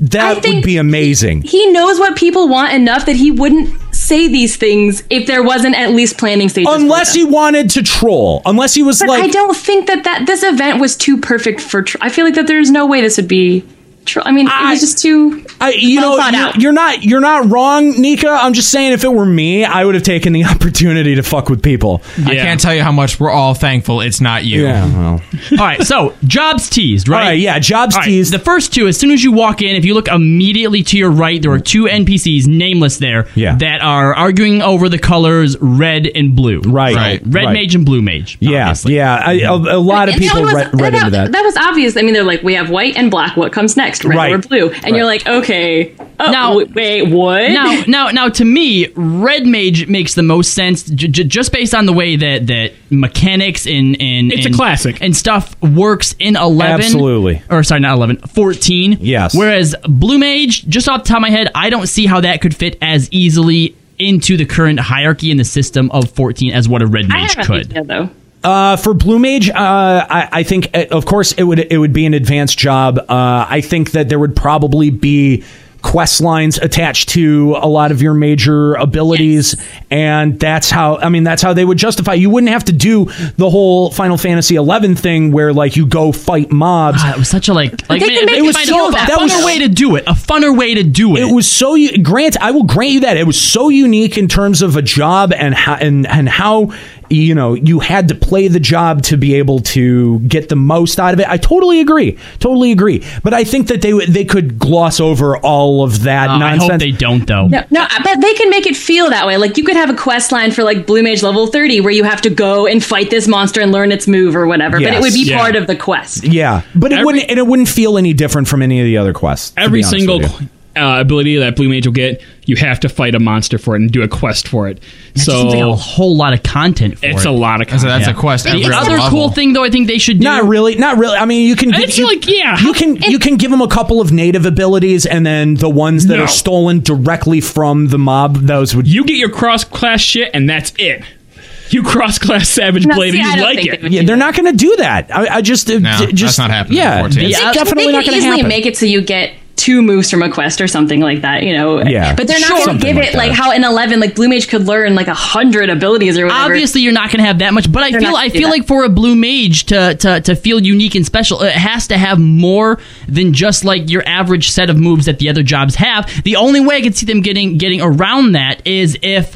I that think would be amazing. He knows what people want enough that he wouldn't say these things if there wasn't at least planning stages. for unless he wanted to troll. Unless he was But like I don't think that, that this event was too perfect for. Tr- I feel like that there's no way this would be. Tr- I mean, it was just too. I, you well know, thought you're, out. you're not you're not wrong, Nika. I'm just saying, if it were me, I would have taken the opportunity to fuck with people. I can't tell you how much we're all thankful it's not you. Yeah, well. All right, so jobs teased, right? yeah, jobs teased. The first two, as soon as you walk in, if you look immediately to your right, there are two NPCs, nameless there, Yeah. that are arguing over the colors red and blue. Right, Right, Red right. mage and blue mage. Yeah, yeah. I, a, a lot of And that people one was- read, read into that. That was obvious. I mean, they're like, we have white and black. What comes next? text red or blue, and you're like, okay, oh, Now- w- wait, what? Now, now, now, to me, red mage makes the most sense j- j- just based on the way that that mechanics and and It's a and- classic. and stuff works in eleven. Absolutely. or sorry, not 11, 14. Yes. Whereas blue mage, just off the top of my head, I don't see how that could fit as easily into the current hierarchy in the system of fourteen as what a red I mage have an could. idea though. Uh, for Blue Mage, uh, I, I think, uh, of course, it would it would be an advanced job. Uh, I think that there would probably be quest lines attached to a lot of your major abilities, and that's how I mean that's how they would justify. You wouldn't have to do the whole Final Fantasy eleven thing where like you go fight mobs. it was such a like, Like, man, if they it was find so a that funner was way to do it. A funner way to do it. It was so. u- Grant, I will grant you that it was so unique in terms of a job and how and and how you know you had to play the job to be able to get the most out of it. I totally agree, totally agree. But I think that they would- they could gloss over all of that Uh, I nonsense. hope they don't though. No, no, but they can make it feel that way. Like you could have a quest line for like Blue Mage level 30 where you have to go and fight this monster and learn its move or whatever, but it would be Yes. Yeah. part of the quest. Yeah, but it wouldn't and it wouldn't feel any different from any of the other quests. to be every honest with single you. uh, ability that Blue Mage will get, you have to fight a monster for it and do a quest for it. That just so seems like a whole lot of content. For it's it. a lot of content. The other cool thing though, I think they should do. Not really, not really. I mean, you can. It's you, like, yeah. you can you can give them a couple of native abilities, and then the ones that No. are stolen directly from the mob. Those would You get your cross class shit, and that's it. You cross class Savage No, Blade, see, and I you don't like think it. they would Yeah, do they're not going to do that. I, I just, no, that's just not happening in Yeah, 14. it's They could- definitely they not could going to easily happen. make it so you get two moves from a quest or something like that, you know. Yeah. But they're not Sure. going to Something give like it like that. how in 11 like Blue Mage could learn like a 100 abilities or whatever. Obviously, you're not going to have that much, but I They're feel not I gonna do feel that. like for a blue mage to, to to feel unique and special, it has to have more than just like your average set of moves that the other jobs have. The only way I could see them getting getting around that is if.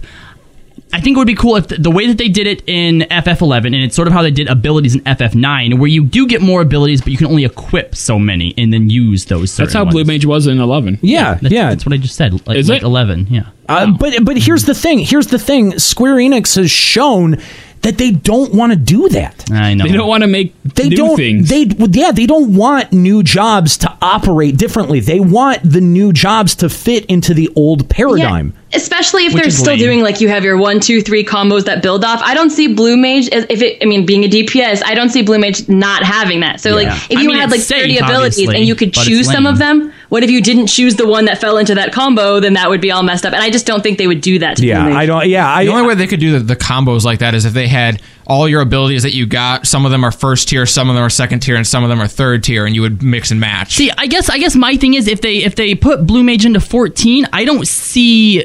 I think it would be cool if the, the way that they did it in FF11, and it's sort of how they did abilities in FF9, where you do get more abilities, but you can only equip so many and then use those. That's how certain Blue Mage was in Eleven. Yeah, that's, yeah. That's what I just said. Like, Is like it? 11, yeah. Uh, but but here's the thing. Here's the thing. Square Enix has shown that they don't want to do that. I know. They don't want to make They new don't. things. They well, yeah. They don't want new jobs to operate differently. They want the new jobs to fit into the old paradigm. Especially if Which they're is still lame. doing like you have your one, two, three combos that build off. I don't see Blue Mage as if it. I mean, being a DPS, I don't see Blue Mage not having that. So like, Yeah. if I you mean, had it's like safe, thirty abilities obviously, and you could but it's choose some of lame. them, what if you didn't choose the one that fell into that combo? Then that would be all messed up. And I just don't think they would do that. To Blue Mage. don't. Yeah, I, the only way they could do the, the combos like that is if they had all your abilities that you got. Some of them are first tier, some of them are second tier, and some of them are third tier, and you would mix and match. See, I guess I guess my thing is if they if they put Blue Mage into 14, I don't see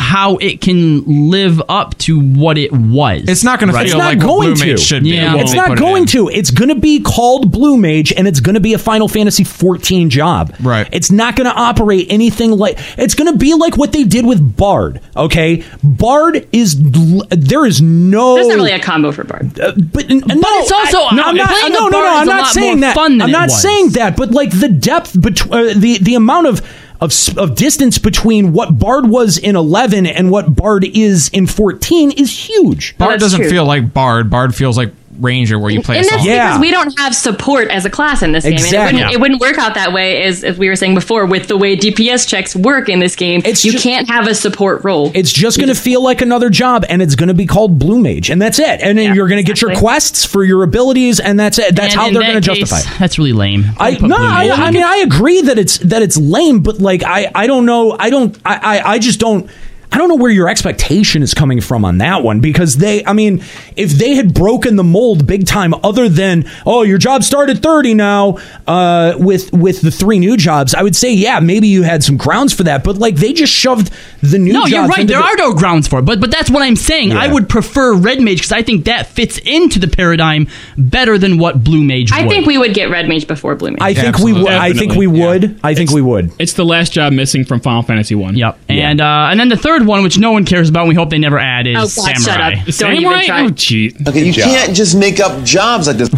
how it can live up to what it was. It's not Right. It's not going to. Yeah, it's not going to. It's going to be called Blue Mage, and it's going to be a Final Fantasy 14 job. Right. It's not going to operate anything like. It's going to be like what they did with Bard. Okay, Bard is l- there is no. There's not really a combo for Bard. Uh, but n- no, it's also- I, no, I'm not, playing no, a no, no, bard I'm is a not lot saying more that. fun than I'm it not was. saying that, but like the depth between uh, the the amount of of s- of distance between what Bard was in 11 and what Bard is in 14 is huge. Bard doesn't feel like Bard. Bard feels like Ranger, where you play. and a that's song. because we don't have support as a class in this game. And it, Exactly. wouldn't, it wouldn't work out that way, as, as we were saying before, with the way DPS checks work in this game. you can't have a support role. It's just going to feel like another job, and it's going to be called Blue Mage, and that's it. And then you're going to get your quests for your abilities, and that's it. That's And how in they're that going to justify. case, it. That's really lame. I Don't put no, Blue Mage I, I in. mean I agree that it's that it's lame, but like I I don't know I don't I I, I just don't. I don't know where your expectation is coming from on that one because they, I mean, if they had broken the mold big time, other than oh, your job started thirty now uh, with with the three new jobs, I would say yeah, maybe you had some grounds for that, but like they just shoved the new. No, jobs you're right. into There the- are no grounds for it, but but that's what I'm saying. I would prefer Red Mage because I think that fits into the paradigm better than what Blue Mage. I would. think we would get Red Mage before Blue Mage. I think we would. I think we would. I think we would. It's the last job missing from Final Fantasy One. Yep. And uh, and then the third one, which no one cares about, and we hope they never add, is Oh, God, shut Samurai. up. Don't even Samurai? try. Oh, Okay, you can't just make up jobs like this.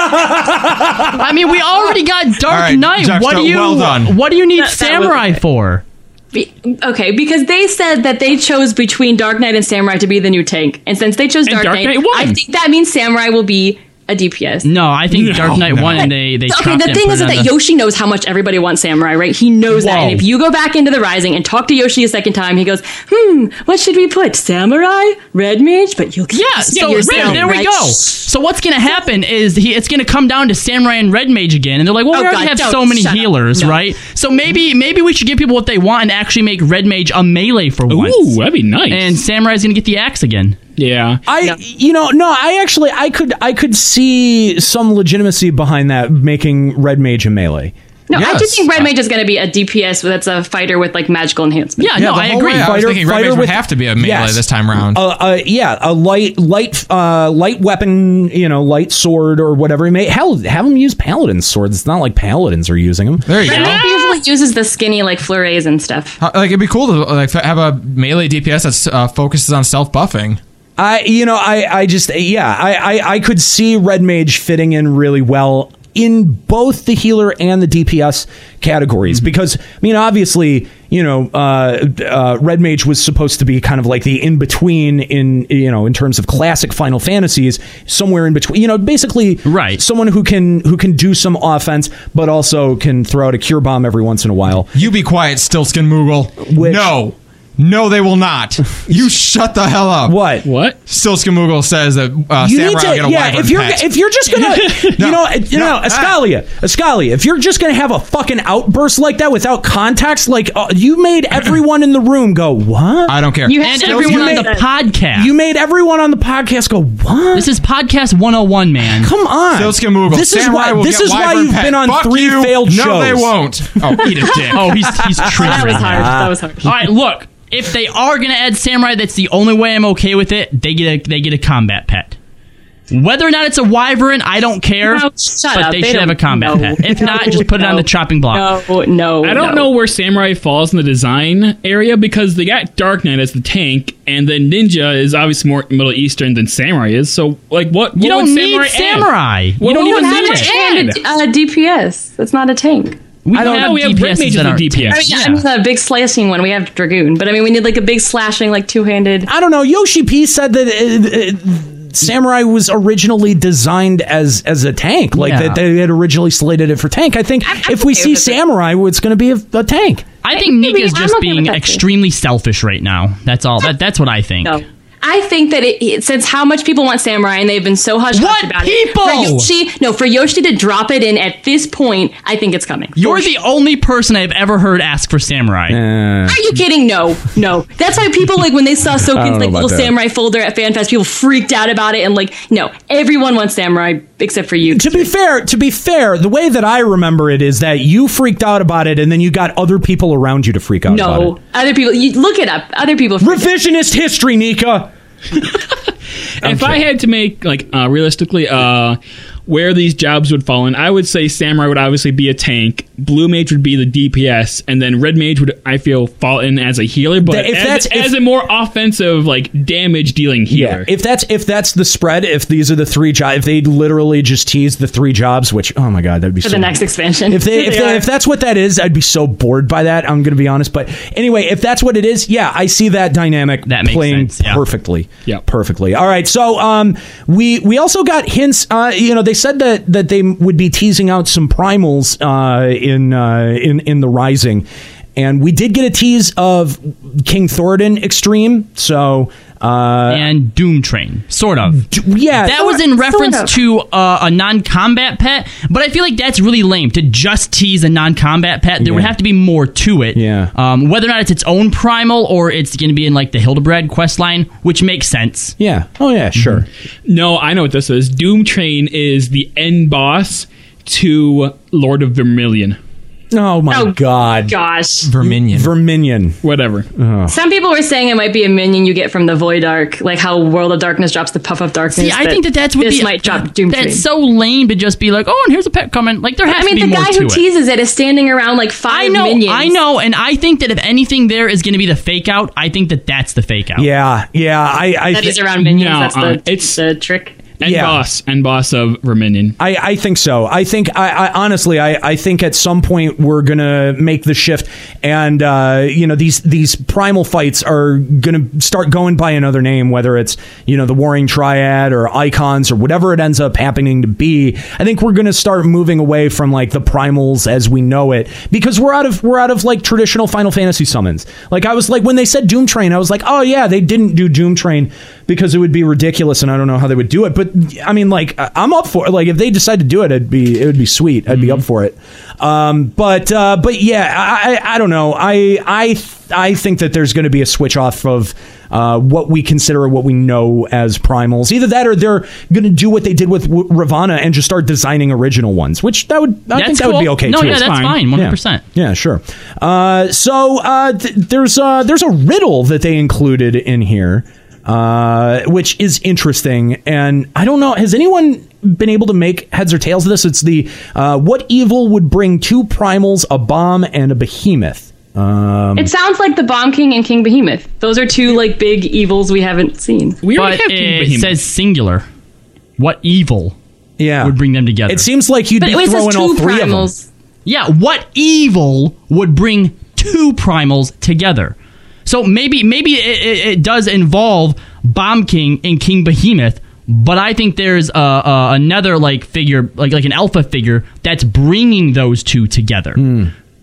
I mean, we already got Dark All right, Knight. Jack, what so do you well done. What do you need That- that was- Samurai for? Be- okay, because they said that they chose between Dark Knight and Samurai to be the new tank, and since they chose And Dark, Dark Knight, Knight won. I think that means Samurai will be a DPS. No, I think Dark Knight No. One and they they So, okay, chopped the it thing and is put it that on the- Yoshi knows how much everybody wants Samurai, right? He knows that. And Whoa. if you go back into the Rising and talk to Yoshi a second time, he goes, "Hmm, what should we put? Samurai, Red Mage, but you'll Yeah, so your there, Samurai." there we go. So what's going to happen is he, it's going to come down to Samurai and Red Mage again, and they're like, "Well, Oh, we already God, have don't. so many Shut up. healers, right? So maybe maybe we should give people what they want and actually make Red Mage a melee for once. Ooh, that'd be nice. And Samurai's going to get the axe again. Yeah, I you know no I actually I could I could see some legitimacy behind that making red mage a melee. No, I Yes. just think Red Mage is going to be a DPS that's a fighter with like magical enhancement. Yeah, the whole Way, I was thinking Red Mage would have to be a melee Yes. this time round. Uh, uh, yeah, a light, light, uh, light weapon. You know, light sword or whatever. He may hell have them use paladin swords. It's not like paladins are using them. There Red Mage usually uses the skinny like flurries and stuff. How- like it'd be cool to like have a melee DPS that uh, focuses on self buffing. I you know I I just yeah I, I I could see red mage fitting in really well in both the healer and the DPS categories because I mean obviously you know uh, uh, red mage was supposed to be kind of like the in between in you know in terms of classic Final Fantasies somewhere in between you know basically right someone who can who can do some offense but also can throw out a cure bomb every once in a while You be quiet, Stiltskin Moogle. no. No, they will not. You shut the hell up. What? What? Stiltskin Moogle says that uh, You need Samurai to- will get a yeah, wyvern if you're- pet. if you're just gonna- you know, you know, ah. Ascalia, Ascalia. If you're just gonna have a fucking outburst like that without context, like uh, you made everyone in the room go, "What?" I don't care. You have And everyone on the podcast. You made everyone on the podcast go, "What?" This is podcast 101, man. Come on. Silskin Moogle. This is Samurai why- will this get is why wyvern you've pet. been on Fuck three you. failed No, shows. they won't. Oh, eat a dick. oh, he's he's triggering. That was hard. That was hard. All right, look. If they are going to add samurai, that's the only way I'm okay with it. They get a they get a combat pet. Whether or not it's a wyvern, I don't care. No, shut but up. they, They should have a don't combat know. pet. If No, not, just put it on no. the chopping block. No, no. I don't no. know where Samurai falls in the design area because they got Dark Knight as the tank, and then Ninja is obviously more Middle Eastern than Samurai is. So, like, what? what You don't would need add? samurai. What You would don't Samurai even need add? a uh, DPS. That's not a tank. We I don't have- we have Red Mage as a DPS. I mean, I mean, a big slashing one. We have Dragoon, but I mean, we need like a big slashing, like two handed. I don't know. Yoshi P said that uh, uh, Samurai was originally designed as as a tank, like Yeah. that they had originally slated it for tank. I think if we see Samurai, it's going to be a, a tank. I think Nick is I'm just okay with being that, too. extremely selfish right now. That's all. That that's what I think. I think that it, it- since how much people want samurai and they've been so hush hush about it, for Yoshi, no, for Yoshi to drop it in at this point, I think it's coming. You're the only person I've ever heard ask for samurai. Uh, Are you kidding? No, no. That's why people like when they saw I don't know Sokin's like about little that. samurai folder at FanFest, people freaked out about it and like, no, everyone wants samurai except for you. To be fair, to be fair, the way that I remember it is that you freaked out about it, and then you got other people around you to freak out about it. No, other people. You look it up. Other people. Revisionist history, Nika. if I had to make like uh, realistically uh, where these jobs would fall in, I would say samurai would obviously be a tank, blue mage would be the DPS, and then red mage would I feel fall in as a healer, but Th- if as, that's- as a more offensive like damage dealing healer. If that's if that's the spread, if these are the three jobs, if they literally just tease the three jobs, which oh my god, that'd be For so the next expansion. If they, if, They they- are. if that's what that is, I'd be so bored by that. I'm going to be honest, but anyway, if that's what it is, yeah, I see that dynamic that playing perfectly. Yeah, perfectly. All right, so um, we we also got hints. Uh, you know, they said that that they would be teasing out some primals uh, in uh, in in the rising. And we did get a tease of King Thoradin Extreme, so uh, and Doom Train, sort of. yeah, that was in sort reference of. to uh, a non-combat pet, but I feel like that's really lame to just tease a non-combat pet. There would Yeah. have to be more to it. Yeah. Um, whether or not it's its own primal or it's going to be in like the Hildebrand quest line, which makes sense. Yeah. Oh yeah, sure. No, I know what this is. Doom Train is the end boss to Lord of Vermilion. Oh my god. Gosh. Verminion. Verminion. Whatever. Some people were saying it might be a minion you get from the Void Arc, like how World of Darkness drops the Puff of Darkness. See, I think that that's would this be might drop Doom That's Train. so lame to just be like, oh, and here's a pet coming. Like there But, has I mean, to be the more guy to who it. teases it is standing around like five I know, minions. I know, and I think that if anything there is going to be the fake out, I think that that's the fake out. Yeah, yeah. I, I That is around minions, that's the- uh, it's the trick. End boss. End boss of Reminion. I, I think so. I think I, I honestly I, I think at some point we're gonna make the shift, and uh, you know these these primal fights are gonna start going by another name, whether it's you know the Warring Triad or Icons or whatever it ends up happening to be. I think we're gonna start moving away from like the primals as we know it because we're out of we're out of like traditional Final Fantasy summons. Like I was like when they said Doom Train, I was like, oh yeah, they didn't do Doom Train because it would be ridiculous, and I don't know how they would do it. But I mean, like I- I'm up for it. Like if they decide to do it, it'd be it would be sweet. I'd be up for it. Um, but uh, but yeah, I, I I don't know. I I th- I think that there's going to be a switch off of. Uh, what we consider what we know as primals, either that or they're going to do what they did with w- Ravana and just start designing original ones, which that would I That's think that would cool. be okay. No, too. yeah, It's that's fine. fine, 100%. Yeah, sure. Uh, so uh, th- there's uh, there's a riddle that they included in here, uh, which is interesting, and I don't know. Has anyone been able to make heads or tails of this? It's the uh, what evil would bring two primals, a bomb, and a behemoth. Um, it sounds like the Bomb King and King Behemoth. Those are two like big evils we haven't seen. We but it says singular. What evil? Yeah, would bring them together. It seems like you'd But be it says throwing all two three of them. primals. Yeah, what evil would bring two primals together? So maybe maybe it, it, it does involve Bomb King and King Behemoth, but I think there's uh, uh, another like figure, like like an alpha figure that's bringing those two together.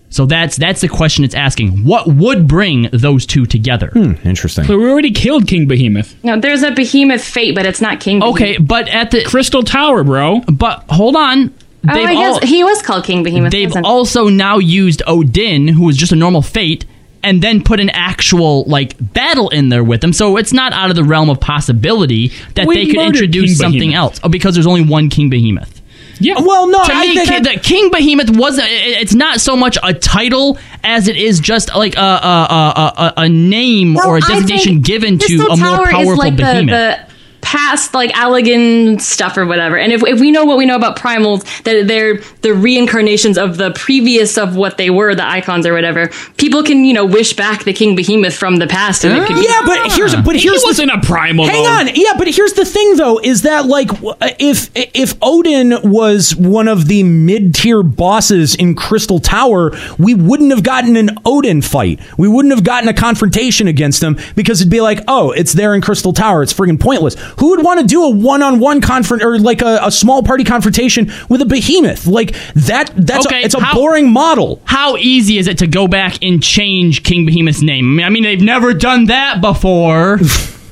So that's that's the question it's asking. What would bring those two together? interesting. But we already killed King Behemoth. No, there's a Behemoth Fate, but it's not King. Behemoth. Okay, but at the Crystal Tower, bro. But hold on. Oh, They've I all- guess he was called King Behemoth. They've wasn't he? also now used Odin, who was just a normal fate, and then put an actual like battle in there with him. So it's not out of the realm of possibility that We they could murdered introduce King something Behemoth. Oh, else. Oh, because there's only one King Behemoth. Yeah. Well, no, to I me, think Ki- that- the King Behemoth wasn't. it- it- It's not so much a title as it is just like a a a, a, a name or a I designation think given to Crystal a more Tower powerful is like behemoth. The, the past like Allegan stuff or whatever. And if, if we know what we know about primals, that they're the reincarnations of the previous of what they were, the icons or whatever, people can, you know, wish back the King Behemoth from the past and it could be yeah, but here's but here's the- wasn't a primal. Hang though. on, yeah, but here's the thing though: is that like w- uh, if if Odin was one of the mid tier bosses in Crystal Tower, we wouldn't have gotten an Odin fight. We wouldn't have gotten a confrontation against him because it'd be like, oh, it's there in Crystal Tower. It's friggin' pointless. Who would want to do a one on one confront or like a, a small party confrontation with a behemoth? Like that. That's Okay, a, it's a how- boring model. how easy is it to go back and change King Behemoth's name? I mean, I mean they've never done that before.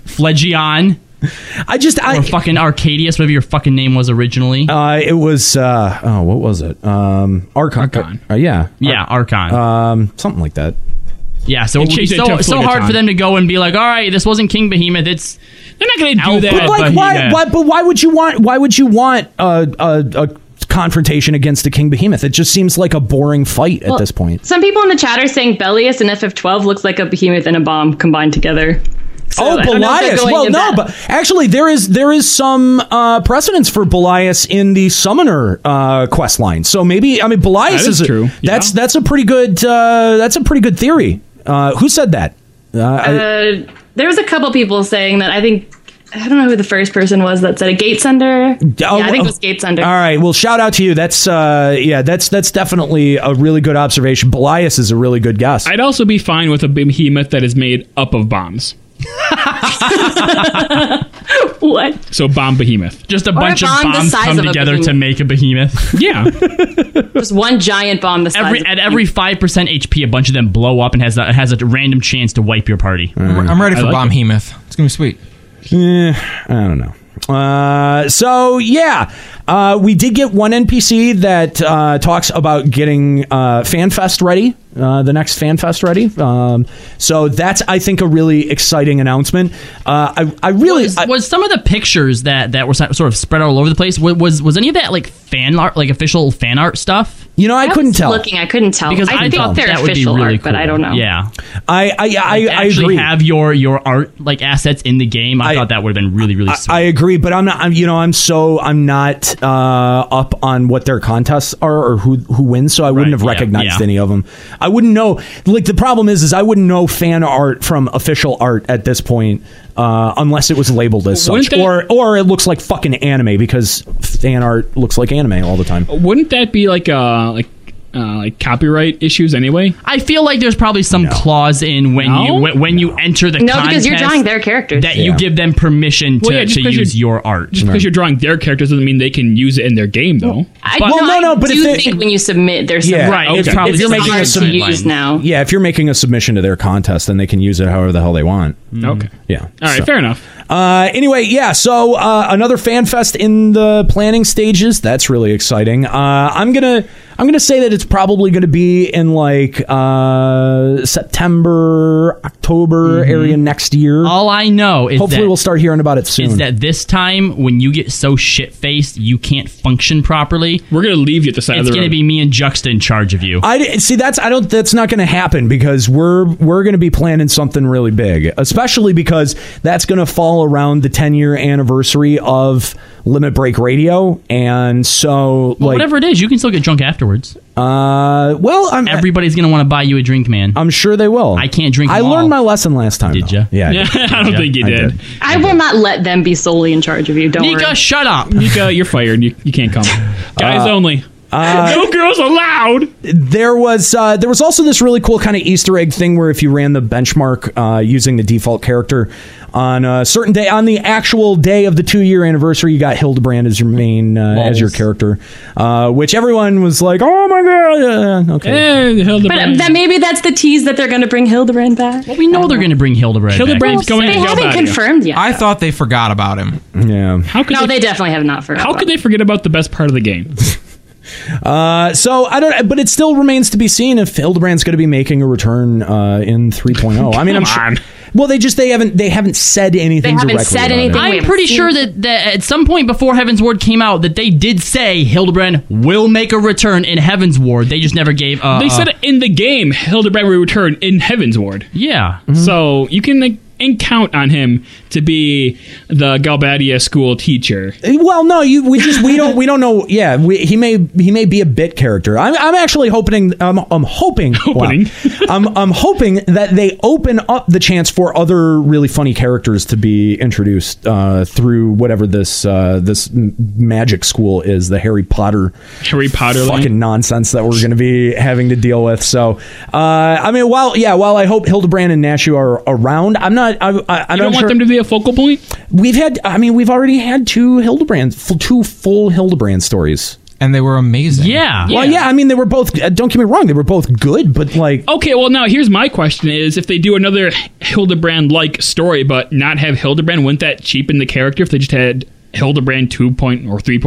Phlegion. I just I or fucking Arcadius, whatever your fucking name was originally. Uh, it was uh, oh, what was it? Um, Archon. Archon. Uh, yeah. yeah, Archon. um, something like that. yeah, so it would be changed uh, it so, to so hard Phlegeton. for them to go and be like, all right, this wasn't King Behemoth. It's they're not going to do that. But like, why, why? But why would you want? Why would you want a, a, a confrontation against the King Behemoth? It just seems like a boring fight at Well, this point. Some people in the chat are saying Bellius and FF12 looks like a behemoth and a bomb combined together. So oh, I don't know if they're Belias. going Well, in no, that- but actually, there is there is some uh, precedence for Belias in the Summoner uh, quest line. So maybe I mean Belias That is a- true, yeah. That's that's a pretty good uh, that's a pretty good theory. Uh, who said that? Uh, I- Uh, there was a couple people saying that I think I don't know who the first person was that said a Gatesender. Oh, yeah, I think oh. it was Gatesender. All right. Well, shout out to you. That's uh, yeah. That's that's definitely a really good observation. Belias is a really good guess. I'd also be fine with a behemoth that is made up of bombs. what? So bomb behemoth. just a Or a bunch bomb the of bombs size come of a together to behemoth. make a behemoth. Yeah. Just one giant bomb the size Every of- at every five percent HP, a bunch of them blow up and has a, has a random chance to wipe your party. Mm. I'm ready I for like Bomb Hemoth. It's gonna be sweet. Eh, I don't know. Uh, so yeah, uh, we did get one NPC that uh, talks about getting uh, FanFest ready, uh, the next FanFest ready. Um, so that's I think a really exciting announcement. Uh, I I really was, was some of the pictures that that were so- sort of spread all over the place wa- was was any of that like fan art like official fan art stuff you know I, was couldn't tell. Looking, I couldn't tell because I, I, think thought they're that would be official really art, cool. but I don't know. Yeah, I I I, Like, to I actually agree. have your your art like assets in the game. I, thought that would have been really really sweet. I agree, but I'm not. I'm, you know, I'm so I'm not uh, up on what their contests are or who who wins, so I wouldn't Right, have yeah, recognized yeah. any of them. I wouldn't know. Like the problem is, is I wouldn't know fan art from official art at this point, uh, unless it was labeled as such, Wouldn't that- or or it looks like fucking anime because fan art looks like anime all the time. Wouldn't that be like uh like uh, like copyright issues anyway? I feel like there's probably some clause in when No? you when, when you enter the No, because you're contest drawing their characters. that you give them permission to, Well, yeah, just to 'cause use you're- your art. Just because you're drawing their characters doesn't mean they can use it in their game, though. I, But- no, I do think when you submit, there's some Yeah, right. If, if you're making a to use submission now. yeah, if you're making a submission to their contest, then they can use it however the hell they want. Okay. Mm. Yeah. All right, so. fair enough. Uh, anyway, yeah. So uh, another fan fest in the planning stages. That's really exciting. Uh, I'm gonna I'm gonna say that it's probably gonna be in like uh, September, October area next year. Mm-hmm. All I know is Hopefully that- we'll start hearing about it soon. Is that this time when you get so shit faced you can't function properly? We're gonna leave you at the side it's of the gonna road. be me and Juxta in charge of you. I di- see. That's I don't. That's not going to happen because we're we're going to be planning something really big, especially because that's going to fall around the ten year anniversary of Limit Break Radio, and so like Whatever it is, you can still get drunk afterwards. Uh, well, I'm, everybody's gonna want to buy you a drink, man. I'm sure they will. I can't drink. I them learned all. my lesson last time. Did you? Yeah. Yeah, did. I don't think you I did. I will not let them be solely in charge of you. Don't Nika, worry. shut up. Nika, you're fired. You, you can't come. Guys Uh, only. uh, no girls allowed. there was uh, there was also this really cool kind of Easter egg thing where if you ran the benchmark uh, using the default character on a certain day on the actual day of the two year anniversary, you got Hildebrand as your main uh, as your character, uh, which everyone was like, "Oh my god, yeah, okay." But uh, that maybe that's the tease that they're going to bring Hildebrand back. Well, we know they're going to bring Hildebrand. Hildebrand's back. going They to go haven't back. confirmed yet, I thought they forgot about him. Eh. Yeah. How could No, they definitely have not forgotten. How could they forget about the best part of the game? Uh, so I don't, but it still remains to be seen if Hildebrand's going to be making a return uh, in 3.0. I mean, I'm Come sure. on. Well, they just they haven't they haven't said anything. directly about it. I'm pretty sure that, that at some point before Heaven's Ward came out, that they did say Hildebrand will make a return in Heaven's Ward. They just never gave. Uh, they said it in the game, Hildebrand will return in Heaven's Ward. Yeah. Mm-hmm. So you can like, and count on him to be the Galbadia school teacher. Well, no, you we just we don't we don't know. Yeah, we, he may he may be a bit character. I'm I'm actually hoping I'm I'm hoping hoping I'm I'm hoping that they open up the chance for other really funny characters to be introduced uh, through whatever this uh, this m- magic school is the Harry Potter Harry Potter fucking lane. nonsense that we're going to be having to deal with. So uh, I mean, while yeah, while I hope Hildebrand and Nashu are around, I'm not. I, I, I You don't want them to be a focal point. We've had, I mean, we've already had two Hildebrand, f- two full Hildebrand stories, and they were amazing. Yeah. Well, yeah. I mean, they were both. uh, Don't get me wrong, they were both good, but like, Oh. Okay, well now here's my question: Is if they do another Hildebrand like story, but not have Hildebrand, wouldn't that cheapen the character if they just had Hildebrand two point oh? or three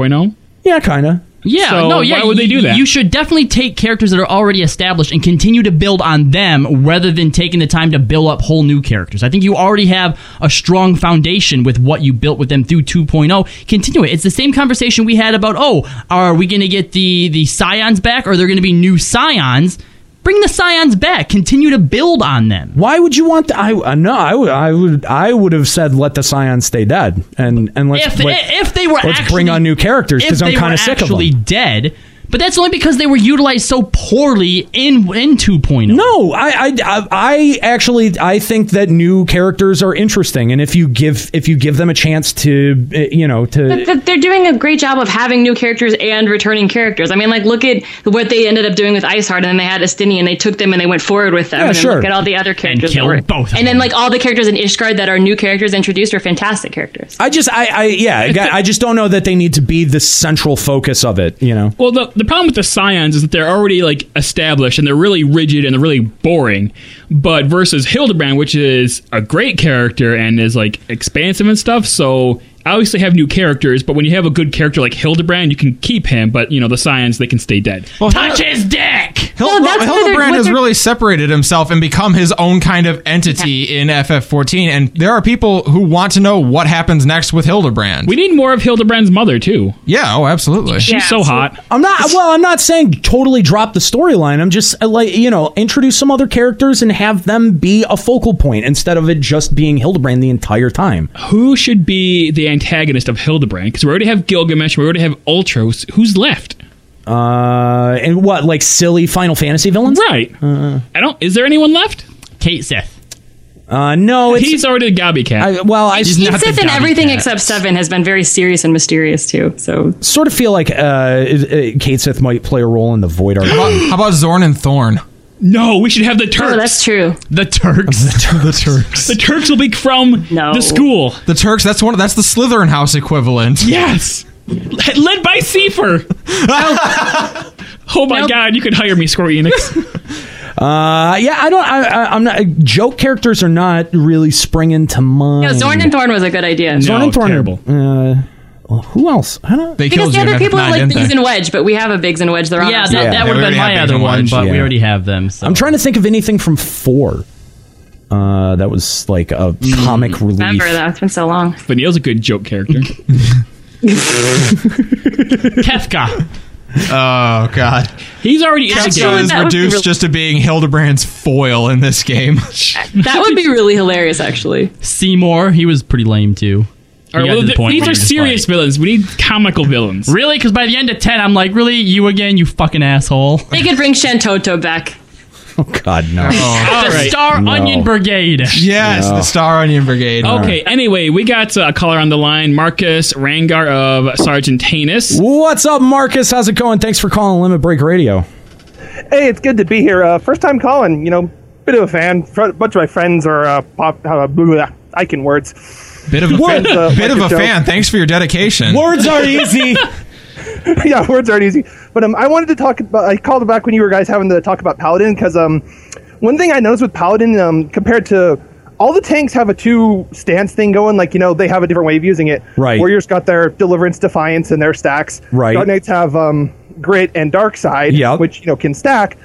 yeah, kind of. Yeah, So no, yeah. why would they do you- that? You should definitely take characters that are already established and continue to build on them rather than taking the time to build up whole new characters. I think you already have a strong foundation with what you built with them through 2.0. Continue it. It's the same conversation we had about, oh, are we going to get the, the scions back or are there going to be new scions? Bring the scions back. Continue to build on them. Why would you want? The, I uh, no, I would, I would, I would have said let the Scion stay dead, and and let's If, let, if they were let's actually, bring on new characters if because I'm they kind were of sick of actually them. dead. But that's only because they were utilized so poorly in in oh. 2.0. No, I, I, I- I actually, I think that new characters are interesting, and if you give if you give them a chance to, uh, you know, But to th- they're doing a great job of having new characters and returning characters. I mean, like look at what they ended up doing with Iceheart, and then they had Astini, and they took them and they went forward with them. Yeah, and then sure. Look at all the other characters. that killed were- both of and then like all the characters in Ishgard that are new characters introduced are fantastic characters. I just, I, I yeah, I, got- I just don't know that they need to be the central focus of it. You know, Well, the, the problem with the Scions is that they're already like established and they're really rigid and they're really boring. But versus Hildebrand, which is a great character and is like expansive and stuff, so obviously have new characters. But when you have a good character like Hildebrand, you can keep him. But you know the Scions, they can stay dead. Touch his dick. Hil- Hildebrand has really separated himself and become his own kind of entity in FF14, and there are people who want to know what happens next with Hildebrand. We need more of Hildebrand's mother too. Yeah, oh, absolutely. She's so hot. I'm not. Well, I'm not saying totally drop the storyline. I'm just uh, like you know, introduce some other characters and have them be a focal point instead of it just being Hildebrand the entire time. Who should be the antagonist of Hildebrand? Because we already have Gilgamesh, we already have Ultros. Who's left? Uh, and what like silly Final Fantasy villains? Right. Uh, I don't. Is there anyone left? Kate Sith. Uh, no, it's, he's already the Gobby Cat. I, well, I He's Sith in everything except seven has been very serious and mysterious too. So sort of feel like uh, uh, Kate Sith might play a role in the Void Arc. How about, how about Zorn and Thorn? No, we should have the Turks. that's true. The Turks. The, Turks. The Turks will be from the school. The Turks. That's one. That's the Slytherin house equivalent. Yes. Led led by Seifer. oh my God! You could hire me, Square Enix. Uh, yeah, I don't. I, I, I'm not. Joke characters are not really springing to mind. no, Zorn and Thorn was a good idea. Mm. Zorn and Thorn. Terrible. Uh, well, who else? I don't. They Because the other people are like Biggs and Wedge, but we have a Biggs and Wedge. They're on Yeah, our that, team. that would have been my other one, but we already have them. So. I'm trying to think of anything from four. Uh, that was like a comic relief. Remember that? It's been so long. But Neil's a good joke character. Kefka. Oh God. He's already Kefka Actually, is that would be reduced re- just to being Hildebrand's foil in this game. That would be really hilarious, actually. Seymour, he was pretty lame too. All He right, got well, to the th- point these where are he was serious villains. We need comical villains. like, really? Because by the end of ten, I'm like, really, you again, you fucking asshole. They could bring Shantoto back. Oh God, no. the Star Onion Brigade. Yes, the Star Onion Brigade. Okay. Anyway, we got uh, a caller on the line, Marcus Rangar of Sargentanus. What's up, Marcus? How's it going? Thanks for calling Limit Break Radio. Hey, it's good to be here. Uh, first time calling, you know, bit of a fan. Fr- bunch of my friends are uh, pop. Uh, blah, blah, I can words. Bit of a Words, fan. uh, bit like of a a joke. fan. Thanks for your dedication. yeah, words aren't easy. But um, I wanted to talk about. I called back when you were guys having the talk about Paladin because um, one thing I noticed with Paladin um, compared to all the tanks have a two stance thing going. Like you know they have a different way of using it. Right. Warriors got their Deliverance, Defiance, and their stacks. Right. Dark Knights have um, Grit and Dark Side, Yep. which you know can stack.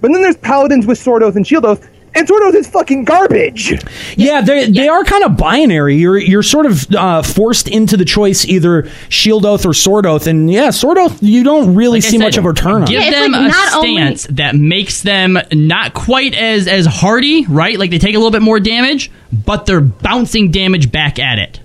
But then there's Paladins with Sword Oath and Shield Oath, and Sword Oath is fucking garbage. Yeah, they they are kind of binary. You're you're sort of uh, forced into the choice either Shield Oath or Sword Oath, and yeah, Sword Oath you don't really Like I see said, much of a turn on. Give them a stance that makes them not quite as as hardy, right? Like they take a little bit more damage, but they're bouncing damage back at it.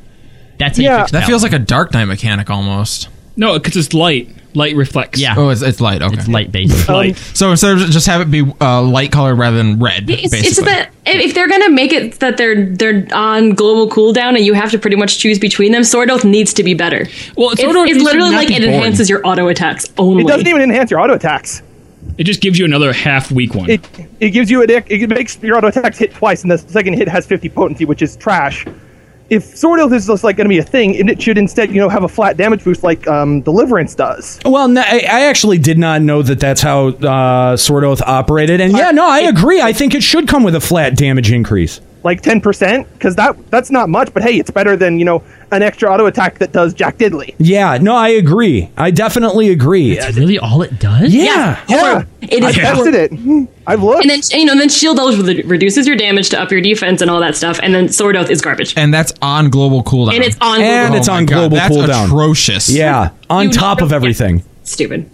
That's how you fix That balance. feels like a Dark Knight mechanic almost. No, because it's light. Light reflects. Yeah. Oh, it's, it's light. Okay. It's light based. Um, Light. So instead of just have it be uh, light color rather than red. It's, basically. it's that if if they're gonna make it that they're they're on global cooldown and you have to pretty much choose between them, Sword Oath needs to be better. Well, it's, Sword Oath it's needs to literally not like be it boring. enhances your auto attacks only. It doesn't even enhance your auto attacks. It just gives you another half weak one. it it gives you a dick. It makes your auto attacks hit twice, and the second hit has 50 potency, which is trash. If sword oath is just like going to be a thing, and it should instead, you know, have a flat damage boost like um, deliverance does. Well, no, I, I actually did not know that that's how uh, Sword Oath operated, and yeah, no, I agree. I think it should come with a flat damage increase. Like 10%, because that that's not much, but hey, it's better than, you know, an extra auto attack that does Jack Diddley. Yeah, no, I agree. I definitely agree. That's really all it does. Yeah, Yeah. It is I tested it. I've looked. And then you know, then Shield Oath re- reduces your damage to up your defense and all that stuff, and then Sword Oath is garbage. and that's on global cooldown. And it's on global- and Oh it's my on God, global that's cooldown. atrocious. Yeah, on top of everything. Stupid.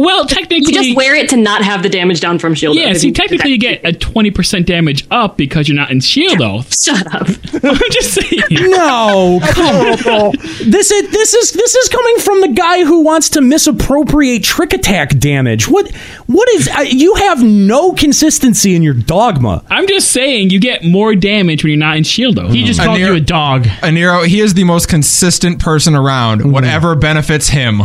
Well, technically, you just wear it to not have the damage down from Shield. Yeah, Oath. see, technically you get a 20% damage up because you're not in shield oath. Shut up. I'm just saying. No, come on. This is this is this is coming from the guy who wants to misappropriate trick attack damage. What what is I, you have no consistency in your dogma. I'm just saying you get more damage when you're not in shield oath. He just called you a dog. Aniro, he is the most consistent person around. Mhm. Whatever benefits him.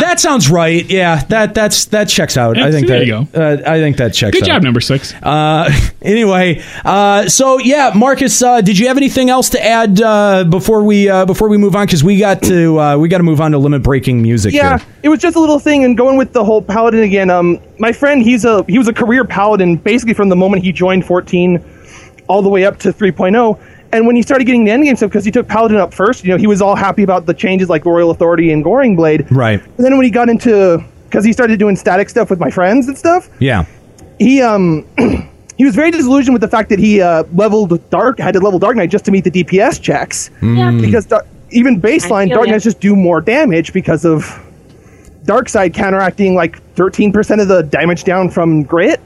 That sounds right. Yeah, that that's that checks out. I Yeah, think there that you Uh, I think that checks Good out. job, number six. Uh, anyway, uh, so yeah, Marcus, uh, did you have anything else to add uh, before we uh, before we move on? Because we got to uh, we got to move on to limit breaking music. Yeah, here. it was just a little thing, and going with the whole paladin again. Um, my friend, he's a he was a career paladin basically from the moment he joined 14, all the way up to 3.0. And when he started getting the endgame stuff, because he took paladin up first, you know, he was all happy about the changes like royal authority and goring blade. Right. And then when he got into, because he started doing static stuff with my friends and stuff, Yeah. he um he was very disillusioned with the fact that he uh, leveled dark had to level dark knight just to meet the DPS checks Mm. because dar- even baseline feel dark ya. knights just do more damage because of dark side counteracting like 13% of the damage down from grit.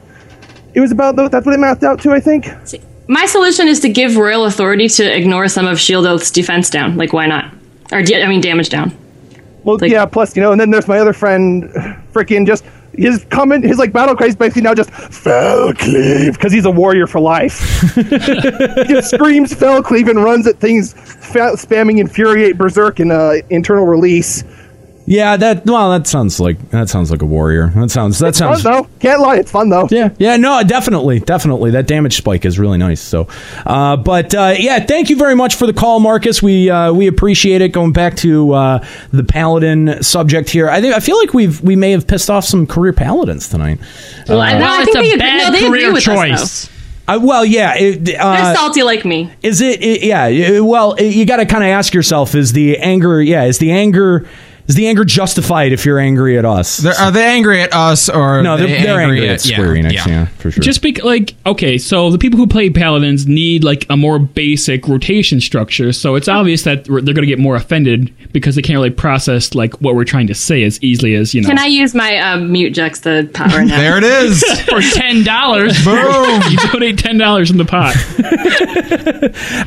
It was about tho- that's what it mathed out to I think. My solution is to give royal E authority to ignore some of Shield Oath's defense down. Like, why not? Or, da- I mean, damage down. Well, yeah. Plus, you know, and then there's my other friend, freaking just his comment, his like battle cry is basically now just Felcleave because he's a warrior for life. just screams Felcleave and runs at things, fa- spamming infuriate berserk in uh, internal release. Yeah, that well, that sounds like that sounds like a warrior. That sounds that sounds fun though. Can't lie, it's fun though. Yeah, yeah, no, definitely, definitely. That damage spike is really nice. So, uh, but uh, yeah, thank you very much for the call, Marcus. We uh, we appreciate it. Going back to uh, the paladin subject here, I think I feel like we've we may have pissed off some career paladins tonight. Well, I- no, I it's think they agree- no, they agree with us, though. I, well, yeah, it, uh, They're salty like me. Is it, it- yeah, it- well, it- you got to kind of ask yourself is the anger, yeah, is the anger is the anger justified if you're angry at us? They're, are they angry at us or no, are they're, they they're angry at, yeah, Square Enix, yeah. for sure. Just be like okay, so the people who play paladins need like a more basic rotation structure. So it's obvious that we're- they're going to get more offended because they can't really process like what we're trying to say as easily as you know. Can I use my um, mute juxta power now? There it is. For ten dollars, Boom. You donate ten dollars in the pot.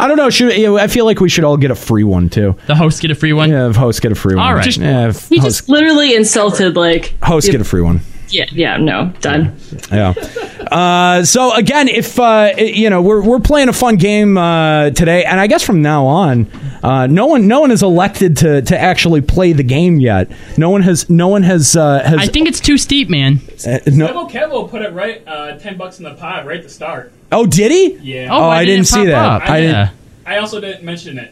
I don't know. Should, yeah, I feel like we should all get a free one too. The hosts get a free one. Yeah, if hosts get a free one. All right. Just- yeah, if He hosts, just literally insulted like hosts get a free one. Yeah, yeah, no, done. Yeah. Uh, so again, if uh, it- you know, we're we're playing a fun game uh, today, and I guess from now on, uh, no one no one is elected to to actually play the game yet. No one has no one has uh, has. I think it's too steep, man. Uh, no. Kevo Oh, put it right, uh, ten bucks in the pot right at the start. Oh, did he? Yeah. Oh, I, didn't, see that. I didn't. I also didn't mention it.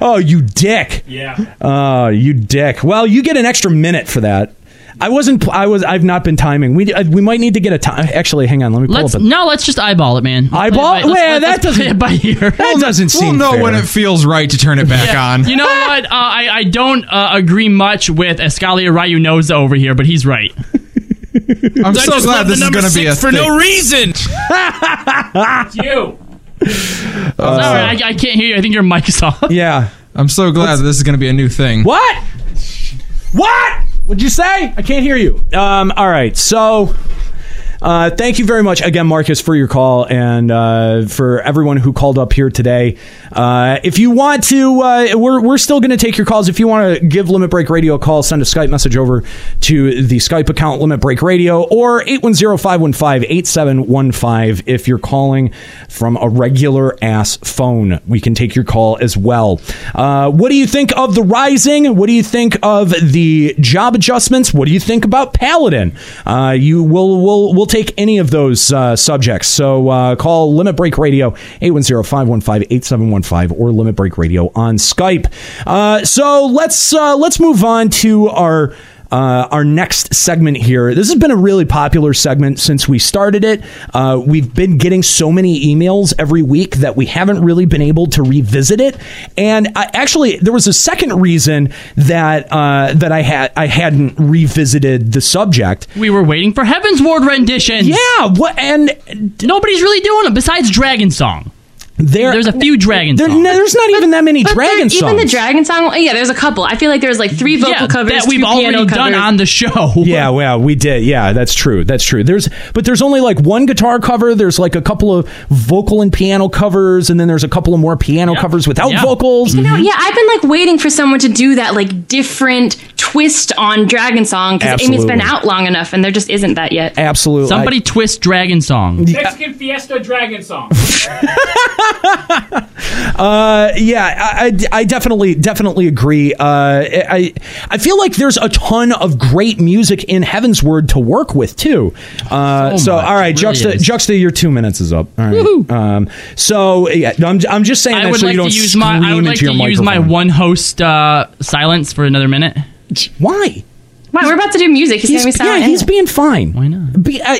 oh, you dick. Yeah. Oh, you dick. Well, you get an extra minute for that. I wasn't. pl- I was. I've not been timing. We I, we might need to get a time. Actually, hang on. Let me pull Let's up. A, no, let's just eyeball it, man. Eyeball? Let's play Well, it by- let's- let's that play doesn't- it by ear. That doesn't We'll know when it feels right to turn it back on. You know what? Uh, I I don't uh, agree much with Escalia Ryunoza over here, but he's right. I'm I so just love glad this the is number going to be a six for no thing. reason. you. Sorry, Uh, I, I can't hear you. I think your mic is off. Yeah. I'm so glad that this is going to be a new thing. What? What? What'd you say? I can't hear you. Um. All right. So. Uh, thank you very much again, Marcus, for your call and uh, for everyone who called up here today. Uh, if you want to, uh, we're, we're still going to take your calls. If you want to give Limit Break Radio a call, send a Skype message over to the Skype account Limit Break Radio or 810 515 8715 if you're calling from a regular ass phone. We can take your call as well. Uh, what do you think of The Rising? What do you think of the job adjustments? What do you think about Paladin? Uh, you will will will take any of those uh, subjects. So uh, call Limit Break Radio 810-515-8715 or Limit Break Radio on Skype. Uh, so let's uh, let's move on to our uh, our next segment here. This has been a really popular segment since we started it. Uh, we've been getting so many emails every week that we haven't really been able to revisit it. And I, actually, there was a second reason that uh, that I had I hadn't revisited the subject. We were waiting for Heaven's Ward renditions. Yeah, what and nobody's really doing them besides Dragon Song. There, there's a few Dragon There- Songs. no, there's not even that many But there- dragon songs. Even the dragon song, yeah, there's a couple. I feel like there's like three vocal Yeah, covers that we've two piano already done covers. on the show. Yeah, well, we did. Yeah, that's true. That's true. There's but there's only like one guitar cover. There's like a couple of vocal and piano covers, and then there's a couple of more piano covers without vocals. No, Oh, yeah, I've been like waiting for someone to do that like different twist on Dragon Song because Amy's been Absolutely. out long enough and there just isn't that yet. Absolutely. Somebody twist Dragon Song. Mexican Fiesta Dragon Song. Uh, yeah, I, I, I definitely definitely agree. Uh, I I feel like there's a ton of great music in Heaven's Word to work with too. Uh, So so much. all right, It really Juxta, is. Juxta, your two minutes is up. All right. Oh Woohoo. Um, so yeah, I'm, I'm just saying I that would so like you don't to use my I would scream like into to your use my microphone. one host uh, silence for another minute. Why? Wow, we're about to do music. He's, gonna be yeah, silent. he's being fine. Why not? Be, uh, uh,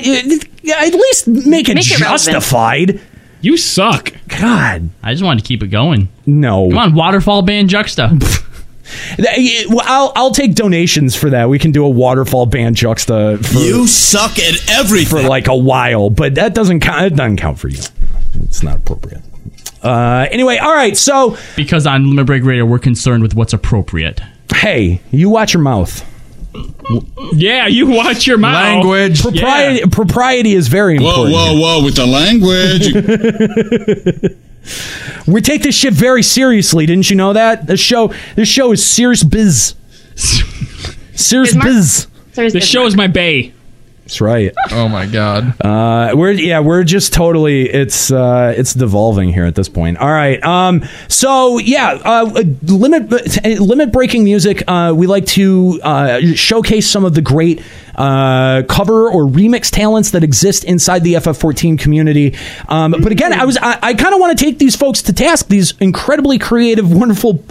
yeah, at least make it Make it relevant. justified. You suck. God. I just wanted to keep it going. No. Come on, waterfall band juxta. Th- yeah, well, I'll, I'll take donations for that. We can do a waterfall band juxta. For, You suck at everything for like a while, but that doesn't count. It doesn't count for you. It's not appropriate. Uh, anyway, all right. So because on Limit Break Radio, we're concerned with what's appropriate. Hey, you watch your mouth. Yeah, you watch your mouth. Language. Propriety, propriety is very important. whoa, whoa, with the language. We take this shit very seriously. Didn't you know that? This show, this show is serious biz. serious biz. This show is my bay. That's right. Oh my god. Uh, we're yeah, we're just totally it's uh, it's devolving here at this point. All right. Um. So yeah, uh, limit uh, limit breaking music. Uh, we like to uh, showcase some of the great uh, cover or remix talents that exist inside the FF14 community. Um, but again, I was I, I kind of want to take these folks to task. These incredibly creative, wonderful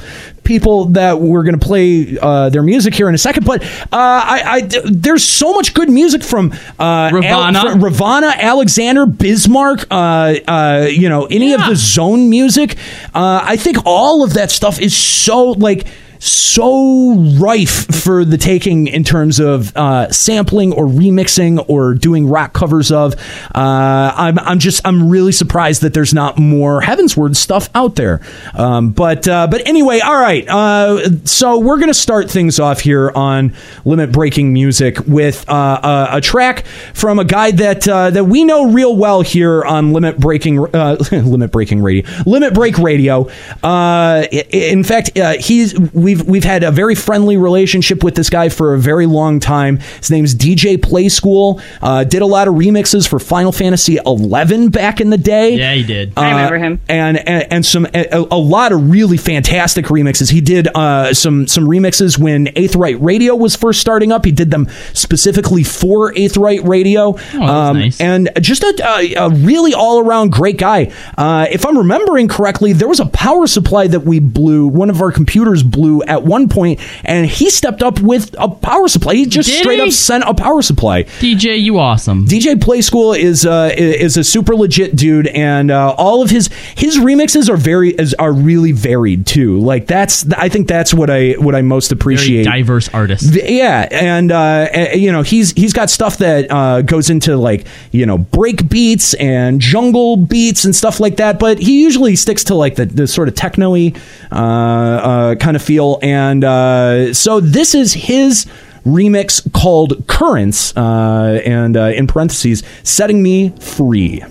people that we're going to play uh, their music here in a second. But uh, I, I there's so much good music from uh, Ravana. Al- fr- Ravana, Alexander, Bismarck. Uh, uh, you know, any of the zone music. Uh, I think all of that stuff is so like so rife for the taking in terms of uh, sampling or remixing or doing rock covers of. Uh, I'm, I'm just I'm really surprised that there's not more Heavensward stuff out there. Um, but uh, but anyway, all right. Uh, so we're gonna start things off here on limit breaking music with uh, a, a track from a guy that uh, that we know real well here on limit breaking uh, limit breaking radio limit break radio. Uh, i- in fact, uh, he's we've we've had a very friendly relationship with this guy for a very long time. His name's DJ Play School. Uh, did a lot of remixes for Final Fantasy XI back in the day. Yeah, he did. Uh, I remember him. And and, and some a, a lot of really fantastic remixes. He did uh, some some remixes when Eighth Right Radio was first starting up. He did them specifically for Eighth Right Oh, Radio. um, And just a, a, a really all around great guy. Uh, if I'm remembering correctly, there was a power supply that we blew. One of our computers blew at one point, and he stepped up with a power supply. He just Did straight he? up sent a power supply. DJ, you awesome. DJ Play School is uh, i- is a super legit dude, and uh, all of his his remixes are very is, are really varied too. Like that's I think that's what I what I most appreciate. diverse artist. Th- Yeah, and uh, a- you know he's he's got stuff that uh, goes into like you know break beats and jungle beats and stuff like that. But he usually sticks to like the, the sort of techno-y uh, uh, kind of feel. And uh, so this is his remix called Currents, uh, and uh, in parentheses, setting me free.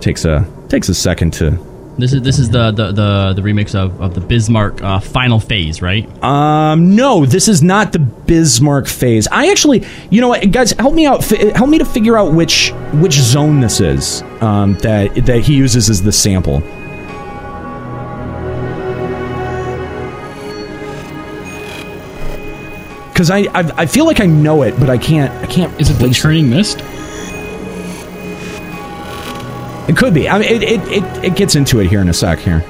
Takes a takes a second to This is this is the the, the, the remix of, of the Bismarck uh, final phase, right? Um, no, this is not the Bismarck phase. I actually, you know what, guys, help me out. Fi- help me to figure out which which zone this is um, that that he uses as the sample. Because I, I I feel like I know it, but I can't I can't. Is it the Turning Mist? It could be. I mean, it it, it it gets into it here in a sec here.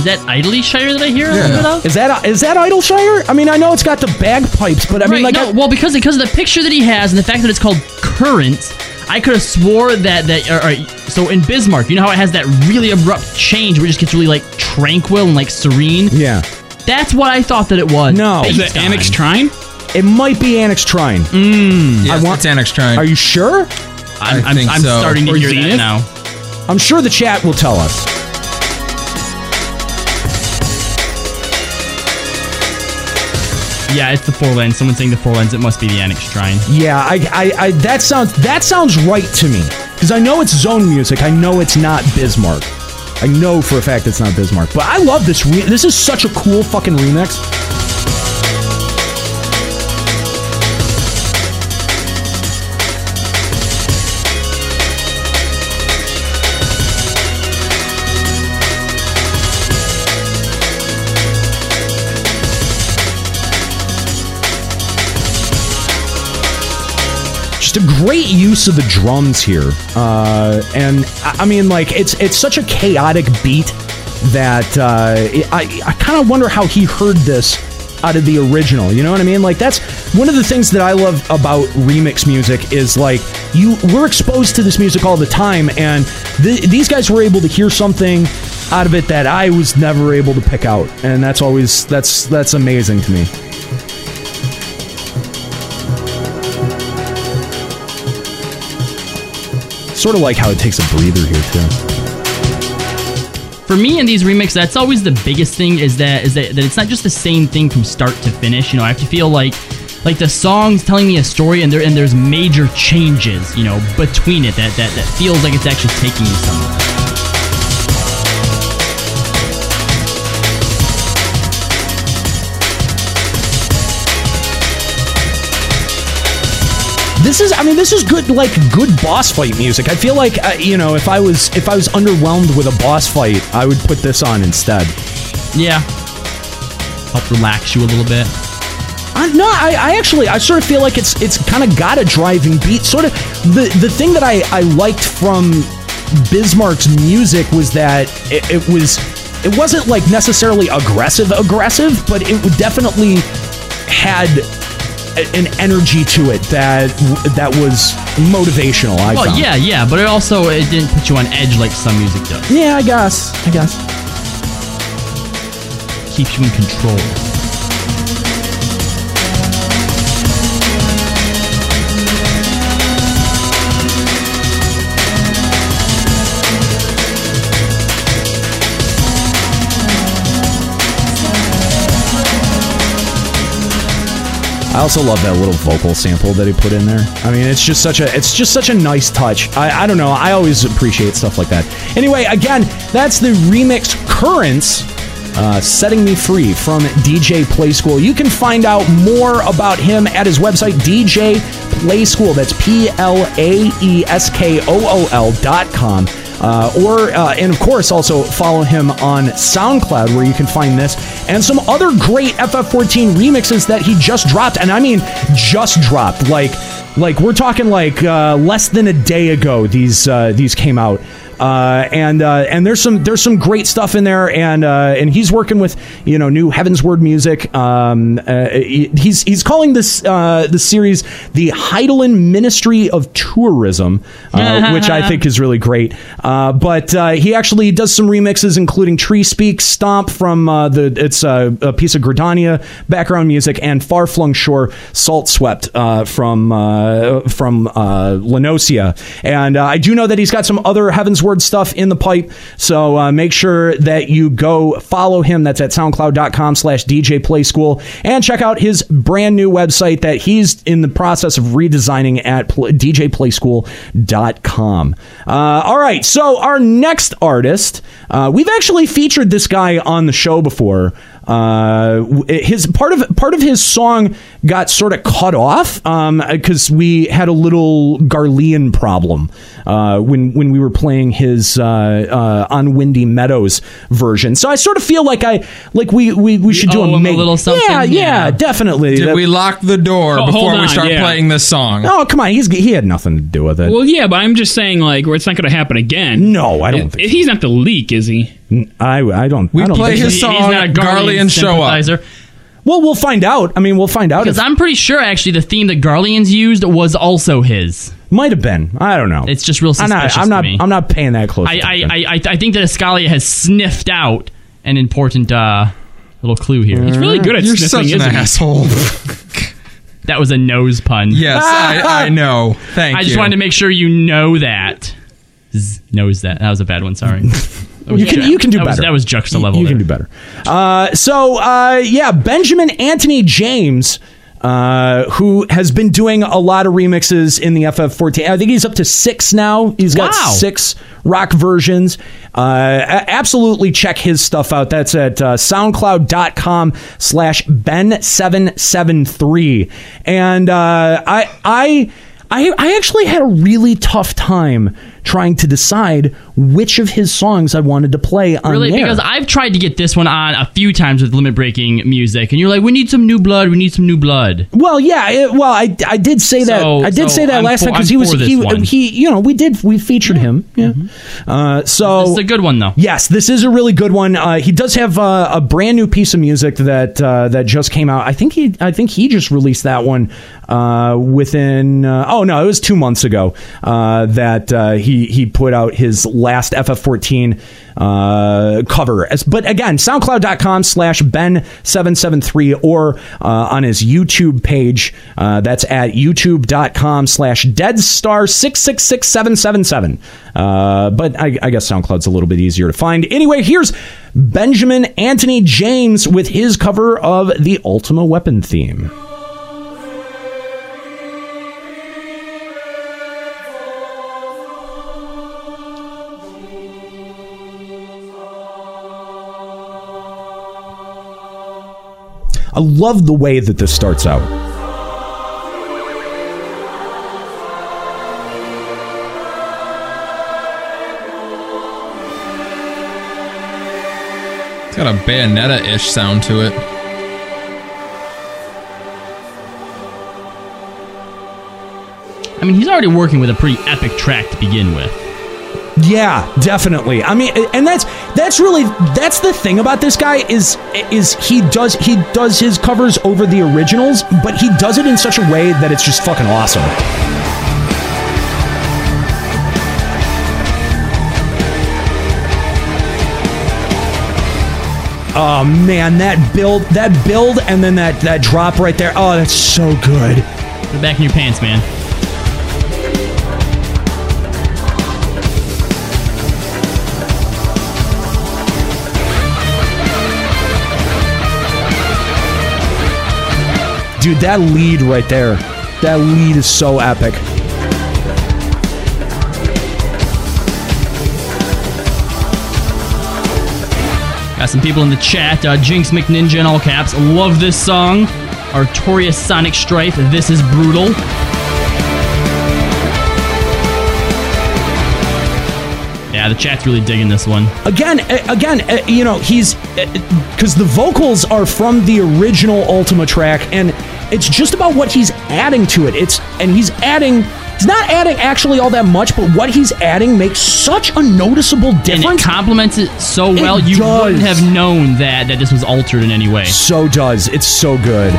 Is that Idly Shire that I hear a little bit of? Is that is that Idleshire? I mean, I know it's got the bagpipes, but I mean, Right, like, no, I- well, because because of the picture that he has and the fact that it's called Currents, I could have swore that that. All right, so in Bismarck, you know how it has that really abrupt change where it just gets really like tranquil and like serene. Yeah, that's what I thought that it was. No, Based on- Trine? It might be Annex Trine. Mm. Yes, I want it's Annex Trine. Are you sure? I'm, I'm, I'm starting to hear that now. I'm sure the chat will tell us. Yeah, it's the four lens. Someone's saying the four lens. It must be the Annex Shrine. Yeah, I, I, I that sounds that sounds right to me because I know it's zone music. I know it's not Bismarck. I know for a fact it's not Bismarck. But I love this. Re- this is such a cool fucking remix. just a great use of the drums here uh, and I, I mean like it's it's such a chaotic beat that uh, it- i, I kind of wonder how he heard this out of the original you know what i mean like that's one of the things that i love about remix music is like you we're exposed to this music all the time and th- these guys were able to hear something out of it that i was never able to pick out and that's always that's that's amazing to me sort of like how it takes a breather here too For me in these remixes, that's always the biggest thing is that is that, that it's not just the same thing from start to finish. You know, I have to feel like like the song's telling me a story and there and there's major changes, you know, between it that that, that feels like it's actually taking you somewhere. This is, I mean, this is good, like good boss fight music. I feel like, uh, you know, if I was if I was underwhelmed with a boss fight, I would put this on instead. Yeah, help relax you a little bit. I, no, I, I actually, I sort of feel like it's it's kind of got a driving beat. Sort of the the thing that I I liked from Bismarck's music was that it, it was it wasn't like necessarily aggressive aggressive, but it definitely had a- an energy to it that that was motivational. I well, found. Oh, yeah, yeah, but it also it didn't put you on edge like some music does. Yeah, I guess. I guess. Keeps you in control. I also love that little vocal sample that he put in there. I mean, it's just such a it's just such a nice touch. I, I don't know. I always appreciate stuff like that. Anyway, again, that's the remix Currents. Uh, setting me free from DJ Play School. You can find out more about him at his website, DJ Play School. That's P L A E S K O O L dot com. Uh, or uh, and of course also follow him on SoundCloud where you can find this and some other great FF14 remixes that he just dropped and I mean just dropped like like we're talking like uh, less than a day ago these uh, these came out uh, and uh, and there's some there's some great stuff in there and uh, and he's working with you know new Heaven's Word music. Um, uh, he- he's he's calling this uh, the series the Heidelin Ministry of Tourism, uh, which I think is really great. Uh, but uh, he actually does some remixes, including Tree Speak, Stomp from uh, the it's uh, a piece of Gridania background music, and Far Flung Shore, Salt Swept uh, from uh, from uh, Lenosia. And uh, I do know that he's got some other Heaven's Word stuff in the pipe, so uh, make sure that you go follow him. That's at soundcloud.com slash DJ Play School. And check out his brand new website that he's in the process of redesigning at pl- djplayschool.com. Uh, all right, so our next artist, uh, we've actually featured this guy on the show before. Uh, w- his part of part of his song got sort of cut off because we had a little Garlean problem uh, when when we were playing his uh, uh, on Windy Meadows version. So I sort of feel like I like we we, we should do owe a, him a make- little something, Yeah, yeah, yeah. definitely. Did That- we lock the door Ho- before hold we on, start yeah. playing this song? Oh come on, he's he had nothing to do with it. Well, yeah, but I'm just saying, like, where it's not going to happen again. No, I don't think he's not the leak, is he? I I don't. We I don't play think his so. song, He's not a Garlean Garlean show up. sympathizer. Well, we'll find out. I mean, we'll find out. Because if- I'm pretty sure actually the theme that Garleans used was also his. Might have been. I don't know. It's just real I'm suspicious not. I'm not. to me. I'm not paying that close. I, I, attention. I, I, I think that Escalia has sniffed out an important uh, little clue here. He's really good at You're sniffing, such an isn't he? asshole. That was a nose pun. Yes, I, I know. Thank I you. just wanted to make sure you know that. Z- knows that. That was a bad one. Sorry. That was You can- ju- you can do that was- better. that was juxta level. You there. can do better. Uh, so uh, yeah, Benjamin Anthony James, uh, who has been doing a lot of remixes in the FF14. I think he's up to six now. He's got Wow. six rock versions. Uh, a- absolutely check his stuff out. That's at uh, SoundCloud.com slash Ben seven seven three. And uh, I I. I, I actually had a really tough time trying to decide which of his songs I wanted to play on Really? the air. Because I've tried to get this one on a few times with limit breaking music, and you're like, we need some new blood. We need some new blood. Well, yeah. It, well, I, I did say that. So- I did so say that I'm last for- time because he I'm was for this he, one. he you know we did we featured him. Yeah. Uh, so It's a good one, though. Yes, this is a really good one. Uh, he does have uh, a brand new piece of music that uh, that just came out. I think he I think he just released that one uh, within. Uh, oh no, it was two months ago uh, that uh, he he put out his last FF14 uh, cover. As- But again, SoundCloud.com/slash Ben seven seven three or uh, on his YouTube page. Uh, that's at YouTube.com/slash Deadstar six six six seven seven seven. Uh, But I, I guess SoundCloud's a little bit easier to find. Anyway, here's Benjamin Anthony James with his cover of the Ultima Weapon theme. I love the way that this starts out. It's got a Bayonetta-ish sound to it. I mean, he's already working with a pretty epic track to begin with. Yeah, definitely. I mean, and that's that's really that's the thing about this guy is is he does he does his covers over the originals, but he does it in such a way that it's just fucking awesome. Oh man, that build that build and then that that drop right there. Oh, that's so good. Put it back in your pants, man. Dude, that lead right there. That lead is so epic. Got some people in the chat. Uh, Jinx McNinja in all caps. Love this song. Artorias Sonic Strife. This is brutal. Yeah, the chat's really digging this one. Again, a- again, uh, you know, he's because the vocals are from the original Ultima track, and it's just about what he's adding to it. It's and he's adding. He's not adding actually all that much, but what he's adding makes such a noticeable difference. And it complements it so well, you wouldn't have known that that this was altered in any way. So does. It's so good.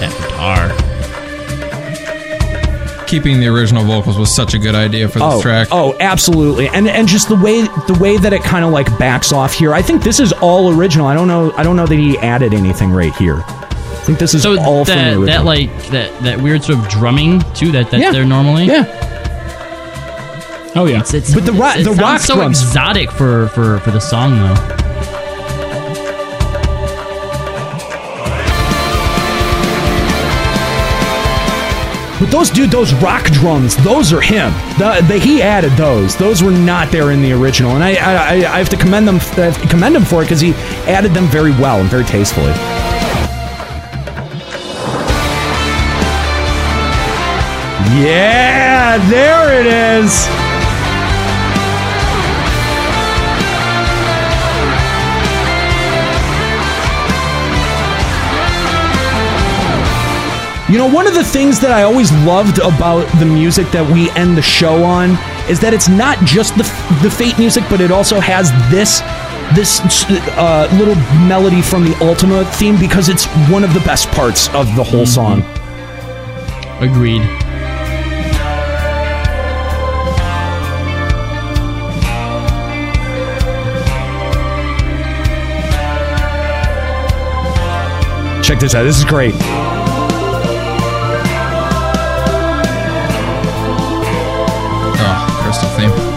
That guitar. Keeping the original vocals was such a good idea for this oh, track. Oh, absolutely. And and just the way the way that it kind of like backs off here. I think this is all original. I don't know I don't know that he added anything right here. I think this is So all from the that, original. that like that that weird sort of drumming too that that's Yeah. there normally. Yeah. Oh yeah. It's, it's, but the rock, the rock so drums- exotic for for for the song though. But those dude, those rock drums, those are him. The, the he added those. Those were not there in the original, and I I, I, I have to commend them I have to commend him for it because he added them very well and very tastefully. Yeah, there it is. You know, one of the things that I always loved about the music that we end the show on is that it's not just the the Fate music, but it also has this this uh, little melody from the Ultima theme because it's one of the best parts of the whole song. Agreed. Check this out. This is great. Oh, crystal theme.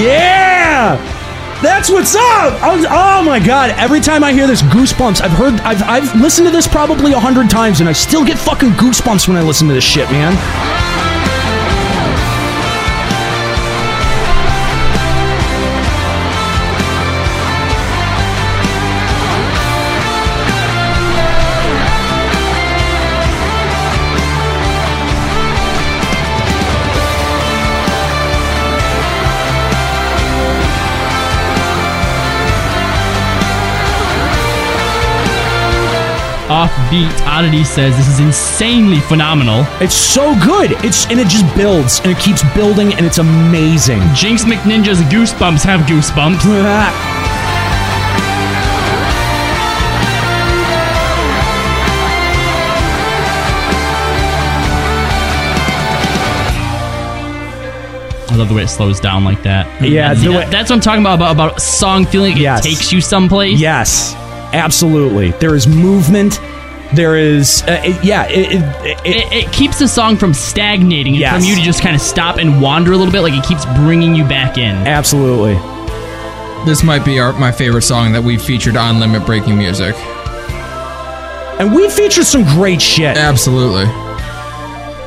Yeah! That's what's up! I was- oh my god, every time I hear this, goosebumps. I've heard, I've, I've listened to this probably a hundred times and I still get fucking goosebumps when I listen to this shit, man. Offbeat Oddity says this is insanely phenomenal. It's so good. It's and it just builds and it keeps building and it's amazing. Jinx McNinja's goosebumps have goosebumps. I love the way it slows down like that. Yeah, that's, the way- that's what I'm talking about, about about a song feeling like Yes. it takes you someplace. Yes, absolutely. There is movement. There is, uh, it- yeah, it, it, it, It, it keeps the song from stagnating and Yes. from you to just kind of stop and wander a little bit. Like it keeps bringing you back in. absolutely. This might be our, my favorite song that we've featured on Limit Breaking Music. And we featured some great shit. Absolutely.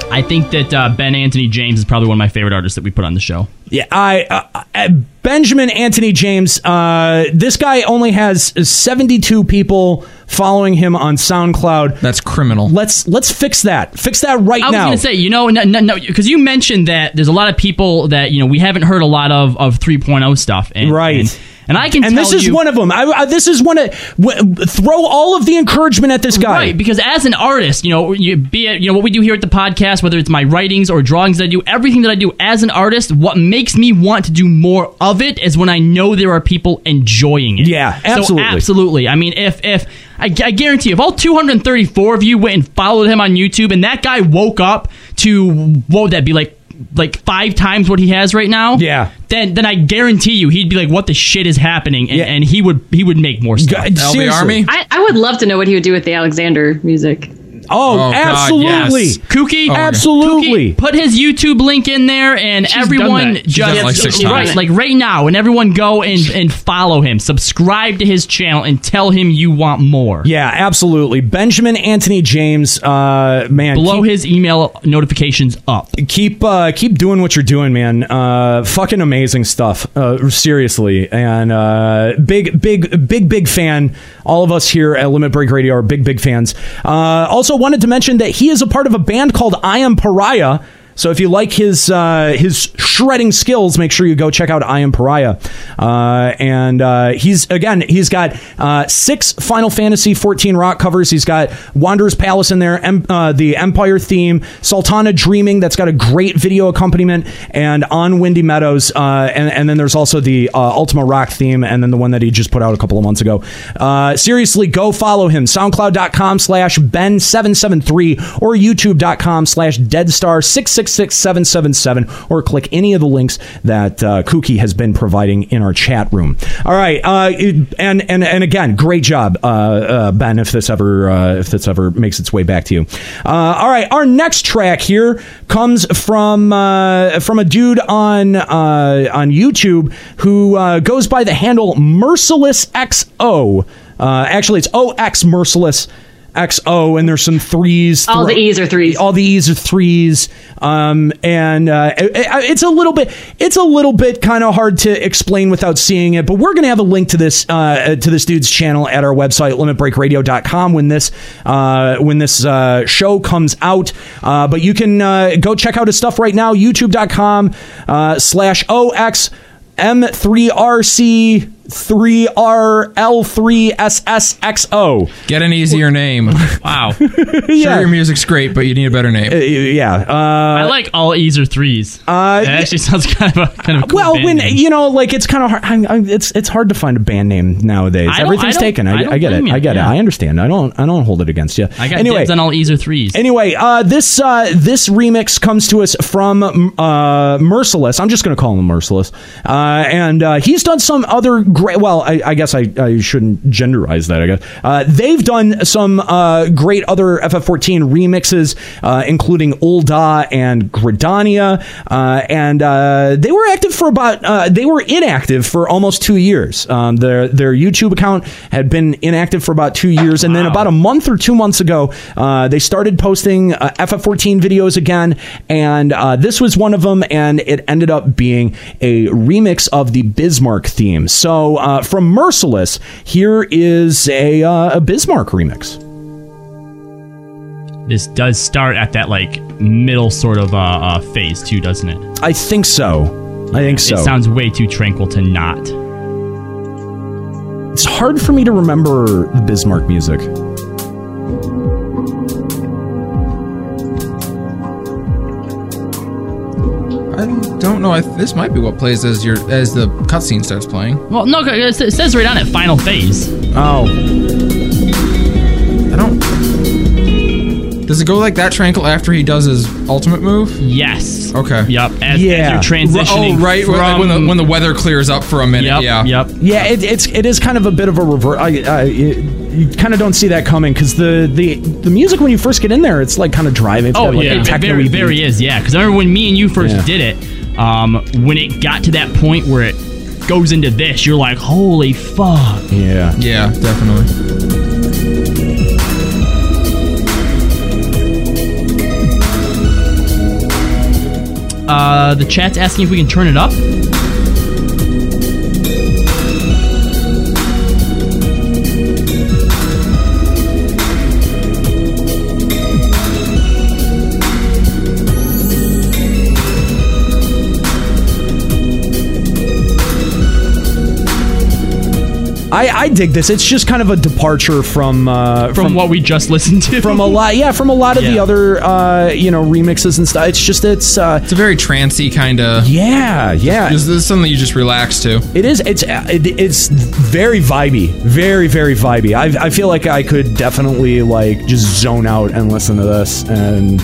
I think that uh, Ben Anthony James is probably one of my favorite artists that we put on the show. Yeah, I uh, uh, Benjamin Anthony James. Uh, this guy only has seventy-two people following him on SoundCloud. That's criminal. Let's let's fix that. Fix that right I was now. gonna say, you know, no, no, because you mentioned that there's a lot of people that you know we haven't heard a lot of of 3.0 stuff, and, right? And, and I can, and tell this is you- one of them. I, I, this is one of w- throw all of the encouragement at this guy. Right, because as an artist, you know, you, be it, you know what we do here at the podcast, whether it's my writings or drawings that I do, everything that I do as an artist, what makes me want to do more of it is when I know there are people enjoying it. Yeah, absolutely. So absolutely. I mean, if if I, gu- I guarantee, if all 234 of you went and followed him on YouTube, and that guy woke up to what would that be like? Like five times what he has right now. Yeah. Then, then I guarantee you, he'd be like, "What the shit is happening?" And, and he would, he would make more stuff. I, I would love to know what he would do with the Alexander music. Oh, God, absolutely. yes. Kooky, Oh, okay. Absolutely. Kooky, put his YouTube link in there, and She's done everyone that. She's just done it like six right, times. like right now, and everyone go and and follow him, subscribe to his channel, and tell him you want more. Yeah, absolutely. Benjamin Anthony James, uh, man, blow his email notifications up. Keep uh, keep doing what you're doing, man. Uh, fucking amazing stuff. Uh, seriously, and uh, big, big, big, big fan. All of us here at Limit Break Radio are big, big fans. Uh, also, wanted to mention that he is a part of a band called I Am Pariah. So if you like his uh, his shredding skills, make sure you go check out I Am Pariah. Uh, and uh, he's again, he's got uh, six Final Fantasy 14 rock covers. He's got Wanderer's Palace in there, em- uh, the Empire theme, Sultana Dreaming. That's got a great video accompaniment, and on Windy Meadows. Uh, and, and then there's also the uh, Ultima Rock theme, and then the one that he just put out a couple of months ago. Uh, seriously, go follow him. SoundCloud.com slash Ben773 or YouTube.com slash Deadstar666777 or click any of the links that uh, Kooky has been providing in our chat room. All right. Uh, it- and, and, and again, great job, uh, uh, Ben, if this ever uh, if this ever makes its way back to you. Uh, all right. Our next track here comes from uh, from a dude on uh, on YouTube who uh, goes by the handle Merciless XO. Uh, actually, it's OX Merciless XO, and there's some threes. All the E's are threes. All the E's are threes. Um, and uh, it- it's a little bit, it's a little bit kind of hard to explain without seeing it. But we're gonna have a link to this uh, to this dude's channel at our website limitbreakradio.com when this uh, when this uh, show comes out. Uh, but you can uh, go check out his stuff right now. YouTube.com uh, slash ox M3RC 3RL3SSXO. Get an easier name. Wow. Sure, your music's great, but you need a better name. yeah. I like all E's or threes. Uh, that actually sounds kind of a, kind of a cool well, band when name. you know, like it's kind of hard. I'm, I'm, it's it's hard to find a band name nowadays. I don't- I Everything's don't- taken. I I, don't I, get it. blame you, I get yeah. it. I understand. I don't. I don't hold it against you. I got anyway, dibs on all E's or threes. Anyway, uh, this uh, this remix comes to us from um, uh, Merciless. I'm just going to call him Merciless, uh, and uh, he's done some other great. Well, I, I guess I, I shouldn't genderize that. I guess uh, they've done some uh, great other FF14 remixes, uh, including Ulda and Gridania, uh, and uh, they were active for about. Uh, they were inactive for almost two years. Um, their their YouTube account had been inactive for about two years, and then about a month or two months ago, uh, they started posting uh, FF14 videos again, and uh, this was one of them, and it ended up being a remix of the Bismarck theme. So uh, from Merciless, here is a, uh, a Bismarck remix. this does start at that like middle sort of uh, uh, phase too, doesn't it? I think so. I think so. It sounds way too tranquil to not. It's hard for me to remember the Bismarck music. I don't know. I, this might be what plays as your as the cutscene starts playing. Well, no, 'cause it sa- it says right on it, final phase. Oh. Does it go like that tranquil after he does his ultimate move? Yes. Okay. Yep. As, yeah. As you're transitioning. Oh, right. when- like, when, from- the, when the weather clears up for a minute. yeah. Yep. Yeah, it, it's it is kind of a bit of a revert. I, I it, you kind of don't see that coming because the, the the music when you first get in there, it's like kind of driving. Oh like yeah, a it techno-y very, beat. very is yeah. Because I remember when me and you first Yeah. did it, um, when it got to that point where it goes into this, you're like, holy fuck. Yeah. Yeah, definitely. Uh, the chat's asking if we can turn it up. I, I dig this. It's just kind of a departure from uh, From what we just listened to. from a lot. Yeah, from a lot of the other uh, you know remixes and stuff. It's just it's uh, it's a very trancy kind of. Yeah, yeah. This, this is something you just relax to. It is. It's uh, it, it's very vibey, very very vibey. I, I feel like I could definitely like just zone out and listen to this and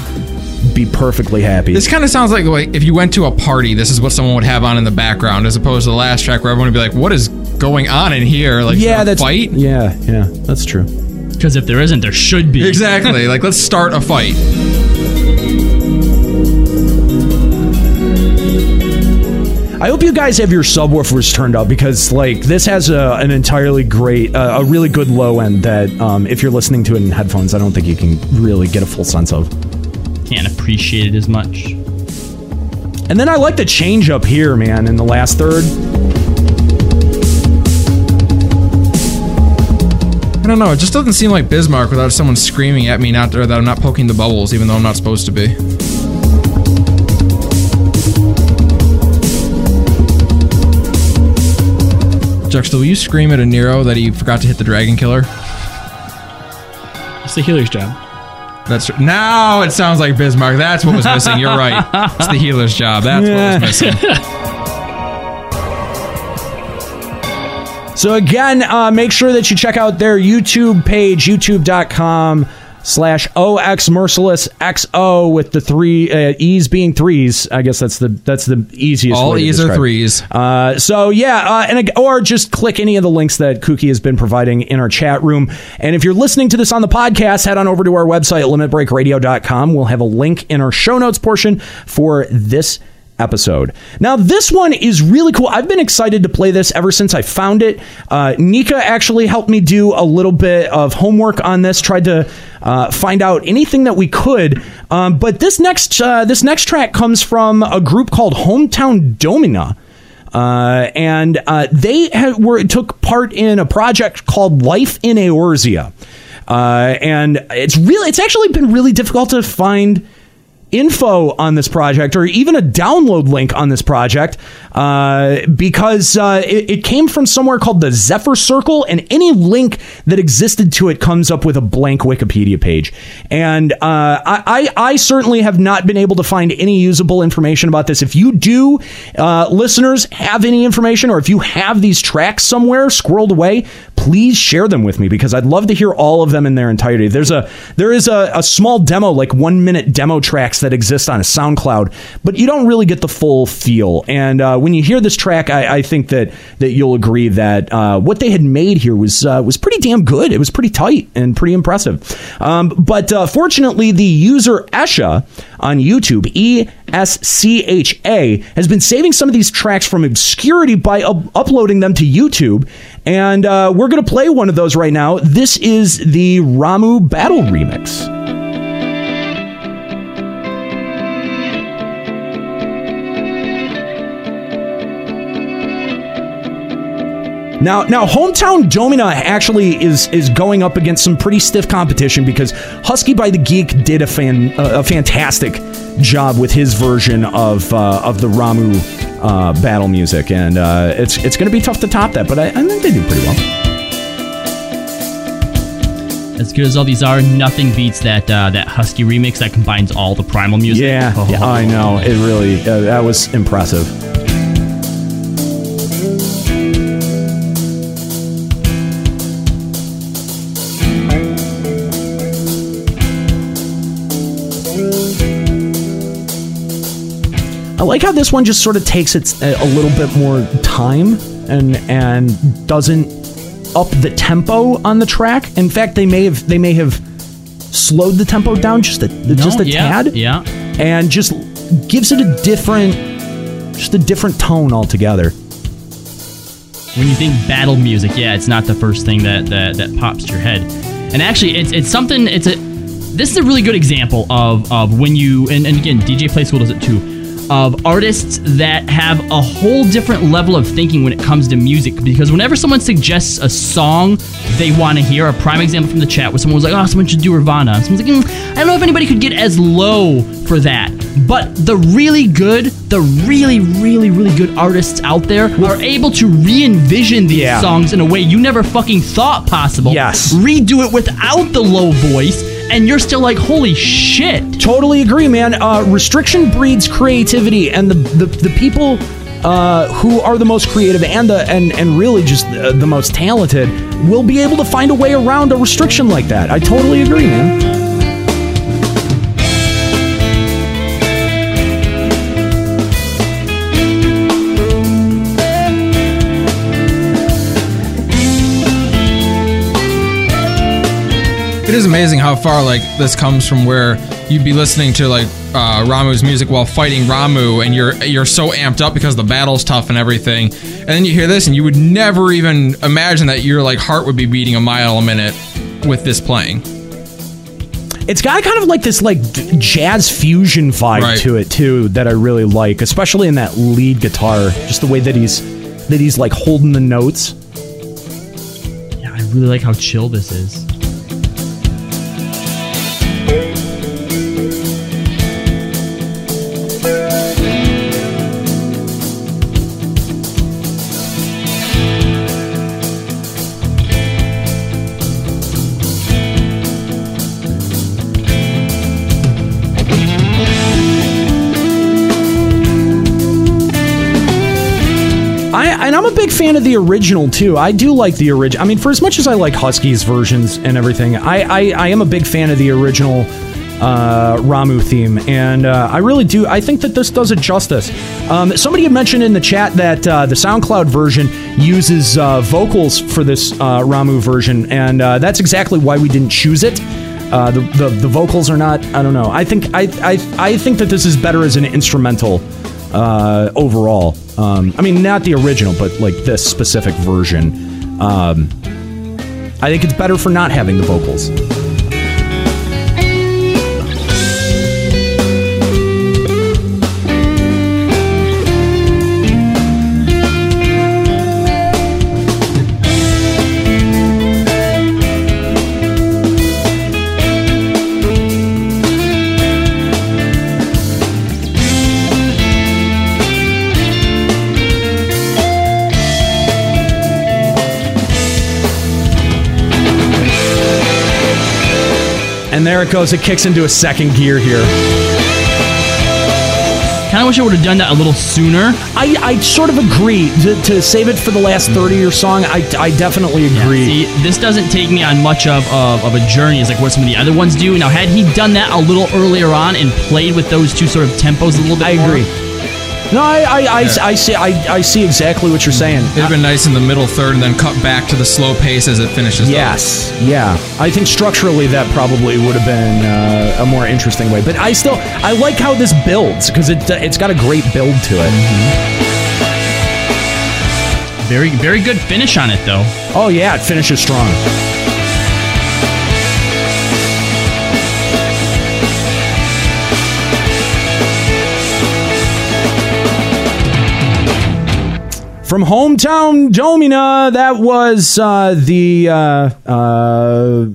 be perfectly happy. This kind of sounds like like if you went to a party, this is what someone would have on in the background, as opposed to the last track where everyone would be like, "What is going on in here?" Like, is there yeah, a that's fight. Yeah, yeah, that's true. Because if there isn't, there should be. Exactly. like, let's start a fight. I hope you guys have your subwoofers turned up because like this has a, an entirely great, uh, a really good low end that um, if you're listening to it in headphones, I don't think you can really get a full sense of. Can't appreciate it as much. And then I like the change up here, man, in the last third. I don't know. It just doesn't seem like Bismarck without someone screaming at me not that I'm not poking the bubbles, even though I'm not supposed to be. Juxta, will you scream at a Nero that he forgot to hit the dragon killer? It's the healer's job. That's now it sounds like Bismarck. That's what was missing. You're right. It's the healer's job. That's what was missing. So again, uh, make sure that you check out their YouTube page, youtube.com slash OX Merciless XO with the three uh, E's being threes. I guess that's the that's the easiest All way to E's are describe it. threes. Uh, so yeah, uh, and ag- or just click any of the links that Kookie has been providing in our chat room. And if you're listening to this on the podcast, head on over to our website limitbreakradio.com. We'll have a link in our show notes portion for this episode. Now this one is really cool. I've been excited to play this ever since I found it. Uh, Nika actually helped me do a little bit of homework on this. Tried to uh, find out anything that we could. Um, but this next uh, this next track comes from a group called Hometown Domina. Uh, and uh, they had, were took part in a project called Life in Eorzea. Uh, and it's really it's actually been really difficult to find info on this project or even a download link on this project uh, because uh, it, it came from somewhere called the Zephyr Circle, and any link that existed to it comes up with a blank Wikipedia page. And uh, I, I, I certainly have not been able to find any usable information about this. If you do, uh, listeners, have any information or if you have these tracks somewhere squirreled away, please share them with me because I'd love to hear all of them in their entirety. There's a there is a, a small demo, like one minute demo tracks that exist on SoundCloud, but you don't really get the full feel. And uh, when you hear this track, I, I think that that you'll agree that uh, what they had made here was uh, was pretty damn good. It was pretty tight and pretty impressive. Um, but uh, fortunately, the user Esha on YouTube, E S C H A, has been saving some of these tracks from obscurity by up- uploading them to YouTube. And uh, we're going to play one of those right now. This is the Ramu Battle Remix. Now, now, hometown Domina actually is is going up against some pretty stiff competition because Husky by the Geek did a fan uh, a fantastic job with his version of uh, of the Ramu uh, battle music, and uh, it's it's going to be tough to top that. But I, I think they do pretty well. As good as all these are, nothing beats that uh, that Husky remix that combines all the primal music. Yeah, Oh. yeah, I know. It really uh, that was impressive. I like how this one just sort of takes its uh, a, a little bit more time and and doesn't up the tempo on the track. In fact, they may have they may have slowed the tempo down just a just a yeah, tad. yeah. And just gives it a different just a different tone altogether. When you think battle music, yeah, it's not the first thing that that, that pops to your head. And actually, it's it's something. It's a this is a really good example of of when you and, and again, DJ Play School does it too. of artists that have a whole different level of thinking when it comes to music. Because whenever someone suggests a song they want to hear, a prime example from the chat was someone was like, "Oh, someone should do Nirvana." And someone's like, "Mm, "I don't know if anybody could get as low for that." But the really good, the really, really, really good artists out there are able to re-envision these Yeah. songs in a way you never fucking thought possible. Yes, redo it without the low voice, and you're still like, "Holy shit!" Totally agree, man. Uh, restriction breeds creativity, and the the, the people uh, who are the most creative and the and and really just uh, the most talented will be able to find a way around a restriction like that. I totally agree, man. It is amazing how far like this comes from where you'd be listening to like uh, Ramu's music while fighting Ramu, and you're you're so amped up because the battle's tough and everything, and then you hear this, and you would never even imagine that your like heart would be beating a mile a minute with this playing. It's got kind of like this like d- jazz fusion vibe to it too that I really like, especially in that lead guitar, just the way that he's that he's like holding the notes. Yeah, I really like how chill this is. I, and I'm a big fan of the original too. I do like the original. I mean, for as much as I like Husky's versions and everything, I I, I am a big fan of the original uh, Ramu theme, and uh, I really do. I think that this does it justice. Um, somebody had mentioned in the chat that uh, the SoundCloud version uses uh, vocals for this uh, Ramu version, and uh, that's exactly why we didn't choose it. Uh, the, the the vocals are not. I don't know. I think I I, I think that this is better as an instrumental uh, overall. Um, I mean, not the original, but like this specific version. Um, I think it's better for not having the vocals. And there it goes. It kicks into a second gear here. Kind of wish I would have done that a little sooner. I, I sort of agree to, to save it for the last thirty or song. I, I definitely agree. See, this doesn't take me on much of, of, of a journey as like what some of the other ones do. Now, had he done that a little earlier on and played with those two sort of tempos a little bit I agree. No, I I, I, I see I, I see exactly what you're saying. It'd have been nice in the middle third, and then cut back to the slow pace as it finishes. Yes, yeah. I think structurally that probably would have been uh, a more interesting way. But I still I like how this builds because it it's got a great build to it. Very very good finish on it though. Oh yeah, it finishes strong. From hometown Domina, that was uh, the uh, uh,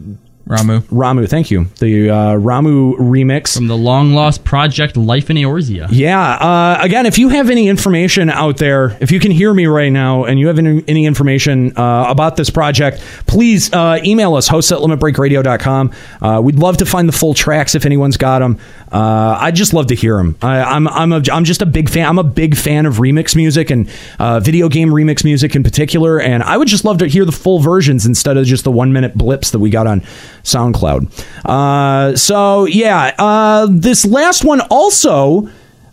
Ramu. Ramu, thank you. The uh, Ramu remix from the long lost project Life in Eorzea. Yeah. Uh, again, if you have any information out there, if you can hear me right now and you have any, any information uh, about this project, please uh, email us, host at limitbreakradio.com. Uh, we'd love to find the full tracks if anyone's got them. Uh, I'd just love to hear them. I, I'm, I'm, a, I'm just a big fan. I'm a big fan of remix music and uh, video game remix music in particular. And I would just love to hear the full versions instead of just the one minute blips that we got on SoundCloud. Uh, so, yeah, uh, this last one also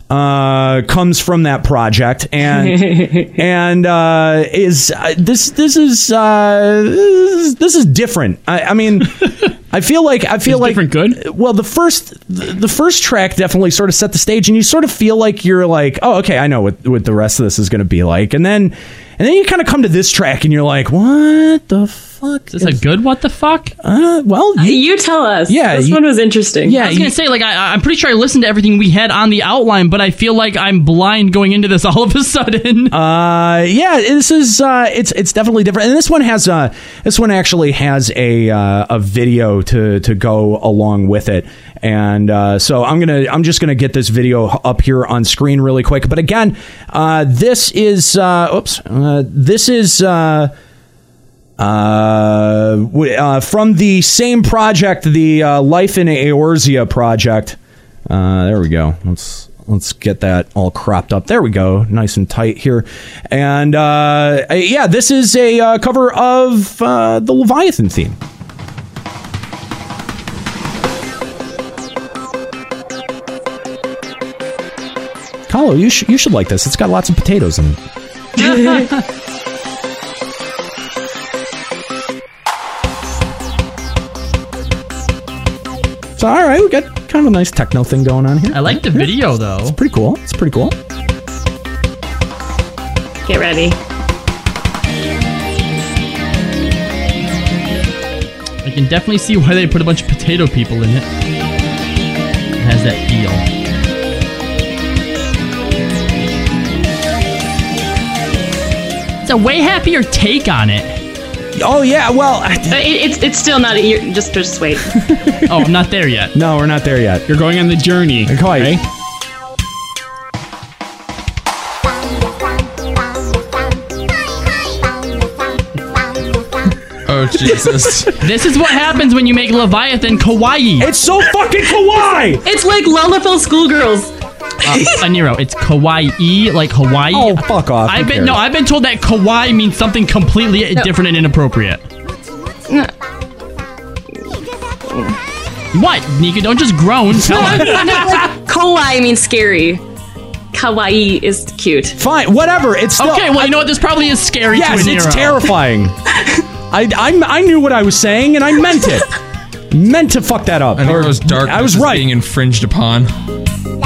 uh, comes from that project and and uh, is uh, this this is uh, this is- this is different. I, I mean, I feel like I feel like different good. Well, the first the the first track definitely sort of set the stage, and you sort of feel like you're like, oh, okay, I know what what the rest of this is going to be like, and then and then you kind of come to this track, and you're like, what the fuck? fuck? Is this a good what the fuck? Uh, well, you, tell us. Yeah, this you- one was interesting. I was gonna say like I, I'm pretty sure I listened to everything we had on the outline, but I feel like I'm blind going into this all of a sudden. Uh, yeah, this is uh, it's it's definitely different, and this one has uh, this one actually has a uh, a video to to go along with it, and uh, so I'm gonna I'm just gonna get this video h- up here on screen really quick. But again, uh, this is uh, oops, uh, this is. Uh, uh, w- uh, from the same project, the uh, Life in Eorzea project. Uh, there we go. Let's let's get that all cropped up. There we go, nice and tight here. And uh, uh, yeah, this is a uh, cover of uh, the Leviathan theme. Kahlo, you sh- you should like this. It's got lots of potatoes in it. So all right, we got kind of a nice techno thing going on here. I like the video though. It's pretty cool. It's pretty cool. Get ready. I can definitely see why they put a bunch of potato people in it. It has that feel. It's a way happier take on it. Oh yeah, well, it's it's still not. You're, just just wait. oh, I'm not there yet. No, we're not there yet. You're going on the journey. Quite. Oh Jesus! this is what happens when you make Leviathan kawaii. It's so fucking kawaii. It's like Lullafell schoolgirls. Uh, Aniro, it's kawaii, like Hawaii. Oh, fuck off! I've who been no, cares? I've been told that kawaii means something completely No. different and inappropriate. What, Nika? Don't just groan. Tell us. kawaii means scary. Kawaii is cute. Fine, whatever. It's still, okay. Well, you know what? This probably is scary. Yes, to it's Aniro. terrifying. I, I'm- I knew what I was saying and I meant it. meant to fuck that up. I think it was dark. I was right. Being infringed upon. But,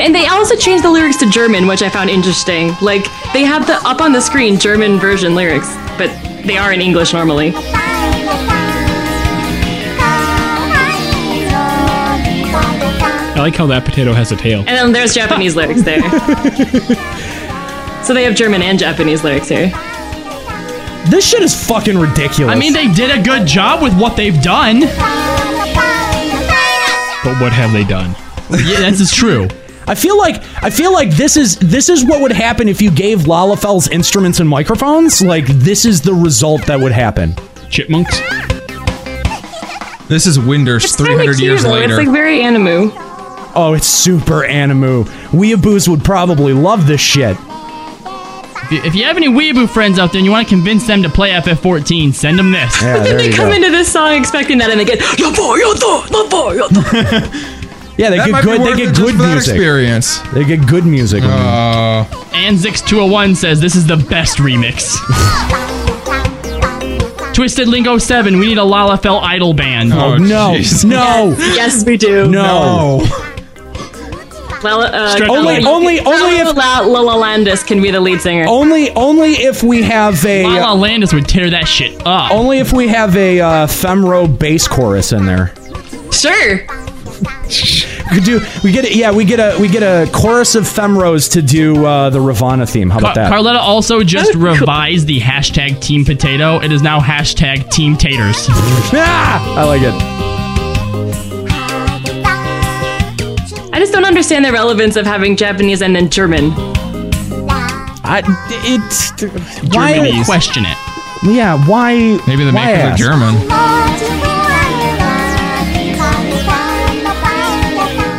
and they also changed the lyrics to German, which I found interesting. Like they have the up on the screen German version lyrics, but they are in English normally. I like how that potato has a tail. And then there's Japanese lyrics there. so they have German and Japanese lyrics here. This shit is fucking ridiculous. I mean, they did a good job with what they've done. But what have they done? yeah, this is true. I feel like I feel like this is this is what would happen if you gave Lalafell's instruments and microphones. Like this is the result that would happen. Chipmunks. This is Winders 300 years later. It's like very animu. Oh, it's super animu. Weeaboos would probably love this shit. If you, if you have any weeaboo friends out there and you want to convince them to play FF14, send them this. Yeah, But then there They come into this song expecting that and they get "Yopo, yoto, yopo, yoto." Yeah, they That get might be good. They worth get it just good for that music. experience. They get good music. Uh, And Zix201 says this is the best remix. Twisted Lingo 7, we need a Lalafell idol band. Oh, no. No. yes, we do. No. Well, uh, Stretch Only- Kala- only- only Oh. Kala La- La La Landis can be the lead singer. Only only if we have a uh, La La Landis would tear that shit up. Only if we have a uh, femro bass chorus in there. Sure. We could do we get a, yeah we get a we get a chorus of femros to do uh, the Ravana theme. How about Ca- that? Carletta also just revised the hashtag Team Potato. It is now hashtag Team Taters. ah, I like it. I just don't understand the relevance of having Japanese and then German. I it why Germany question it. yeah why Maybe the why makers are ask? German.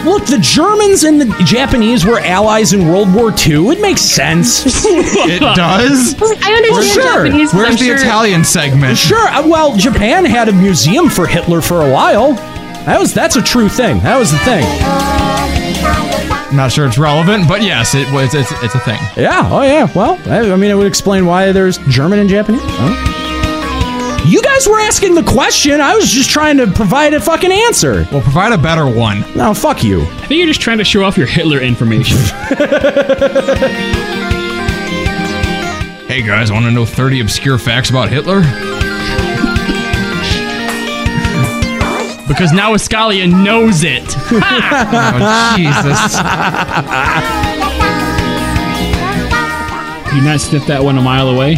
Look, the Germans and the Japanese were allies in World War II. It makes sense. It does? I understand Sure. Japanese. 'cause I'm Where's the sure- Italian segment? Sure. uh, Well, Japan had a museum for Hitler for a while. That was that's a true thing. That was the thing. I'm not sure it's relevant, but yes, it was. It's, it's a thing. Yeah. Oh, yeah. Well, I, I mean, it would explain why there's German and Japanese. Huh? You guys were asking the question. I was just trying to provide a fucking answer. Well, provide a better one. No, fuck you. I think you're just trying to show off your Hitler information. Hey guys, want to know 30 obscure facts about Hitler? Because now Ascalia knows it. Oh, Jesus. Can you not sniff that one a mile away?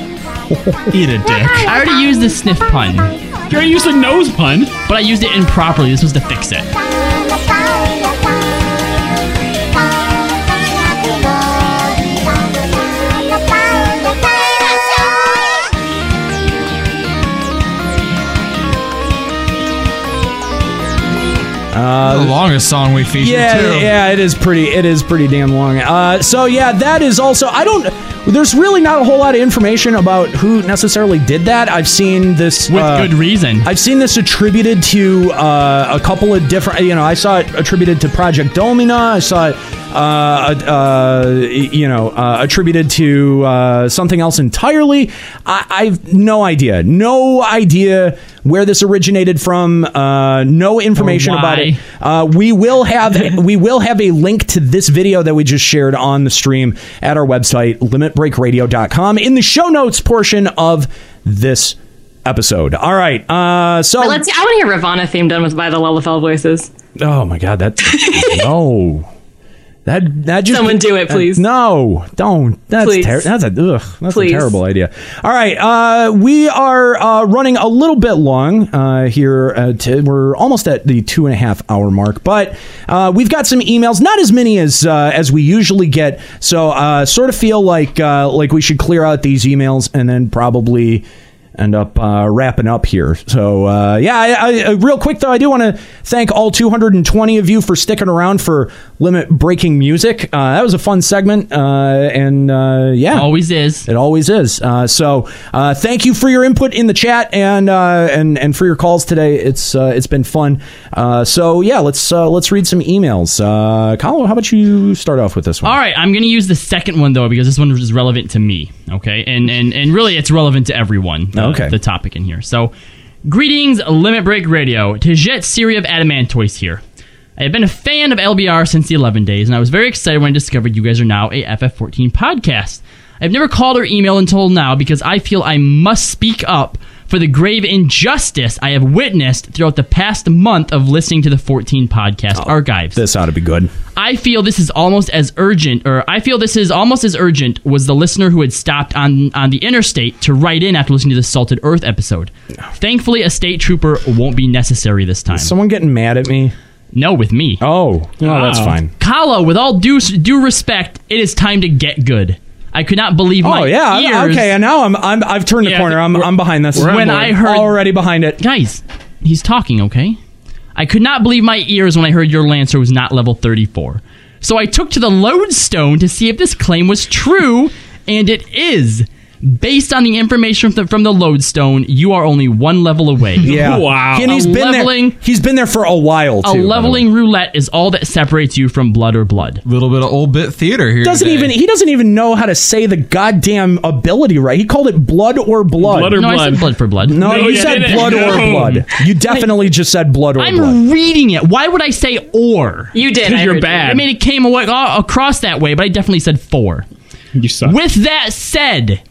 Eat a dick. I already used the sniff pun. You already used the nose pun, but I used it improperly. This was to fix it. Uh, the longest song we featured yeah, too. yeah, it is pretty. It is pretty damn long. Uh, so yeah, that is also. I don't. There's really not a whole lot of information about who necessarily did that. I've seen this uh, with good reason. I've seen this attributed to uh, a couple of different. You know, I saw it attributed to Project Domina. I saw it. Uh, uh, you know, uh, attributed to uh, something else entirely. I, I've no idea. No idea where this originated from. Uh, no information Or why. about it. Uh, we will have we will have a link to this video that we just shared on the stream at our website limitbreakradio.com in the show notes portion of this episode. All right. Uh, so But let's. I want to hear Ravana theme done with by the Lullafell voices. Oh my god, that no. That that just Someone do it, please. no, don't. That's Please. ter- that's a ugh, that's Please. a terrible idea. All right, uh, we are uh, running a little bit long uh, here. Uh, t- we're almost at the two and a half hour mark, but uh, we've got some emails. Not as many as uh, as we usually get, so uh, sort of feel like uh, like we should clear out these emails and then probably end up uh, wrapping up here. So uh, yeah, I, I, uh, real quick though, I do want to thank all 220 of you for sticking around for limit breaking music. Uh, that was a fun segment, uh, and uh, yeah, always is. It always is. Uh, so uh, thank you for your input in the chat and uh, and and for your calls today. It's uh, it's been fun. Uh, so yeah, let's uh, let's read some emails. Uh, Colin, how about you start off with this one? All right, I'm going to use the second one though because this one is relevant to me. Okay, and and and really, it's relevant to everyone. the- Okay. the topic in here. So, greetings, Limit Break Radio. Tejet Siri of Adamantois here. I have been a fan of LBR since the 11 days, and I was very excited when I discovered you guys are now a FF14 podcast. I've never called or emailed until now because I feel I must speak up for the grave injustice I have witnessed throughout the past month of listening to the 14 podcast Oh, archives. This ought to be good. I feel this is almost as urgent, or I feel this is almost as urgent was the listener who had stopped on on the interstate to write in after listening to the Salted Earth episode. Thankfully, a state trooper won't be necessary this time. Is someone getting mad at me? No, with me. Oh, no, that's fine. Kala, with all due due respect, it is time to get good. I could not believe my Oh yeah, ears okay. And now I'm, I'm I've turned the Yeah, corner. I'm, I'm behind this. when I heard already behind it, guys, he's talking. Okay, I could not believe my ears when I heard your Lancer was not level thirty-four. So I took to the lodestone to see if this claim was true, and it is. Based on the information from the, from the lodestone, you are only one level away. Yeah. And he's A been leveling, there. He's been there for a while too. a by the way. leveling roulette is all that separates you from blood or blood. Little bit of old bit theater here. Doesn't even he doesn't even know how to say the goddamn ability right. He called it blood or blood. Blood or No, I said blood. blood for blood. No, No, you you said didn't. blood or No. blood. You definitely just said blood or I'm blood. reading it. Why would I say or? You did. 'Cause I you're heard you. bad. I mean, it came away, uh, across that way, but I definitely said four. You suck. With that said,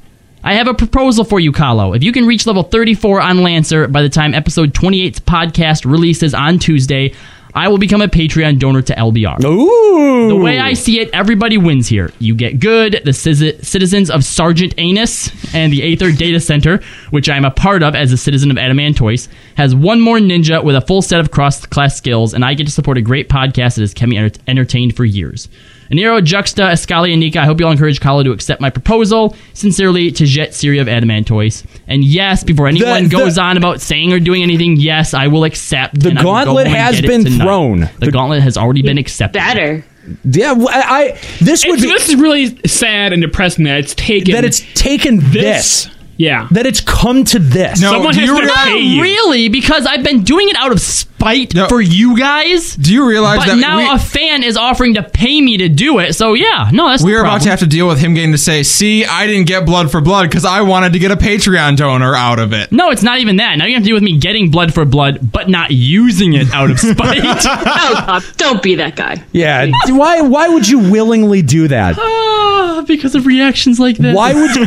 I have a proposal for you, Kahlo. If you can reach level 34 on Lancer by the time episode 28's podcast releases on Tuesday, I will become a Patreon donor to LBR. Ooh. The way I see it, everybody wins here. You get good, the ciz- citizens of Sergeant Anus and the Aether Data Center, which I am a part of as a citizen of Adamantois, has one more ninja with a full set of cross-class skills, and I get to support a great podcast that has kept me enter- entertained for years. Nero, Juxta, Escali, and Nika, I hope you all encourage Kala to accept my proposal. Sincerely, Tejet Siri of Adamantois. And yes, before anyone the- goes on about saying or doing anything, yes, I will accept. The and I will go gauntlet home and has get it been tonight. thrown. The, gauntlet has already been accepted. Better. Yeah, well, I, I this would be, this is really sad and depressing that it's taken that it's taken this. Yeah, that it's come to this. Oh, No, Someone do has you to realize- Not pay you. really, because I've been doing it out of spite for you guys. Do you realize but that now we- a fan is offering to pay me to do it? So yeah, no, that's We no are about problem. to have to deal with him getting to say, "See, I didn't get blood for blood because I wanted to get a Patreon donor out of it." No, it's not even that. Now you have to deal with me getting blood for blood, but not using it out of spite. oh, God, don't be that guy. Yeah, d- why why would you willingly do that? Ah, because of reactions like this. Why would you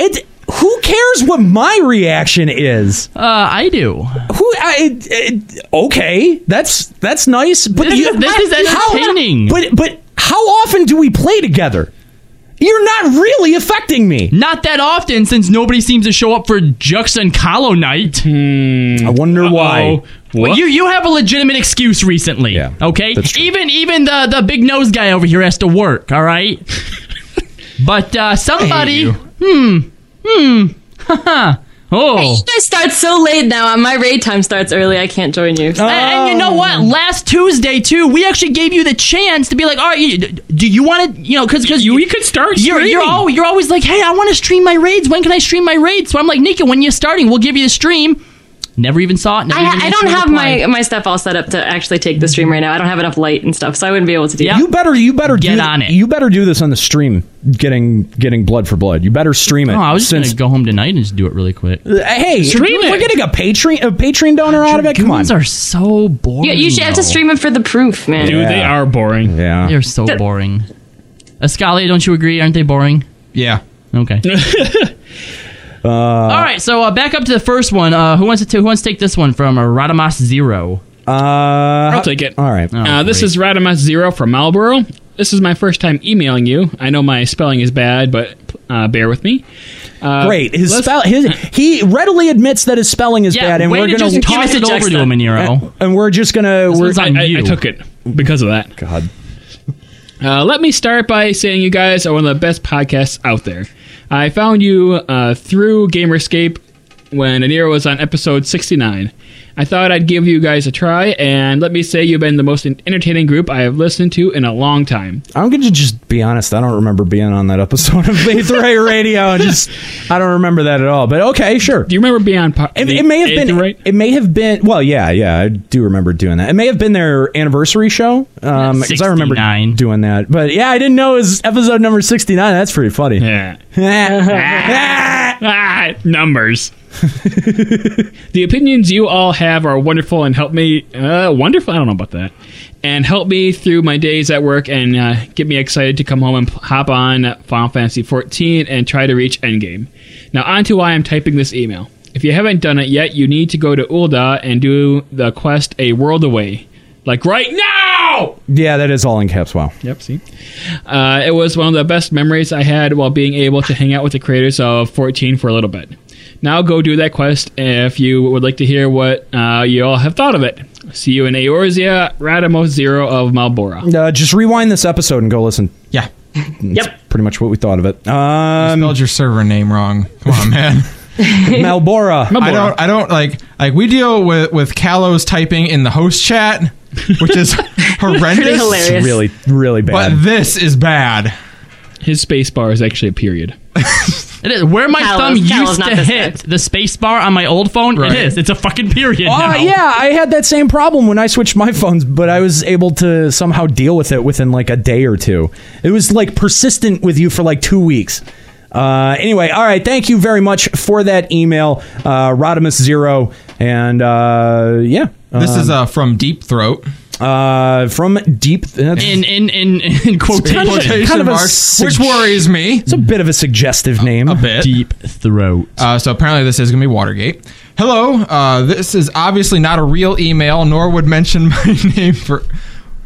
It. Who cares what my reaction is? Uh, I do. Who? I, it- it- okay, that's that's nice. But This- you, this is entertaining. How, but but how often do we play together? You're not really affecting me. Not that often, since nobody seems to show up for Juxta and Kahlo night. Mm. I wonder why. Well, Oh, you you have a legitimate excuse recently. Yeah. Okay. Even even the the big nose guy over here has to work. All right. but uh, somebody. you. Hmm. Hmm. Haha. oh. You guys start so late now. and My raid time starts early. I can't join you. A- And you know what? Last Tuesday too, we actually gave you the chance to be like, "All right, you- do you want to? You know, because you, could start. You're you're, streaming. al- you're always like, hey, I want to stream my raids. When can I stream my raids? So I'm like, Nika, when you're starting, we'll give you the stream. Never even saw it. never even I, I don't actually have replied. my, my stuff all set up to actually take the stream right now. I don't have enough light and stuff, so I wouldn't be able to do that. You better you better Get do, on it. You better do this on the stream. Getting getting blood for blood. You better stream it. No, Oh, I was just since- gonna go home tonight and just do it really quick. Hey, Stream we're it. getting a Patreon a Patreon donor out of it. Come on, are so boring. You, you should have to stream it for the proof, man. Dude, they are boring. Yeah. They're so boring. Escalia, don't you agree? Aren't they boring? Yeah. Okay. All right, so uh, back up to the first one. Uh, who wants to who wants to take this one from uh, Radamas Zero? Uh, I'll take it. All right. Oh, uh, this is Radamas Zero from Marlboro. This is my first time emailing you. I know my spelling is bad, but uh, bear with me. Uh, Great. His let's- spell. His he readily admits that his spelling is Yeah, bad, and way we're to going just give it to Jackson. And, and we're just gonna. we're, I, I- I took it because of that. God. Uh, let me start by saying you guys are one of the best podcasts out there. I found you uh, through Gamerscape when Anira was on episode 69. I thought I'd give you guys a try, and let me say you've been the most entertaining group I have listened to in a long time. I'm going to just be honest. I don't remember being on that episode of Ether Ray Radio. and Just I don't remember that at all. But okay, sure. Do you remember being on? Po- it, it may have been. It may have been. Well, yeah, yeah. I do remember doing that. It may have been their anniversary show. Um, because I remember doing that. But yeah, I didn't know it was episode number 69. That's pretty funny. Yeah. Ah, numbers. the opinions you all have are wonderful and help me. Uh, wonderful? I don't know about that. And help me through my days at work and uh, get me excited to come home and p- hop on Final Fantasy 14 and try to reach Endgame. Now, on to why I'm typing this email. If you haven't done it yet, you need to go to Ulda and do the quest A World Away. Like right now! Yeah, that is all in caps. Wow. Yep, see? Uh, it was one of the best memories I had while being able to hang out with the creators of 14 for a little bit. Now go do that quest if you would like to hear what uh, you all have thought of it. See you in Eorzea, Radamos Zero of Malbora. Uh, just rewind this episode and go listen. Yeah. yep. Pretty much what we thought of it. you Um, spelled your server name wrong. Come on, man. Malbora. I don't. I don't like. Like we deal with with Callows typing in the host chat, which is horrendous. really, really bad. But this is bad. His space bar is actually a period. It is where my Kalos- thumb Kalos, used not to this hit the space bar on my old phone. Right. It is. It's a fucking period. Uh, now. yeah, I had that same problem when I switched my phones, but I was able to somehow deal with it within like a day or two. It was like persistent with you for like two weeks. Uh, anyway, all right. Thank you very much for that email, uh, Rodimus Zero, and uh, yeah, This is, uh, from Deep Throat. Uh, from Deep that's- In in in in Kind of a- quotation. kind of a marks, which sug- worries me. It's a bit of a suggestive name. A bit. Deep throat. Uh, so apparently, this is going to be Watergate. Hello. Uh, this is obviously not a real email, nor would mention my name for.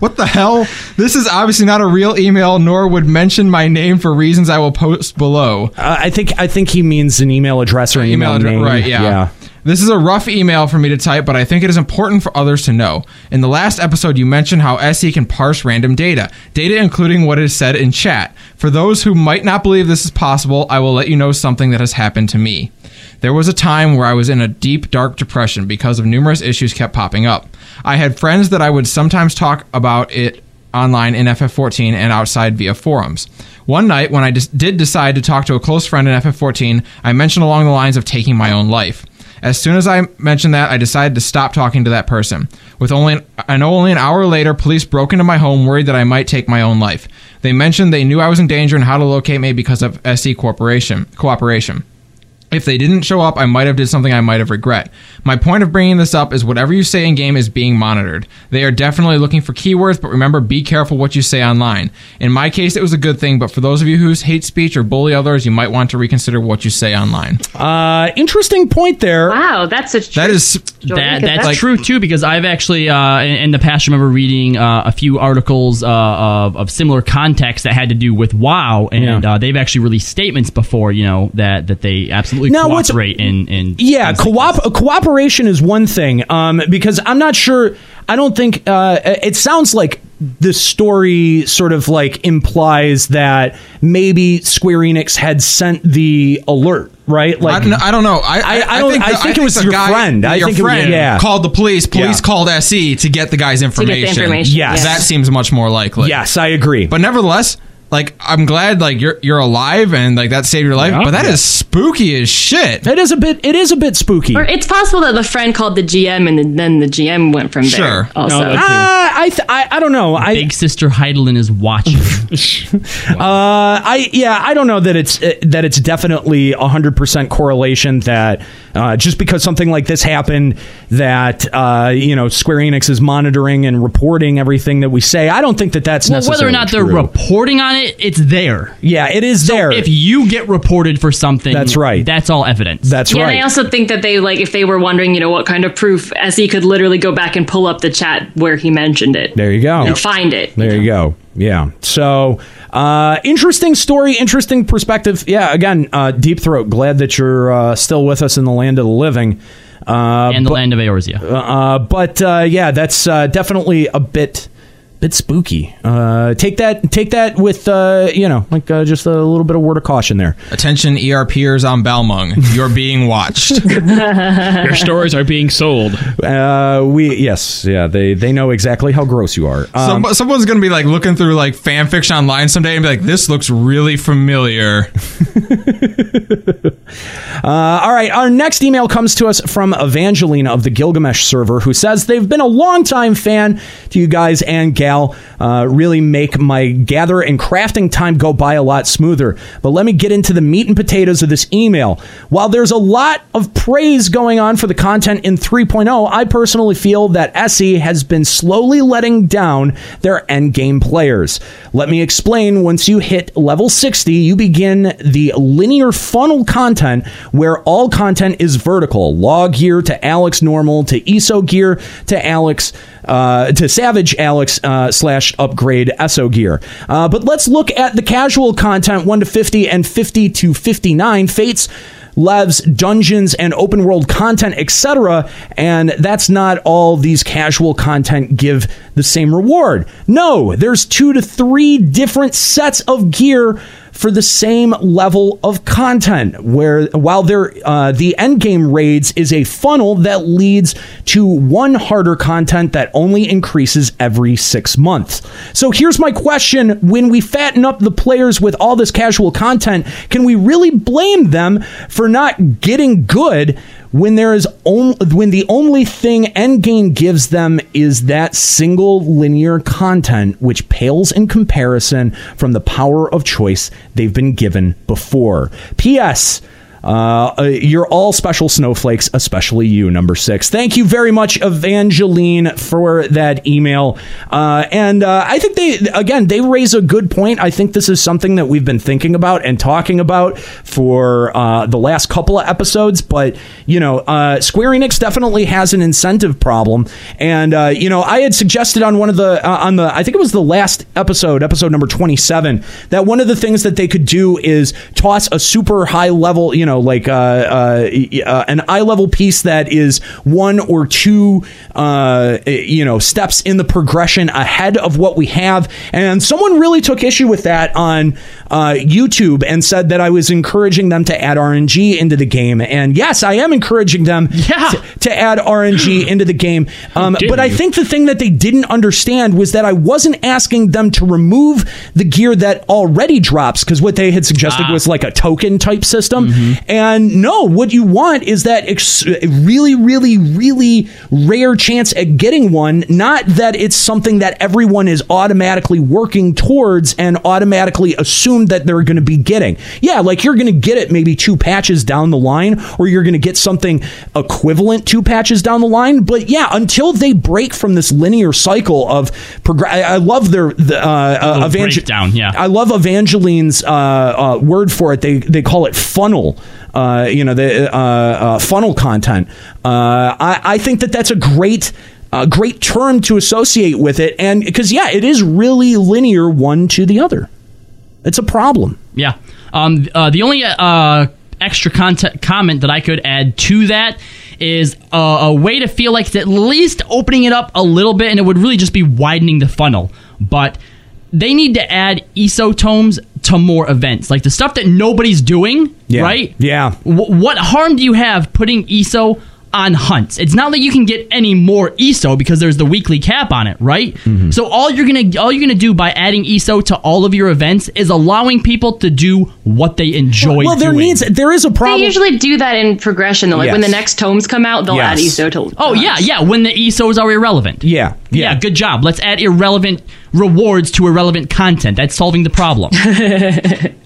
What the hell? This is obviously not a real email, nor would mention my name for reasons I will post below. Uh, I think I think he means an email address or an email, address- name. Right, yeah. This is a rough email for me to type, but I think it is important for others to know. In the last episode, you mentioned how SE can parse random data, data including what is said in chat. For those who might not believe this is possible, I will let you know something that has happened to me. There was a time where I was in a deep, dark depression because of numerous issues kept popping up. I had friends that I would sometimes talk about it online in FF14 and outside via forums. One night, when I dis- did decide to talk to a close friend in FF14, I mentioned along the lines of taking my own life. As soon as I mentioned that, I decided to stop talking to that person. With only an, I know only an hour later, police broke into my home, worried that I might take my own life. They mentioned they knew I was in danger and how to locate me because of SC corporation E cooperation. If they didn't show up, I might have did something I might have regret. My point of bringing this up is whatever you say in game is being monitored. They are definitely looking for keywords, but remember, be careful what you say online. In my case, it was a good thing, but for those of you who hate speech or bully others, you might want to reconsider what you say online. Uh, interesting point there. Wow, that's a that is That, that's true too because I've actually uh, in, in the past remember reading uh, a few articles uh, of, of similar context that had to do with WoW and uh, they've actually released statements before you know that that they absolutely Now, what's- cooperate in in Yeah, coop- cooperation is one thing um, because I'm not sure. I don't think uh, it sounds like the story sort of like implies that maybe Square Enix had sent the alert, right? Like I don't, I don't know. I, I, don't. I think, the- it was the your guy- friend. I your think friend it was, yeah. called the police. Police Yeah. called SE to get the guy's get the information. information, Yes. that seems much more likely. Yes, I agree. But nevertheless, like I'm glad like you're you're alive and like that saved your life. But that is spooky as shit. It is a bit. It is a bit spooky. Or it's possible that the friend called the GM and then the GM went from there. Sure. Also. No, that too. Uh, I, th- I I don't know. I, Big Sister Heidelin is watching. Uh, I yeah, I don't know that it's uh, that it's definitely hundred percent correlation that uh, just because something like this happened that uh, you know Square Enix is monitoring and reporting everything that we say. I don't think that that's Well, necessarily whether or not true. they're reporting on it, it's there. Yeah, it is there. If you get reported for something, that's right. That's all evidence. That's yeah, and I also think that they like if they were wondering, you know, what kind of proof, SE could literally go back and pull up the chat where he mentioned it. There you go. And find it. There you go. Yeah. So, uh, interesting story, interesting perspective. Yeah. Again, uh, Deep Throat. Glad that you're uh, still with us in the land of the living. Uh, And the land of Eorzea. Uh, but uh, yeah, that's uh, definitely a bit, bit spooky. Uh, take that, take that with uh, you know, like uh, just a little bit of word of caution there. Attention, E ERPers on Balmung, you're being watched. Um, Your stories are being sold. Uh, we yes, yeah. They they know exactly how gross you are. Um, Some, someone's gonna be like looking through like fan fiction online someday and be like, "This looks really familiar." Uh, all right, our next email comes to us from Evangeline of the Gilgamesh server, who says they've been a longtime fan to you guys and gal. Uh, really make my gather and crafting time go by a lot smoother. But let me get into the meat and potatoes of this email. While there's a lot of praise going on for the content in 3.0, I personally feel that SE has been slowly letting down their end game players. Let me explain once you hit level 60, you begin the linear funnel content where all content is vertical log gear to Alex normal to ESO gear to Alex. Uh, to Savage Alex uh, slash upgrade ESO gear. Uh, but let's look at the casual content 1 to 50 and 50 to 59 fates levs, dungeons, and open world content, etc. And that's not all these casual content give the same reward. No, there's two to three different sets of gear for the same level of content where while there uh, the end game raids is a funnel that leads to one harder content that only increases every six months so here's my question when we fatten up the players with all this casual content can we really blame them for not getting good when there is only when the only thing endgame gives them is that single linear content which pales in comparison from the power of choice they've been given before ps uh, uh, you're all special snowflakes, especially you, number six. Thank you very much, Evangeline, for that email. Uh, and uh, I think they, again, they raise a good point. I think this is something that we've been thinking about and talking about for uh, the last couple of episodes. But, you know, uh, Square Enix definitely has an incentive problem. And, uh, you know, I had suggested on one of the, uh, on the, I think it was the last episode, episode number 27, that one of the things that they could do is toss a super high level, you know, like uh, uh, y- uh, an eye level piece that is one or two, uh, you know, steps in the progression ahead of what we have. And someone really took issue with that on uh, YouTube and said that I was encouraging them to add RNG into the game. And yes, I am encouraging them to, to add RNG into the game. Um, dare but I you. think the thing that they didn't understand was that I wasn't asking them to remove the gear that already drops because what they had suggested was like a token type system. Mm-hmm. And no, what you want is that ex- really, really, really rare chance at getting one, not that it's something that everyone is automatically working towards and automatically assumed that they're going to be getting. Yeah, like you're going to get it maybe two patches down the line, or you're going to get something equivalent two patches down the line. But yeah, until they break from this linear cycle of progress, I, I love their the, uh, uh, Little evangel- breakdown, yeah. I love Evangeline's uh, uh, word for it. They they call it funnel. Uh, you know the uh, uh, funnel content. Uh, I I think that that's a great. A great term to associate with it, and because yeah, it is really linear one to the other. It's a problem. Yeah. Um, uh, the only uh, extra content comment that I could add to that is uh, a way to feel like it's at least opening it up a little bit, and it would really just be widening the funnel. But they need to add isotomes to more events, like the stuff that nobody's doing, Yeah. right? Yeah. Wh- what harm do you have putting ESO on hunts? It's not like you can get any more ESO because there's the weekly cap on it, right? Mm-hmm. So all you're gonna all you're gonna do by adding ESO to all of your events is allowing people to do what they enjoy. Well, there doing. needs there is a They usually do that in progression, though. Like when the Yes. next tomes come out, they'll add ESO to. Oh yeah, yeah. When the ESOs are irrelevant. Yeah, yeah. Good job. Let's add irrelevant rewards to irrelevant content. That's solving the problem.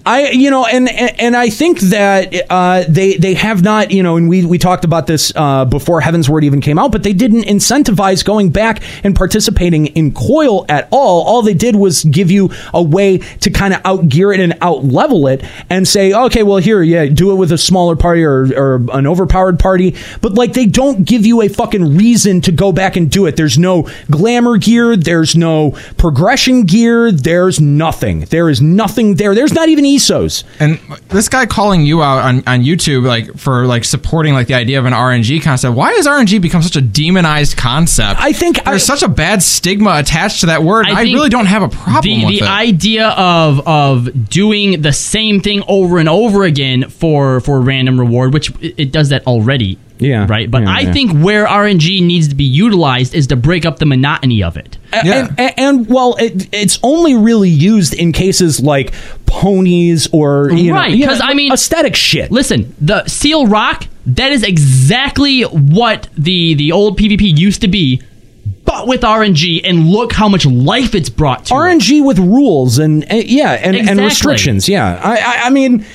I you know and and, and I think that uh, they they have not you know and we we talked about this uh, before Heaven's Word even came out but they didn't incentivize going back and participating in Coil at all all they did was give you a way to kind of out gear it and out level it and say okay well here yeah do it with a smaller party or, or an overpowered party but like they don't give you a fucking reason to go back and do it there's no glamour gear there's no progression gear there's nothing there is nothing there there's not even E ESOs And this guy calling you out on, on YouTube like for like supporting like the idea of an RNG concept. Why has RNG become such a demonized concept? I think there's such a bad stigma attached to that word. and I, think really don't have a problem the, with the it. idea of of doing the same thing over and over again for for random reward, which it, it does that already. Yeah. Right. But Yeah, I yeah. think where RNG needs to be utilized is to break up the monotony of it. And, and, and well, it, it's only really used in cases like ponies or you know, right. you know, Because I mean, aesthetic shit. Listen, the Seal Rock. That is exactly what the the old PvP used to be, but with RNG. And look how much life it's brought to. RNG with rules and, and- yeah, and, and Exactly. restrictions. Yeah, I I, I mean.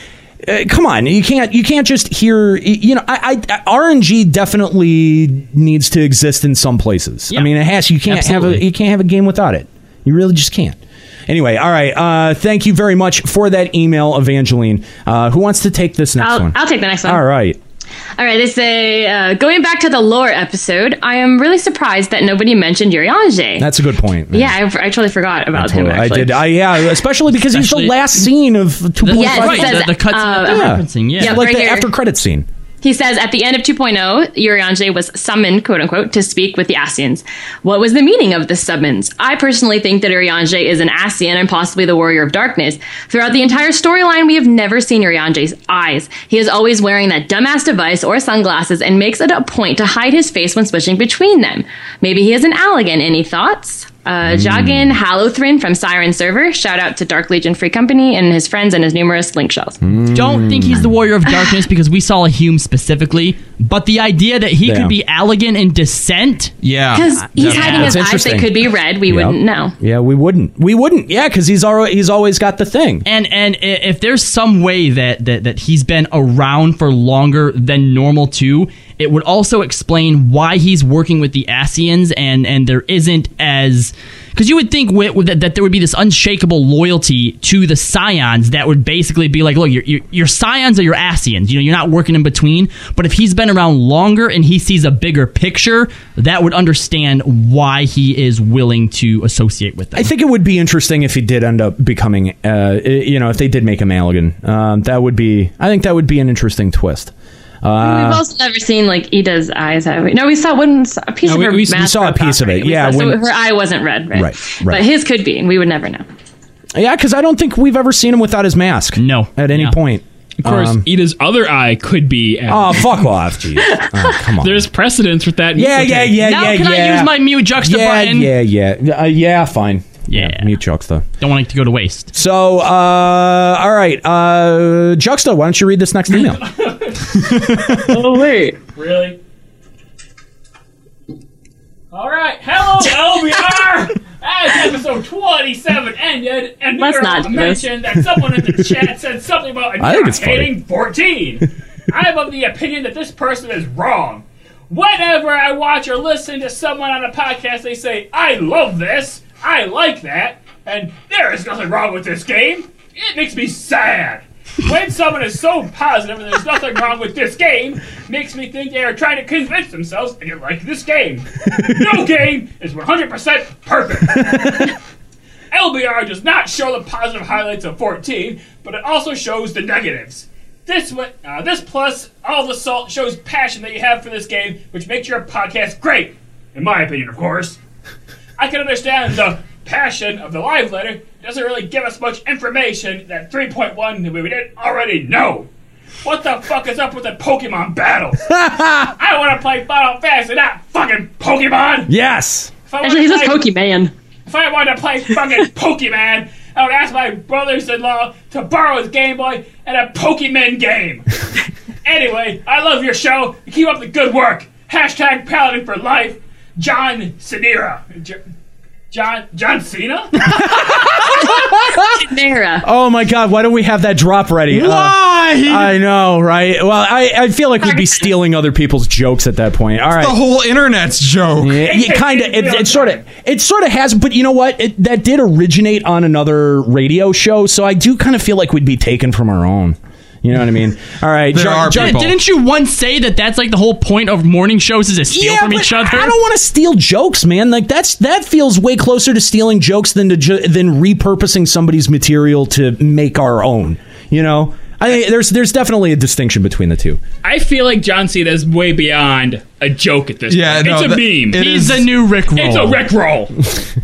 Uh, come on, you can't you can't just hear. y- You know, I, I RNG definitely needs to exist in some places. I mean, it has. You can't have a absolutely. you can't have a game without it. You really just can't. Anyway, all right. Uh, thank you very much for that email, Evangeline. Uh, who wants to take this next I'll- one? I'll take the next one. All right. All right, they say uh, going back to the lore episode. I am really surprised that nobody mentioned Yuri Ange. That's a good point. man. yeah, I, I totally forgot about him. I Actually. did. I yeah, especially because he's Especially- the last scene of two point Yes, five. it says, The- the cutscene uh, that they're referencing, yeah. yeah, like right the here. after credit scene. He says at the end of 2.0, Yurianje was summoned, quote unquote, to speak with the Asians. What was the meaning of this summons? I personally think that Yurianje is an Asian and possibly the Warrior of Darkness. Throughout the entire storyline, we have never seen Yurianje's eyes. He is always wearing that dumbass device or sunglasses and makes it a point to hide his face when switching between them. Maybe he is an Allegan. Any thoughts? Uh, Jagin Halothrin from Siren Server. Shout out to Dark Legion Free Company and his friends and his numerous link shells. Don't think he's the warrior of darkness because we saw a Hume specifically, but the idea that he Yeah. could be elegant in descent. Yeah, uh, Because Uh, he's hiding his eyes. They could be red. We Yep. wouldn't know. Yeah, we wouldn't. We wouldn't. Yeah, because he's already, he's always got the thing. And and i- if there's some way that, that that he's been around for longer than normal too, it would also explain why he's working with the Asians and and there isn't as because you would think with, with that, that there would be this unshakable loyalty to the Scions that would basically be like, look, you're, you're, you're Scions or your Asians. You know, you're not working in between. But if he's been around longer and he sees a bigger picture, that would understand why he is willing to associate with them. I think it would be interesting if he did end up becoming, uh, i- you know, if they did make him Allegan. Um, that would be. I think that would be an interesting twist. We've Uh, also never seen like Ida's eyes, have we? No, we saw one a piece No, of we- her. we- we mask saw a piece of it, property. We yeah, saw- so when- her eye wasn't red, right? Right, right. But his could be, and we would never know. yeah, because I don't think we've ever seen him without his mask. No, at any point. Of course, Um, Ida's other eye could be. Oh, fuck off, geez. Oh, come on. There's precedence with that. Yeah, yeah, yeah, yeah. yeah. mute yeah, Yeah, yeah, yeah. Uh, yeah, fine. Yeah. Mute Juxta. Don't want it to go to waste. So, uh, all right. Uh, Juxta, why don't you read this next email? oh, wait. Really? All right. Hello, LBR. As episode 27 ended, and Let's Peter not do this. mentioned that someone in the chat said something about a I think it's funny. hating 14. I'm of the opinion that this person is wrong. Whenever I watch or listen to someone on a podcast, they say, I love this, I like that, and there is nothing wrong with this game. It makes me sad. When someone is so positive and there's nothing wrong with this game, makes me think they are trying to convince themselves they like this game. No game is 100% perfect. LBR does not show the positive highlights of 14, but it also shows the negatives. This one, uh, this plus all the salt shows passion that you have for this game, which makes your podcast great, in my opinion, of course. I can understand the passion of the live letter. It doesn't really give us much information that 3.1 that we didn't already know. What the fuck is up with the Pokemon battles? I want to play Final Fantasy, not fucking Pokemon. Yes. If I wanna Actually, he says play- Pokemon. if I wanted to play fucking Pokemon, I would ask my brothers-in-law to borrow his Game Boy and a Pokemon game. anyway, I love your show. Keep up the good work. Hashtag Paladin for life. John Cenera. J- John John Cena? Nera. Oh my God! Why don't we have that drop ready? Uh, Why? I know, right? Well, I, I feel like we'd be stealing other people's jokes at that point. All right, the whole internet's joke. Yeah, kind of. It, it sort of. It sort of has. But you know what? It, that did originate on another radio show, so I do kind of feel like we'd be taken from our own. You know what I mean? All right, Jar- Jar- Didn't you once say that that's like the whole point of morning shows is to steal Yeah, from but each other? I don't want to steal jokes, man. Like that's that feels way closer to stealing jokes than to ju- than repurposing somebody's material to make our own. You know, I there's there's definitely a distinction between the two. I feel like John Cena is way beyond a joke at this Yeah, point. no, it's a that- meme. it He's is- the new Rick It's a Roll. Rick roll.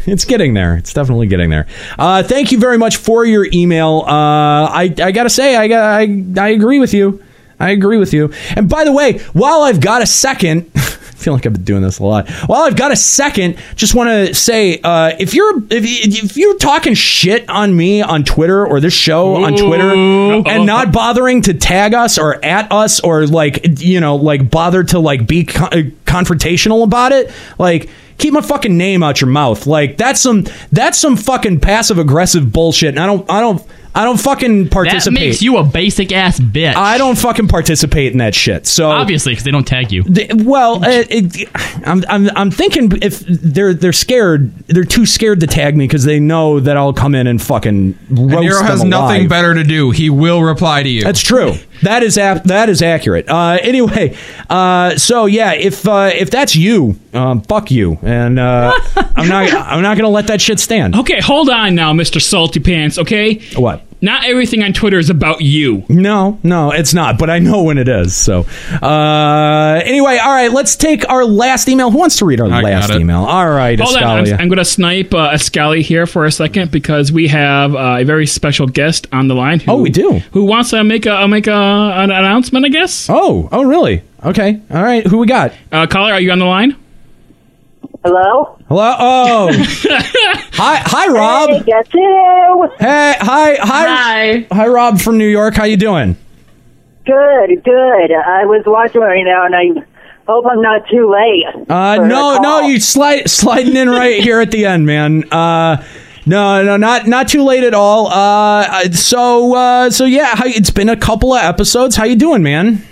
it's getting there. It's definitely getting there. Uh, thank you very much for your email. Uh, I I gotta say I got I, I agree with you. I agree with you. And by the way, while I've got a second. I feel like I've been doing this a lot. While I've got a second, just want to say uh, if you're if, you- if you're talking shit on me on Twitter or this show on Twitter and not bothering to tag us or at us or like you know like bother to like be con- uh, confrontational about it, like keep my fucking name out your mouth. Like that's some that's some fucking passive aggressive bullshit. And I don't I don't I don't fucking That participate. makes you a basic ass bitch. I don't fucking participate in that shit. So Obviously, because they don't tag you. Th- well, uh, it, I'm, I'm I'm thinking if they're they're scared, they're too scared to tag me because they know that I'll come in and fucking roast And Nero them has nothing alive. better to do. He will reply to you. That's true. That is ap- that is accurate. Uh, anyway, uh, so yeah, if uh, if that's you, um, fuck you, and uh, I'm not I'm not gonna let that shit stand. Okay, hold on now, Mr. Salty Pants, okay? What? Not everything on Twitter is about you. No, no, it's not. But I know when it is. So uh, anyway, all right, let's take our last email. Who wants to read our last email? All right, Hold on, I'm, Escalia. I'm going to snipe uh, Ascali here for a second because we have uh, a very special guest on the line. Who, oh, we do. Who wants to make a uh, make a, an announcement? I guess. Oh, oh, really? Okay, all right. Who we got? Uh, caller, are you on the line? Hello. Hello. Oh, hi, hi, Rob. Hey, guess who? Hey, hi, hi, hi, Rob from New York. How you doing? Good, good. I was watching right now, and I hope I'm not too late. Uh, no, no, you slide sliding in right here at the end, man. Uh, no, no, not not too late at all. Uh, so, uh, so yeah, how, it's been a couple of episodes. How you doing, man?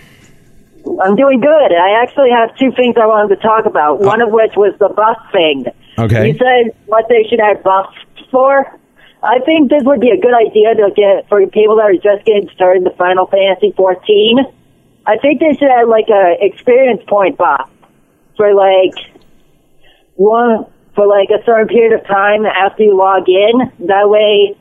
I'm doing good. I actually have two things I wanted to talk about. One of which was the buff thing. Okay. You said what they should have buffs for. I think this would be a good idea to get for people that are just getting started in the Final Fantasy 14. I think they should have like a experience point buff for like one for like a certain period of time after you log in. That way,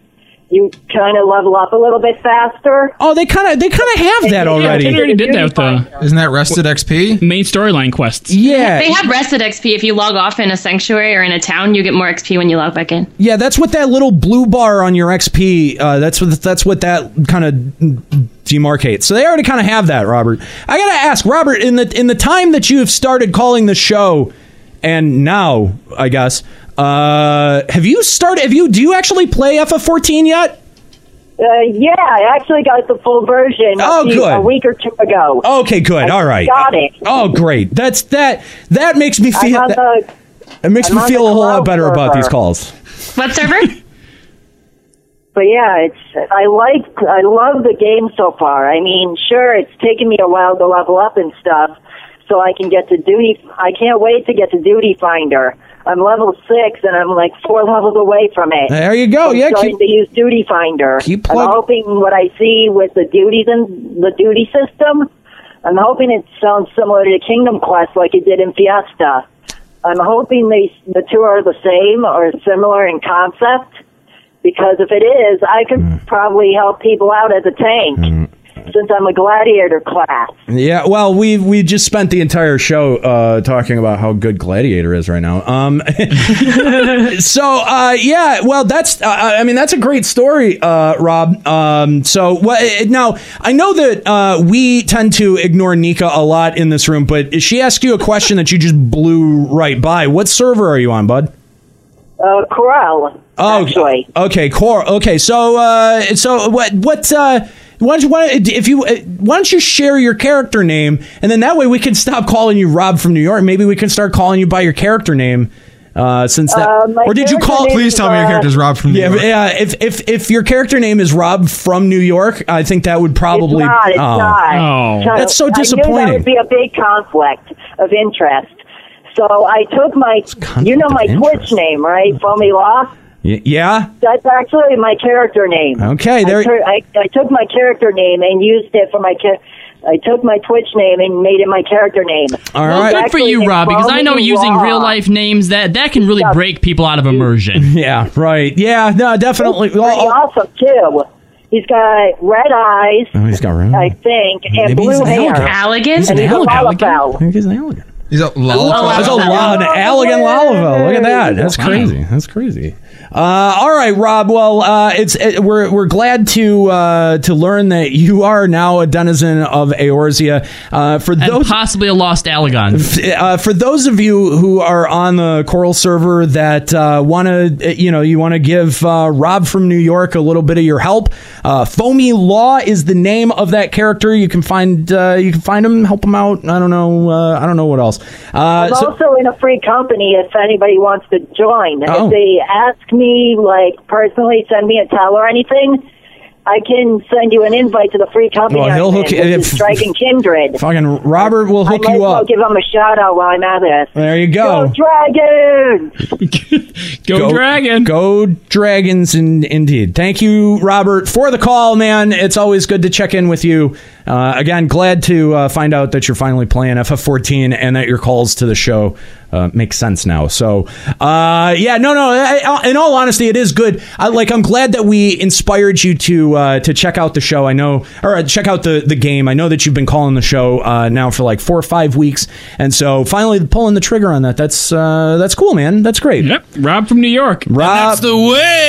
you kind of level up a little bit faster. Oh, they kind of they kind of have Yeah, They already did that with the. Isn't that Rested XP? Main storyline quests. Yeah. They have rested XP. If you log off in a sanctuary or in a town, you get more XP when you log back in. Yeah, that's what that little blue bar on your XP. Uh, that's what that's what that kind of demarcates. So they already kind of have that, Robert. I gotta ask, Robert, in the in the time that you have started calling the show, and now I guess, Uh, have you started? Have you? Do you actually play FF14 yet? Uh, yeah, I actually got the full version. Oh, a few- good. A week or two ago. Okay, good. I All right. Got it. Oh, great. That's that. That makes me I'm feel. on that- the- it makes I'm me on feel the a whole lot cloud better about server. these calls. What server? But yeah, it's I like I love the game so far. I mean, sure, it's taken me a while to level up and stuff, so I can get to duty. I can't wait to get to duty finder. I'm level six, and I'm like four levels away from it. There you go. I'm Yeah, starting keep- to use duty finder. Keep I'm plug- hoping what I see with the duties and the duty system. I'm hoping it sounds similar to Kingdom Quest, like it did in Fiesta. I'm hoping they the two are the same or similar in concept because if it is, I Mm. could probably help people out as a tank since I'm a gladiator class. Yeah, well, we we just spent the entire show uh, talking about how good Gladiator is right now. Um, so uh, yeah, well, that's uh, I mean that's a great story, uh, Rob. Um, so wha- now I know that uh, we tend to ignore Nika a lot in this room, but she asked you a question that you just blew right by. What server are you on, bud? Uh, Corel. Oh, okay, core. Okay, so uh, so what what uh, why don't you why, if you uh, why don't you share your character name and then that way we can stop calling you Rob from New York. Maybe we can start calling you by your character name. Uh, since that, Uh, my or did you character call? name Please tell me your is, character's uh, Rob from New yeah, York. Yeah, if if if your character name is Rob from New York, I think that would probably. it's not. It's oh, not. Oh. that's so I knew that disappointing. would be a big conflict of interest. So I took my, you know, my Twitch name, right? Foamy Law. Y- yeah, That's actually my character name. Okay, there- I, tur- I, I took my character name and used it for my. Cha- I took my Twitch name and made it my character name. All It's well, good for actually you, Rob, because I know Foamy using Law. real life names that that can really break people out of immersion. Yeah, right. Yeah, no, definitely. oh, Pretty awesome too. He's got red eyes, Oh, he's got room. I think, and Maybe he's blue an hair. alligator. Elegant, and He's an he's a alligator. Lalafell. He's an alligator. He's a Oh, Lollipop. That's a lot. An elegant Lollipop. Look at that. That's crazy. That's crazy. Uh, all right, Rob. Well, uh, it's it, we're we're glad to uh, to learn that you are now a denizen of Eorzea. Uh, for those possibly a lost Alagon. uh, for those of you who are on the Coral server that uh, want to, you know, you want to give uh, Rob from New York a little bit of your help. Uh, Foamy Law is the name of that character. You can find uh, you can find him, help him out. I don't know. Uh, I don't know what else. Uh, I'm so- also in a free company if anybody wants to join. Oh. If they ask me, like, personally, send me a towel or anything, I can send you an invite to the free company. Well, he'll I'm in, hook you- which is if- Striking Kindred. Fucking Robert will hook I might you as well up. give him a shout out while I'm at this. There you go. Go Dragon! Go, dragon. Go dragons in, indeed. Thank you, Robert, for the call, man. It's always good to check in with you. Uh, again, glad to uh, find out that you're finally playing FF14 and that your calls to the show uh, make sense now. So, uh, yeah, no, no. I, in all honesty, it is good. I, like, I'm glad that we inspired you to uh, to check out the show. I know, or uh, check out the the game. I know that you've been calling the show uh, now for like four or five weeks, and so finally pulling the trigger on that. That's uh, that's cool, man. That's great. Yep, Rob from New York. Rob, That's the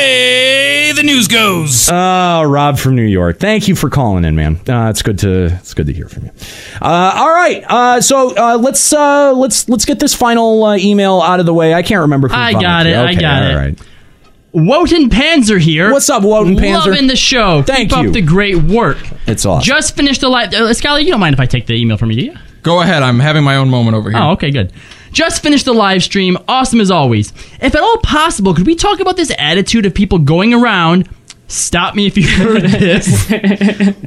way the news goes. Oh, Rob from New York. Thank you for calling in, man. Uh, it's good to it's good to hear from you. Uh, all right, uh, so uh, let's uh, let's let's get this final uh, email out of the way. I can't remember. Who I volunteered. got it, I Okay, got it. All right. Wotan Panzer here. What's up, Wotan Panzer? Loving the show. Thank Keep you. up the great work. It's awesome. Just finished the live. Uh, Scully, you don't mind if I take the email from you, do you? Go ahead. I'm having my own moment over here. Oh, okay, good. Just finished the live stream. Awesome as always. If at all possible, could we talk about this attitude of people going around? Stop me if you heard this.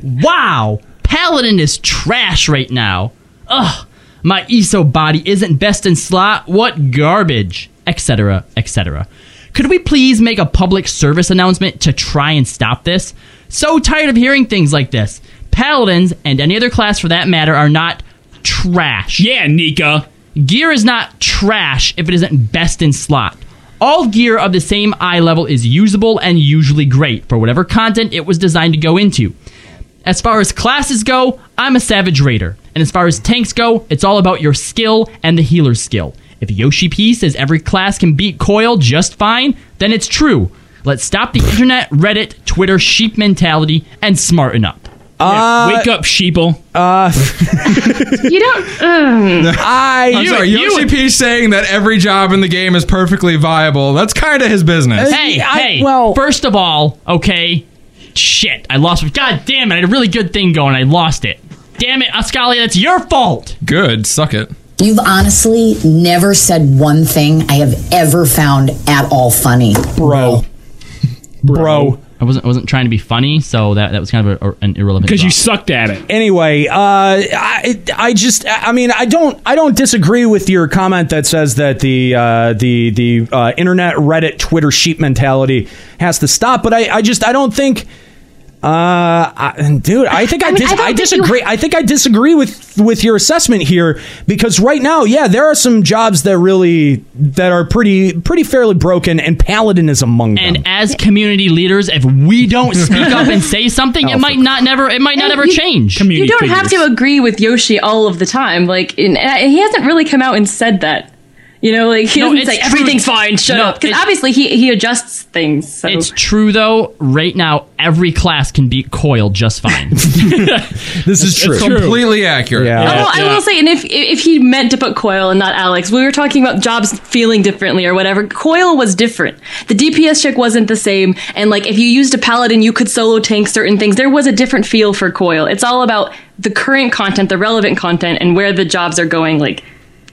wow, Paladin is trash right now. Ugh, my ESO body isn't best in slot. What garbage, etc., etc. Could we please make a public service announcement to try and stop this? So tired of hearing things like this. Paladins, and any other class for that matter, are not trash. Yeah, Nika. Gear is not trash if it isn't best in slot. All gear of the same eye level is usable and usually great for whatever content it was designed to go into. As far as classes go, I'm a Savage Raider. And as far as tanks go, it's all about your skill and the healer's skill. If Yoshi P says every class can beat Coil just fine, then it's true. Let's stop the internet, Reddit, Twitter sheep mentality and smarten up. Yeah, wake up, sheeple. Uh, you don't. Um, I. I'm sorry, Yoshi P saying that every job in the game is perfectly viable. That's kind of his business. Hey, hey. first of all, okay. Shit, I lost. God damn it! I had a really good thing going. I lost it. Damn it, Ascalia, that's your fault. Good, suck it. You've honestly never said one thing I have ever found at all funny. Bro. Bro. I wasn't I wasn't trying to be funny, so that, that was kind of a, an irrelevant. drop. sucked at it. Anyway, uh, I I just I mean I don't I don't disagree with your comment that says that the uh, the the uh, internet Reddit Twitter sheep mentality has to stop, but I I just I don't think. Uh, I, dude, I think I, dis- I, disagree. I think I disagree with with your assessment here because right now, yeah, there are some jobs that really that are pretty pretty fairly broken, and Paladin is among them. And as community leaders, if we don't speak up and say something, it might not never it might not ever you- change. you don't have to agree with Yoshi all of the time. Like, and, and he hasn't really come out and said that. You know, like he No, doesn't it's say true. everything's fine. Shut No, up, because it- obviously he he adjusts things. So. It's true though. Right now, every class can beat Coil just fine. this is It's completely accurate. Although I will say, and if if he meant to put Coil and not Alex, we were talking about jobs feeling differently or whatever. Coil was different. The DPS check wasn't the same, and like if you used a paladin, you could solo tank certain things. There was a different feel for Coil. It's all about the current content, the relevant content, and where the jobs are going. Like,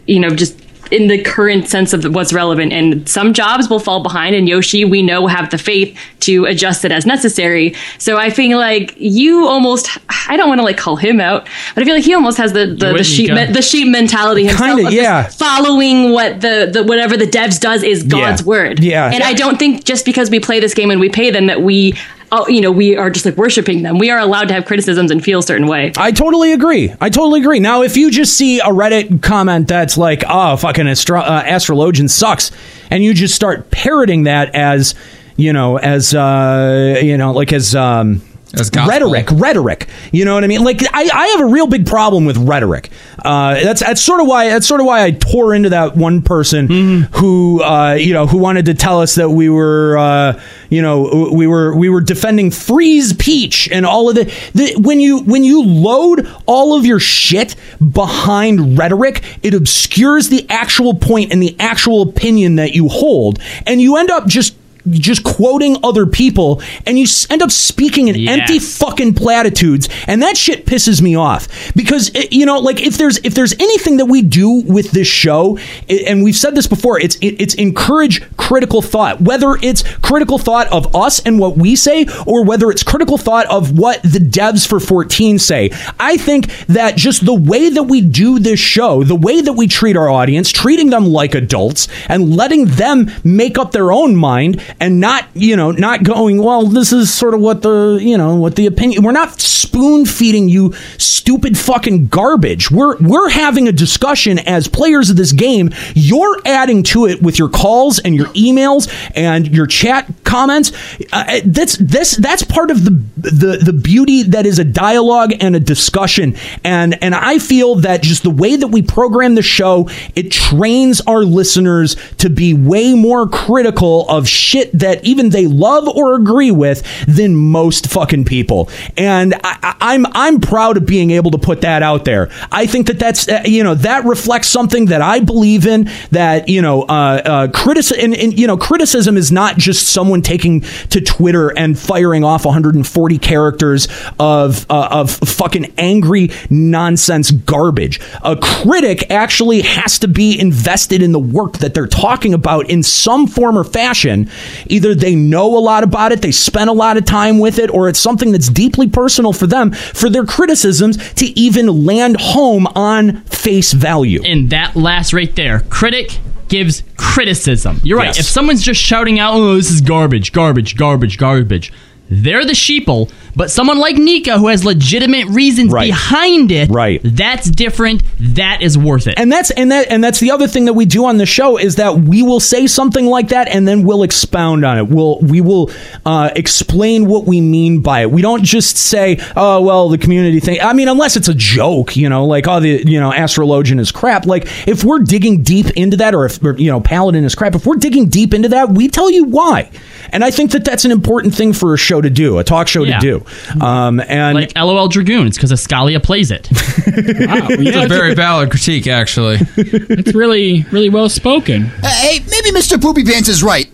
you know, just in the current sense of what's relevant. And some jobs will fall behind, and Yoshi, we know, have the faith to adjust it as necessary. So I feel like you almost, I don't want to like call him out, but I feel like he almost has the, the, the, wouldn't, sheep, Nico. men- the sheep mentality himself. Kinda, of just yeah. Following what the, the, whatever the devs does is God's Yeah. word. Yeah. And I don't think just because we play this game and we pay them that we, oh, you know, we are just like worshiping them. We are allowed to have criticisms and feel a certain way. I totally agree. I totally agree. Now, if you just see a Reddit comment that's like, "Oh, fucking astro- uh, astrologian sucks," and you just start parroting that as, you know, as uh, you know, like as um, as rhetoric, rhetoric. You know what I mean? Like, I, I have a real big problem with rhetoric. Uh, that's that's sort of why that's sort of why I tore into that one person who uh, you know who wanted to tell us that we were uh, you know we were we were defending freeze peach and all of the, the when you when you load all of your shit behind rhetoric it obscures the actual point and the actual opinion that you hold and you end up just just quoting other people and you s- end up speaking in empty fucking platitudes and that shit pisses me off because eh, you know like if there's if there's anything that we do with this show eh, and we've said this before it's it, it's encourage critical thought whether it's critical thought of us and what we say or whether it's critical thought of what the devs for 14 say i think that just the way that we do this show the way that we treat our audience treating them like adults and letting them make up their own mind and not you know not going well this is sort of what the you know what the opinion we're not spoon feeding you stupid fucking garbage we're we're having a discussion as players of this game you're adding to it with your calls and your emails and your chat comments uh, that's this that's part of the the the beauty that is a dialogue and a discussion and and I feel that just the way that we program the show it trains our listeners to be way more critical of shit that even they love or agree with than most fucking people and I, I, I'm I'm proud of being able to put that out there I think that that's uh, you know that reflects something that I believe in that you know uh, uh, criticism and, and you know criticism is not just someone taking to Twitter and firing off 140 characters of uh, of fucking angry nonsense garbage. A critic actually has to be invested in the work that they're talking about in some form or fashion. Either they know a lot about it, they spent a lot of time with it, or it's something that's deeply personal for them for their criticisms to even land home on face value. And that last right there, critic gives criticism. You're right. Yes. If someone's just shouting out, "Oh, this is garbage, garbage, garbage, garbage," they're the sheeple. But someone like Nika, who has legitimate reasons behind it, right? That's different. That is worth it. And that's and that and that's the other thing that we do on the show is that we will say something like that and then we'll expound on it. We'll we will uh, explain what we mean by it. We don't just say, "Oh, well, the community thing." I mean, unless it's a joke, you know, like, "Oh, the you know, astrologian is crap." Like, if we're digging deep into that, or if or, you know, paladin is crap, if we're digging deep into that, we tell you why. And I think that that's an important thing for a show to do, a talk show Yeah. to do. Um, and like LOL Dragoon, it's because Escalia plays it. It's a very valid critique, actually. it's really, really well spoken. hey, maybe Mr. Poopy Pants is right.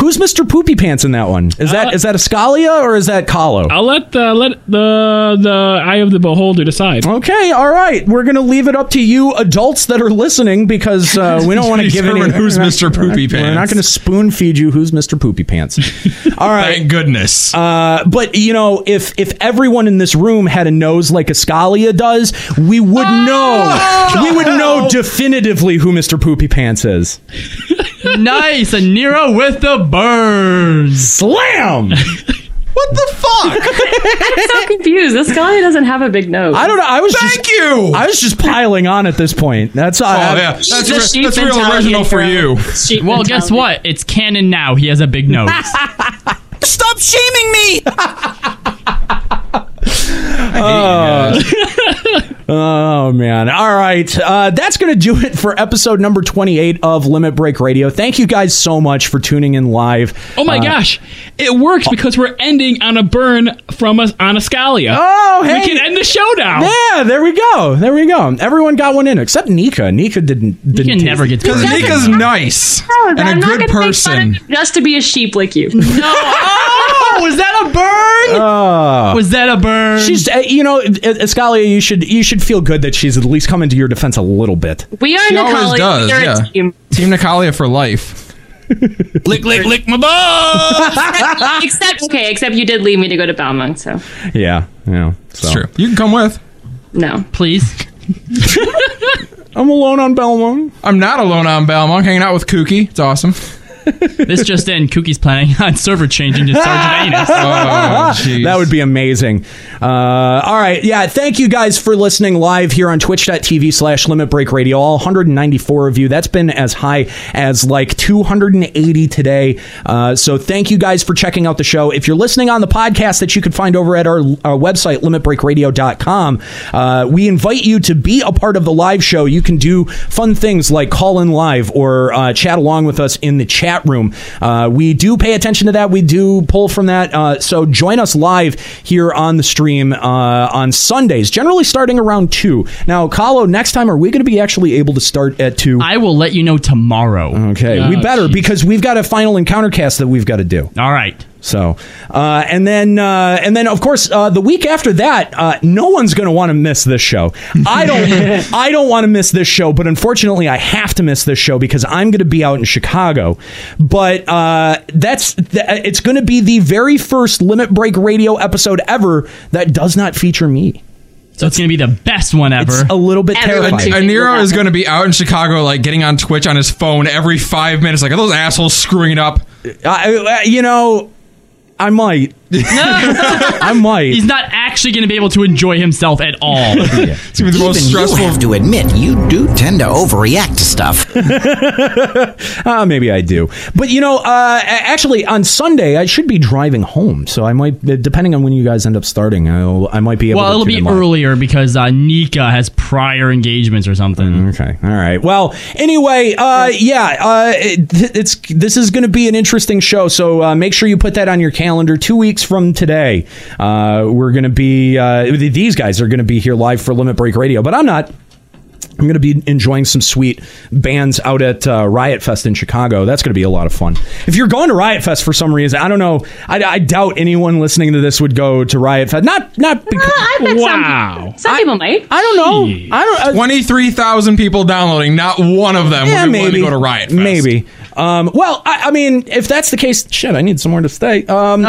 Who's Mr. Poopy Pants in that one? Is Uh, that is that Escalia or is that Kahlo? I'll let the let the the eye of the beholder decide. Okay, all right. We're going to leave it up to you adults that are listening because uh, we don't want to give any. Determine who's we're not- Mr. we're Poopy not- We're not Pants. going to spoon feed you who's Mr. Poopy Pants. All right. Thank goodness. Uh, but you know, if if everyone in this room had a nose like Escalia does, we would Oh! know. We would know definitively who Mr. Poopy Pants is. nice, and Nero with the burns. Slam. What the fuck? I'm so confused. This guy doesn't have a big nose. I don't know. I was Thank just, you. I was just piling on at this point. That's all. Oh, yeah. That's re- that's real original for you. Well, guess what? It's canon now. He has a big nose. Stop shaming me! Uh, oh man! All right, uh, that's going to do it for episode number twenty-eight of Limit Break Radio. Thank you guys so much for tuning in live. Oh my Uh, gosh, it works because we're ending on a burn from us on a Scalia. Oh, hey. we can end the show now. Yeah, there we go. There we go. Everyone got one in except Nika. Nika didn't. didn't Nika taste never it. gets Because Nika's nice Oh, I'm and a not good gonna make fun person. of you just to be a sheep like you. oh, was that a burn? Oh. Uh, Was that a burn? She's, uh, you know, Escalia. You should, you should feel good that she's at least coming to your defense a little bit. We are She Nicole. always does. You're Yeah. a team. Team Nicalia for life. lick, lick, lick my balls. except, except- okay, except you did leave me to go to Balmung, so Yeah, yeah. It's true. You can come with. no. Please. I'm alone on Belmont. I'm not alone on Belmont. Hanging out with Kooky. It's awesome. this just in, Kookie's planning on server changing to Sergeant Anus. Oh, that would be amazing. Uh, all right. Yeah. Thank you guys for listening live here on twitch.tv slash limit break radio. All 194 of you. That's been as high as like 280 today. Uh, so thank you guys for checking out the show. If you're listening on the podcast that you can find over at our, our website, limitbreakradio.com, uh, we invite you to be a part of the live show. You can do fun things like call in live or uh, chat along with us in the chat room. Uh, we do pay attention to that. We do pull from that. Uh, so join us live here on the stream uh, on Sundays, generally starting around 2. Now, Kahlo, next time, are we going to be actually able to start at 2? I will let you know tomorrow. Okay. we better because we've got a final encounter cast that we've got to do. All right. So, uh, and then, uh, and then, of course, uh, the week after that, uh, no one's going to want to miss this show. I don't, I don't want to miss this show, but unfortunately, I have to miss this show because I'm going to be out in Chicago. But uh, that's, th- it's going to be the very first Limit Break Radio episode ever that does not feature me. So it's going to be the best one ever. It's a little bit terrifying. And Nero is going to be out in Chicago, like getting on Twitch on his phone every five minutes. Like, are those assholes screwing it up? I, I- you know, I might. I might. He's not actually going to be able to enjoy himself at all. It's gonna be the most Even You stressful. have to admit, you do tend to overreact to stuff. Ah, maybe I do. But you know, uh, a- actually, on Sunday I should be driving home, so I might, uh, depending on when you guys end up starting, I'll, I might be able. well, to it'll tune be them on. earlier because uh, Nika has prior engagements or something. Okay. All right. Well, anyway, uh, yeah, uh, it, it's this is going to be an interesting show. So uh, make sure you put that on your calendar. Two weeks from today, uh, we're going to be uh, th- these guys are going to be here live for Limit Break Radio, but I'm not. I'm going to be enjoying some sweet bands out at uh, Riot Fest in Chicago. That's going to be a lot of fun. If you're going to Riot Fest for some reason, I don't know. I, I doubt anyone listening to this would go to Riot Fest. Not not because. Some, some people might. I don't know. I don't. uh, Twenty-three thousand people downloading. Not one of them yeah, would be willing maybe to go to Riot. Fest. Maybe. Um, well, I, I mean, if that's the case, shit, I need somewhere to stay. Um,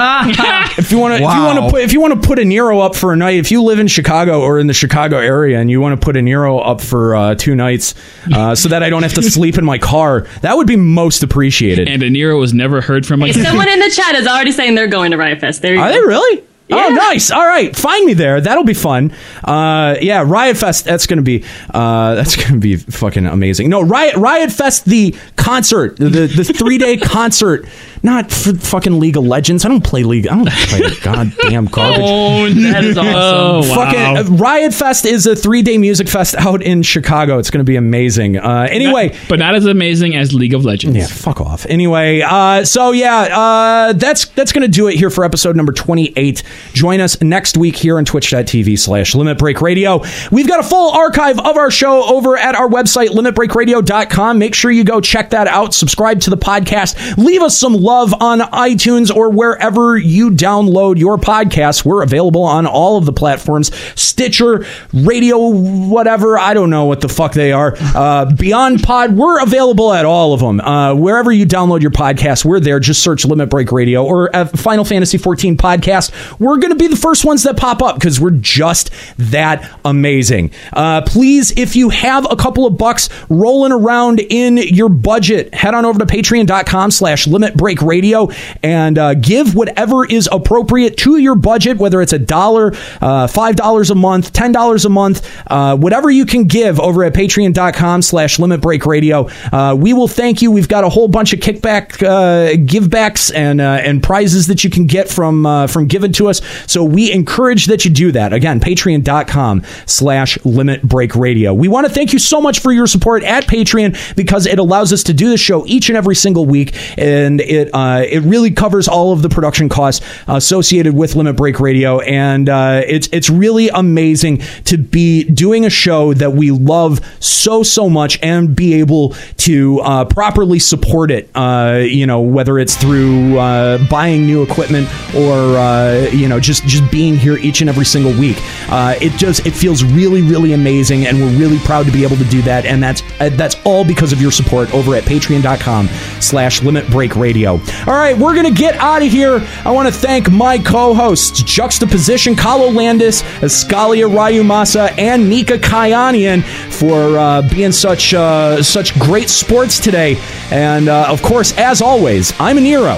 if you want to, if you Wow. want to put, if you want to put a Nero up for a night, if you live in Chicago or in the Chicago area and you want to put a Nero up for uh, two nights, uh, so that I don't have to sleep in my car, that would be most appreciated. And De Niro was never heard from Hey, again. someone in the chat is already saying they're going to Riot Fest. There you Are go. they really? Oh, nice. All right, find me there. That'll be fun. Uh, yeah, Riot Fest. That's gonna be uh, that's gonna be fucking amazing. No, Riot Riot Fest, the concert, the the three day concert. Not for fucking League of Legends. I don't play League. I don't play goddamn garbage. Oh, that is awesome. Oh, wow. Fucking uh, Riot Fest is a three day music fest out in Chicago. It's gonna be amazing. Uh, anyway, but not as amazing as League of Legends. Yeah, fuck off. Anyway, uh, so yeah, uh, that's that's gonna do it here for episode number twenty eight. Join us next week here on twitch.tv slash limit break radio. We've got a full archive of our show over at our website, limitbreakradio.com. Make sure you go check that out, subscribe to the podcast, leave us some love on iTunes or wherever you download your podcasts. We're available on all of the platforms Stitcher, radio, whatever. I don't know what the fuck they are. Uh, Beyond Pod, we're available at all of them. Uh, wherever you download your podcast, we're there. Just search Limit Break Radio or uh, Final Fantasy 14 podcast. We're going to be the first ones that pop up because we're just that amazing. Uh, please, if you have a couple of bucks rolling around in your budget, head on over to patreon.com slash limit break radio and uh, give whatever is appropriate to your budget, whether it's a dollar, uh, five dollars a month, ten dollars a month, uh, whatever you can give over at patreon.com slash limit break radio. Uh, we will thank you. We've got a whole bunch of kickback uh, givebacks and uh, and prizes that you can get from uh, from given to us. So we encourage that you do that. Again, patreon.com slash limit break radio. We want to thank you so much for your support at Patreon because it allows us to do the show each and every single week. And it uh, it really covers all of the production costs associated with Limit Break Radio. And uh, it's it's really amazing to be doing a show that we love so, so much and be able to uh, properly support it. Uh, you know, whether it's through uh, buying new equipment or, uh, you know, just, just being here each and every single week. Uh, it just, it feels really, really amazing. And we're really proud to be able to do that. And that's, uh, that's all because of your support over at patreon.com slash limit break radio. All right, we're going to get out of here. I want to thank my co-hosts, Juxtaposition, Kalo Landis, Escalia Ryumasa, and Nika Kyanian for uh, being such uh, such great sports today. And uh, of course, as always, I'm an hero.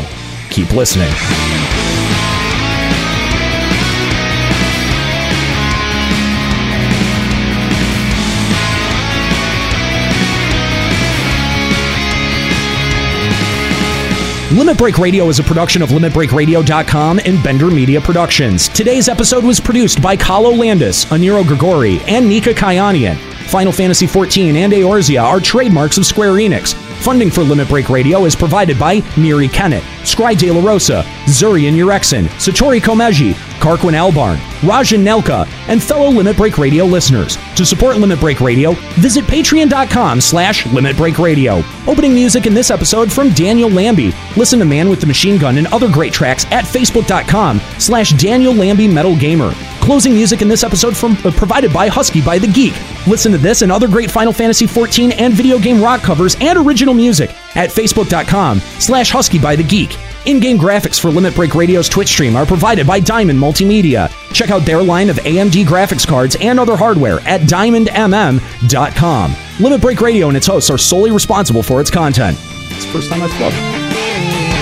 Keep listening. Limit Break Radio is a production of LimitBreakRadio.com and Bender Media Productions. Today's episode was produced by Kalo Landis, Aniro Grigori, and Nika Kyanian. Final Fantasy XIV and Eorzea are trademarks of Square Enix. Funding for Limit Break Radio is provided by Miri Kennett, Scry De La Rosa, Zurian Urexin, Satori Komeji, Karquin Albarn, Rajan Nelka, and fellow Limit Break Radio listeners. To support Limit Break Radio, visit patreon.com slash Limit Break Radio. Opening music in this episode from Daniel Lambie. Listen to Man with the Machine Gun and other great tracks at facebook.com slash Daniel Lambie Metal Gamer. Closing music in this episode from uh, provided by Husky by the Geek. Listen to this and other great Final Fantasy XIV and video game rock covers and original music at facebook.com slash Husky by the Geek. In-game graphics for Limit Break Radio's Twitch stream are provided by Diamond Multimedia. Check out their line of AMD graphics cards and other hardware at diamondmm.com. Limit Break Radio and its hosts are solely responsible for its content. It's the first time I've